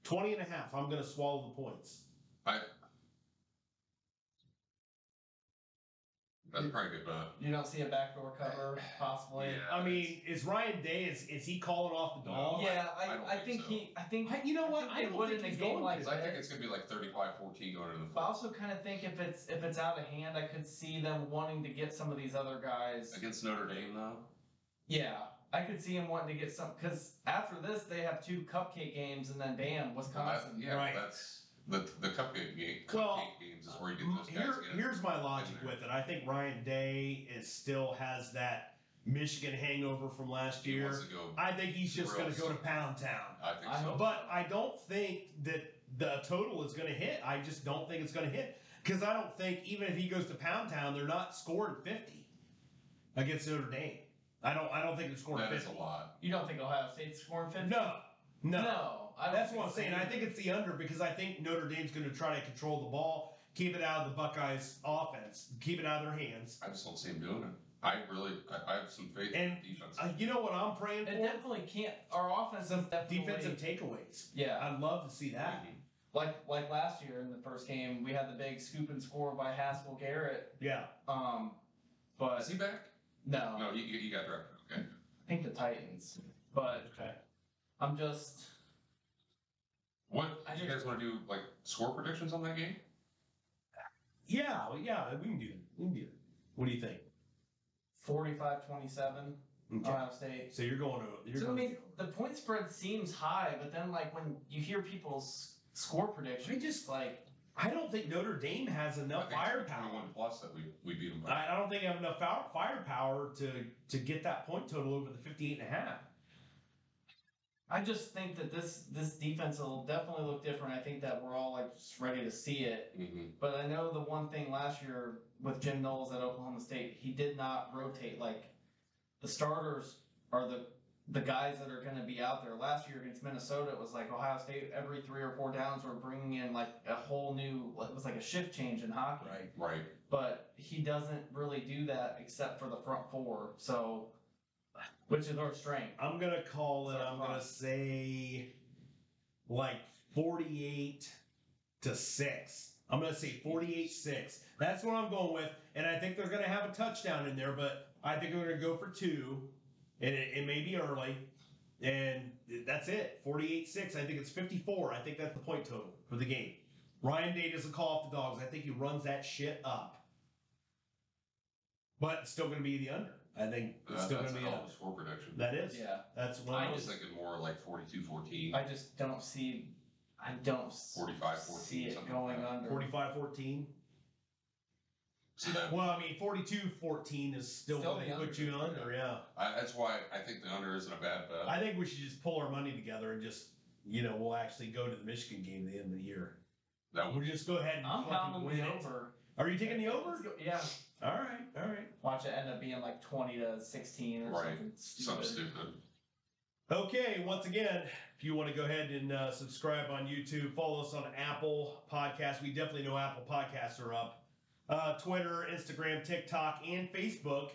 Speaker 1: 20 and a half. I'm gonna swallow the points.
Speaker 2: That's probably a good bet.
Speaker 3: You don't see a backdoor cover, possibly.
Speaker 1: Oh, I mean, is Ryan Day is is he calling off the dog?
Speaker 3: Yeah, I,
Speaker 2: I
Speaker 3: I,
Speaker 2: don't think
Speaker 3: think
Speaker 2: so.
Speaker 3: he. I think
Speaker 1: I- you know
Speaker 3: I
Speaker 1: what?
Speaker 3: think
Speaker 1: I
Speaker 3: they
Speaker 1: don't
Speaker 3: would
Speaker 1: think
Speaker 3: in a
Speaker 1: he's
Speaker 3: game
Speaker 1: going
Speaker 3: like
Speaker 1: to.
Speaker 2: 'Cause I think it's going to be like 35 14 going into the
Speaker 3: I
Speaker 2: fourth.
Speaker 3: also kind of think if it's if it's out of hand, I could see them wanting to get some of these other guys.
Speaker 2: Against Notre Dame, though?
Speaker 3: Yeah, I could see him wanting to get some because after this they have two cupcake games and then bam,
Speaker 2: Well, that-
Speaker 3: Wisconsin.
Speaker 2: yeah,
Speaker 1: Right.
Speaker 2: that's the, the cupcake, game, cupcake
Speaker 1: Well,
Speaker 2: games is where you get
Speaker 1: M-
Speaker 2: those guys
Speaker 1: Here,
Speaker 2: together.
Speaker 1: here's my logic
Speaker 2: in there.
Speaker 1: with it. I think Ryan Day is still has that Michigan hangover from last
Speaker 2: He
Speaker 1: year.
Speaker 2: wants to go.
Speaker 1: I think he's just going to
Speaker 2: Thrills.
Speaker 1: go to Pound Town.
Speaker 2: I think
Speaker 3: I
Speaker 2: so.
Speaker 3: hope-
Speaker 1: But I don't think that the total is going to hit. I just don't think it's going to hit because I don't think even if he goes to Pound Town, they're not scoring 50 against Notre Dame. I don't. I don't think they're scoring
Speaker 2: That is
Speaker 1: 50.
Speaker 2: a lot.
Speaker 3: You don't think Ohio State's scoring fifty?
Speaker 1: No, no.
Speaker 3: I don't
Speaker 1: That's
Speaker 3: think
Speaker 1: what I'm
Speaker 3: so
Speaker 1: saying. I
Speaker 3: either.
Speaker 1: think it's the under because I think Notre Dame's going to try to control the ball, keep it out of the Buckeyes' offense, keep it out of their hands.
Speaker 2: I just don't see him doing it. I really, I, I have some faith
Speaker 1: And,
Speaker 2: in defense.
Speaker 1: Uh, you know what I'm praying
Speaker 3: It
Speaker 1: for?
Speaker 3: definitely can't. Our offense is
Speaker 1: Some
Speaker 3: definitely
Speaker 1: defensive takeaways.
Speaker 3: Yeah,
Speaker 1: I'd love to see that.
Speaker 2: Mhm.
Speaker 3: like like last year in the first game, we had the big scoop and score by Haskell Garrett.
Speaker 1: Yeah.
Speaker 3: Um, but
Speaker 2: Is he back?
Speaker 3: no,
Speaker 2: No, he, he got drafted. Okay.
Speaker 3: I think the Titans. But
Speaker 1: Okay.
Speaker 3: I'm just
Speaker 2: What
Speaker 3: I
Speaker 2: do you
Speaker 3: just-
Speaker 2: guys want to do? Like score predictions on that game?
Speaker 1: Yeah. well, Yeah. We can do it. We can do it. What do you think?
Speaker 3: 45-27.
Speaker 1: Okay.
Speaker 3: Ohio State.
Speaker 1: So you're going to. You're
Speaker 3: So I
Speaker 1: going
Speaker 3: mean,
Speaker 1: to
Speaker 3: the point spread seems high, but then like when you hear people's score predictions,
Speaker 1: I just-
Speaker 3: it's like
Speaker 1: I don't think Notre Dame has enough
Speaker 2: I think it's
Speaker 1: firepower.
Speaker 2: 21 plus that we, we beat them by.
Speaker 1: I I don't think I have enough fire- firepower to to get that point total over the 58 and a half.
Speaker 3: I just think that this this defense will definitely look different. I think that we're all like just ready to see it.
Speaker 2: Mhm.
Speaker 3: But I know the one thing last year with Jim Knowles at Oklahoma State, he did not rotate. Like the starters are the the guys that are going to be out there. Last year against Minnesota, it was like Ohio State. Every three or four downs, were bringing in like a whole new. It was like a shift change in hockey.
Speaker 2: Right.
Speaker 3: But he doesn't really do that except for the front four. So, which is our strength.
Speaker 1: I'm gonna call it.
Speaker 3: Sorry,
Speaker 1: I'm gonna
Speaker 3: Ron.
Speaker 1: say like 48 to six. I'm gonna say 48 six. That's what I'm going with, and I think they're gonna have a touchdown in there, but I think we're gonna go for two, and it, it may be early, and that's it. 48 six. I think it's 54. I think that's the point total for the game. Ryan Day doesn't call off the dogs. I think he runs that shit up, but it's still gonna be the under. I think it's
Speaker 2: That,
Speaker 1: still
Speaker 2: that's
Speaker 1: gonna be
Speaker 2: a hell of
Speaker 1: under.
Speaker 2: a score prediction.
Speaker 1: That is.
Speaker 3: Yeah.
Speaker 1: That's what
Speaker 2: I
Speaker 1: I
Speaker 2: was
Speaker 1: just
Speaker 2: thinking more like 42 14,
Speaker 3: I just don't see. I don't s-
Speaker 2: 45
Speaker 3: see
Speaker 2: 14,
Speaker 3: it
Speaker 2: something like
Speaker 3: going
Speaker 2: that.
Speaker 3: under.
Speaker 1: 45 14.
Speaker 2: So that,
Speaker 1: Well, I mean, 42 14 is still,
Speaker 3: Still
Speaker 1: what they
Speaker 3: the
Speaker 1: put you under, yeah.
Speaker 2: I, that's why I think the under isn't a bad bet.
Speaker 1: I think we should just pull our money together and just, you know, we'll actually go to the Michigan game at the end of the year.
Speaker 2: that
Speaker 1: We'll
Speaker 2: would,
Speaker 1: just go ahead and
Speaker 3: I'm
Speaker 1: fucking
Speaker 3: pounding
Speaker 1: win
Speaker 3: the
Speaker 1: it.
Speaker 3: over.
Speaker 1: Are you taking the
Speaker 3: Let's
Speaker 1: over?
Speaker 3: go- Yeah.
Speaker 1: All right, all right.
Speaker 3: Watch it end up being like 20 to 16 or
Speaker 2: Right.
Speaker 3: something stupid.
Speaker 2: something stupid.
Speaker 1: Okay, once again, if you want to go ahead and uh, subscribe on YouTube, follow us on Apple Podcasts. We definitely know Apple Podcasts are up. Uh, Twitter, Instagram, TikTok, and Facebook.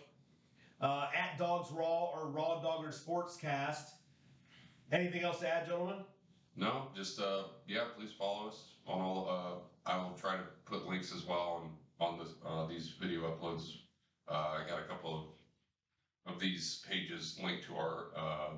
Speaker 1: Uh, at Dogs Raw or Raw Dogger Sportscast. Anything else to add, gentlemen?
Speaker 2: No, just, uh, yeah, please follow us on all, uh, I will try to put links as well on, on this, uh, these video uploads. Uh, I got a couple of, of these pages linked to our, uh,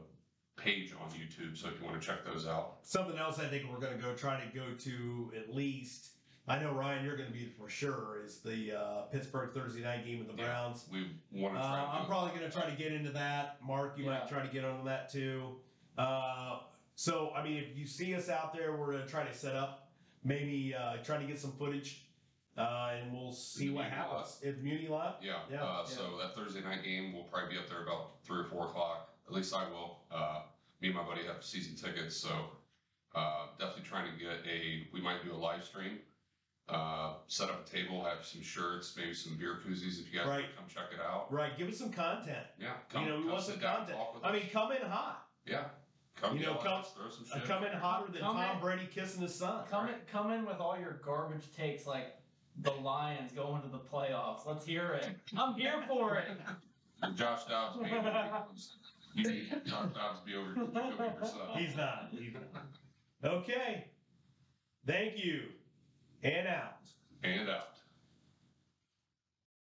Speaker 2: page on YouTube. So if you want to check those out,
Speaker 1: Something else I think we're going to go try to go to at least. I know, Ryan, you're going to be there for sure, is the uh, Pittsburgh Thursday night game with the
Speaker 2: Yeah.
Speaker 1: Browns.
Speaker 2: we want to try
Speaker 1: Uh,
Speaker 2: to
Speaker 1: I'm
Speaker 2: do
Speaker 1: probably going to try to get into that. Mark, you
Speaker 3: Yeah.
Speaker 1: might try to get onto that too. Uh, so, I mean, if you see us out there, we're going to try to set up, maybe uh, try to get some footage, uh, and we'll see what
Speaker 2: Muni
Speaker 1: happens. At the Muni Lab?
Speaker 2: Yeah.
Speaker 1: Yeah.
Speaker 2: Uh, So that Thursday night game will probably be up there about three or four o'clock. At least I will. Uh, me and my buddy have season tickets, so uh, definitely trying to get a. We might do a live stream. Uh, set up a table, have some shirts, maybe some beer koozies. If you guys wanna
Speaker 1: Right.
Speaker 2: come check it out.
Speaker 1: Right. Give us some content.
Speaker 2: Yeah. Come,
Speaker 1: know, we
Speaker 2: come
Speaker 1: want
Speaker 2: sit
Speaker 1: some
Speaker 2: down,
Speaker 1: content.
Speaker 2: talk with
Speaker 1: I
Speaker 2: us.
Speaker 1: mean, come in hot.
Speaker 2: yeah. Come
Speaker 1: you know,
Speaker 2: yell at
Speaker 1: come-
Speaker 2: us, throw some
Speaker 1: Uh,
Speaker 2: shit.
Speaker 1: Come in hotter than
Speaker 3: Come
Speaker 1: Tom
Speaker 3: in.
Speaker 1: Brady kissing his son.
Speaker 3: Come in, come in with all your garbage takes like the Lions going to the playoffs. Let's hear it. I'm here for it.
Speaker 2: And Josh Dobbs, man, you need Josh Dobbs to be over, be over yourself.
Speaker 1: He's not. He's not. Okay. Thank you. And out.
Speaker 2: And out.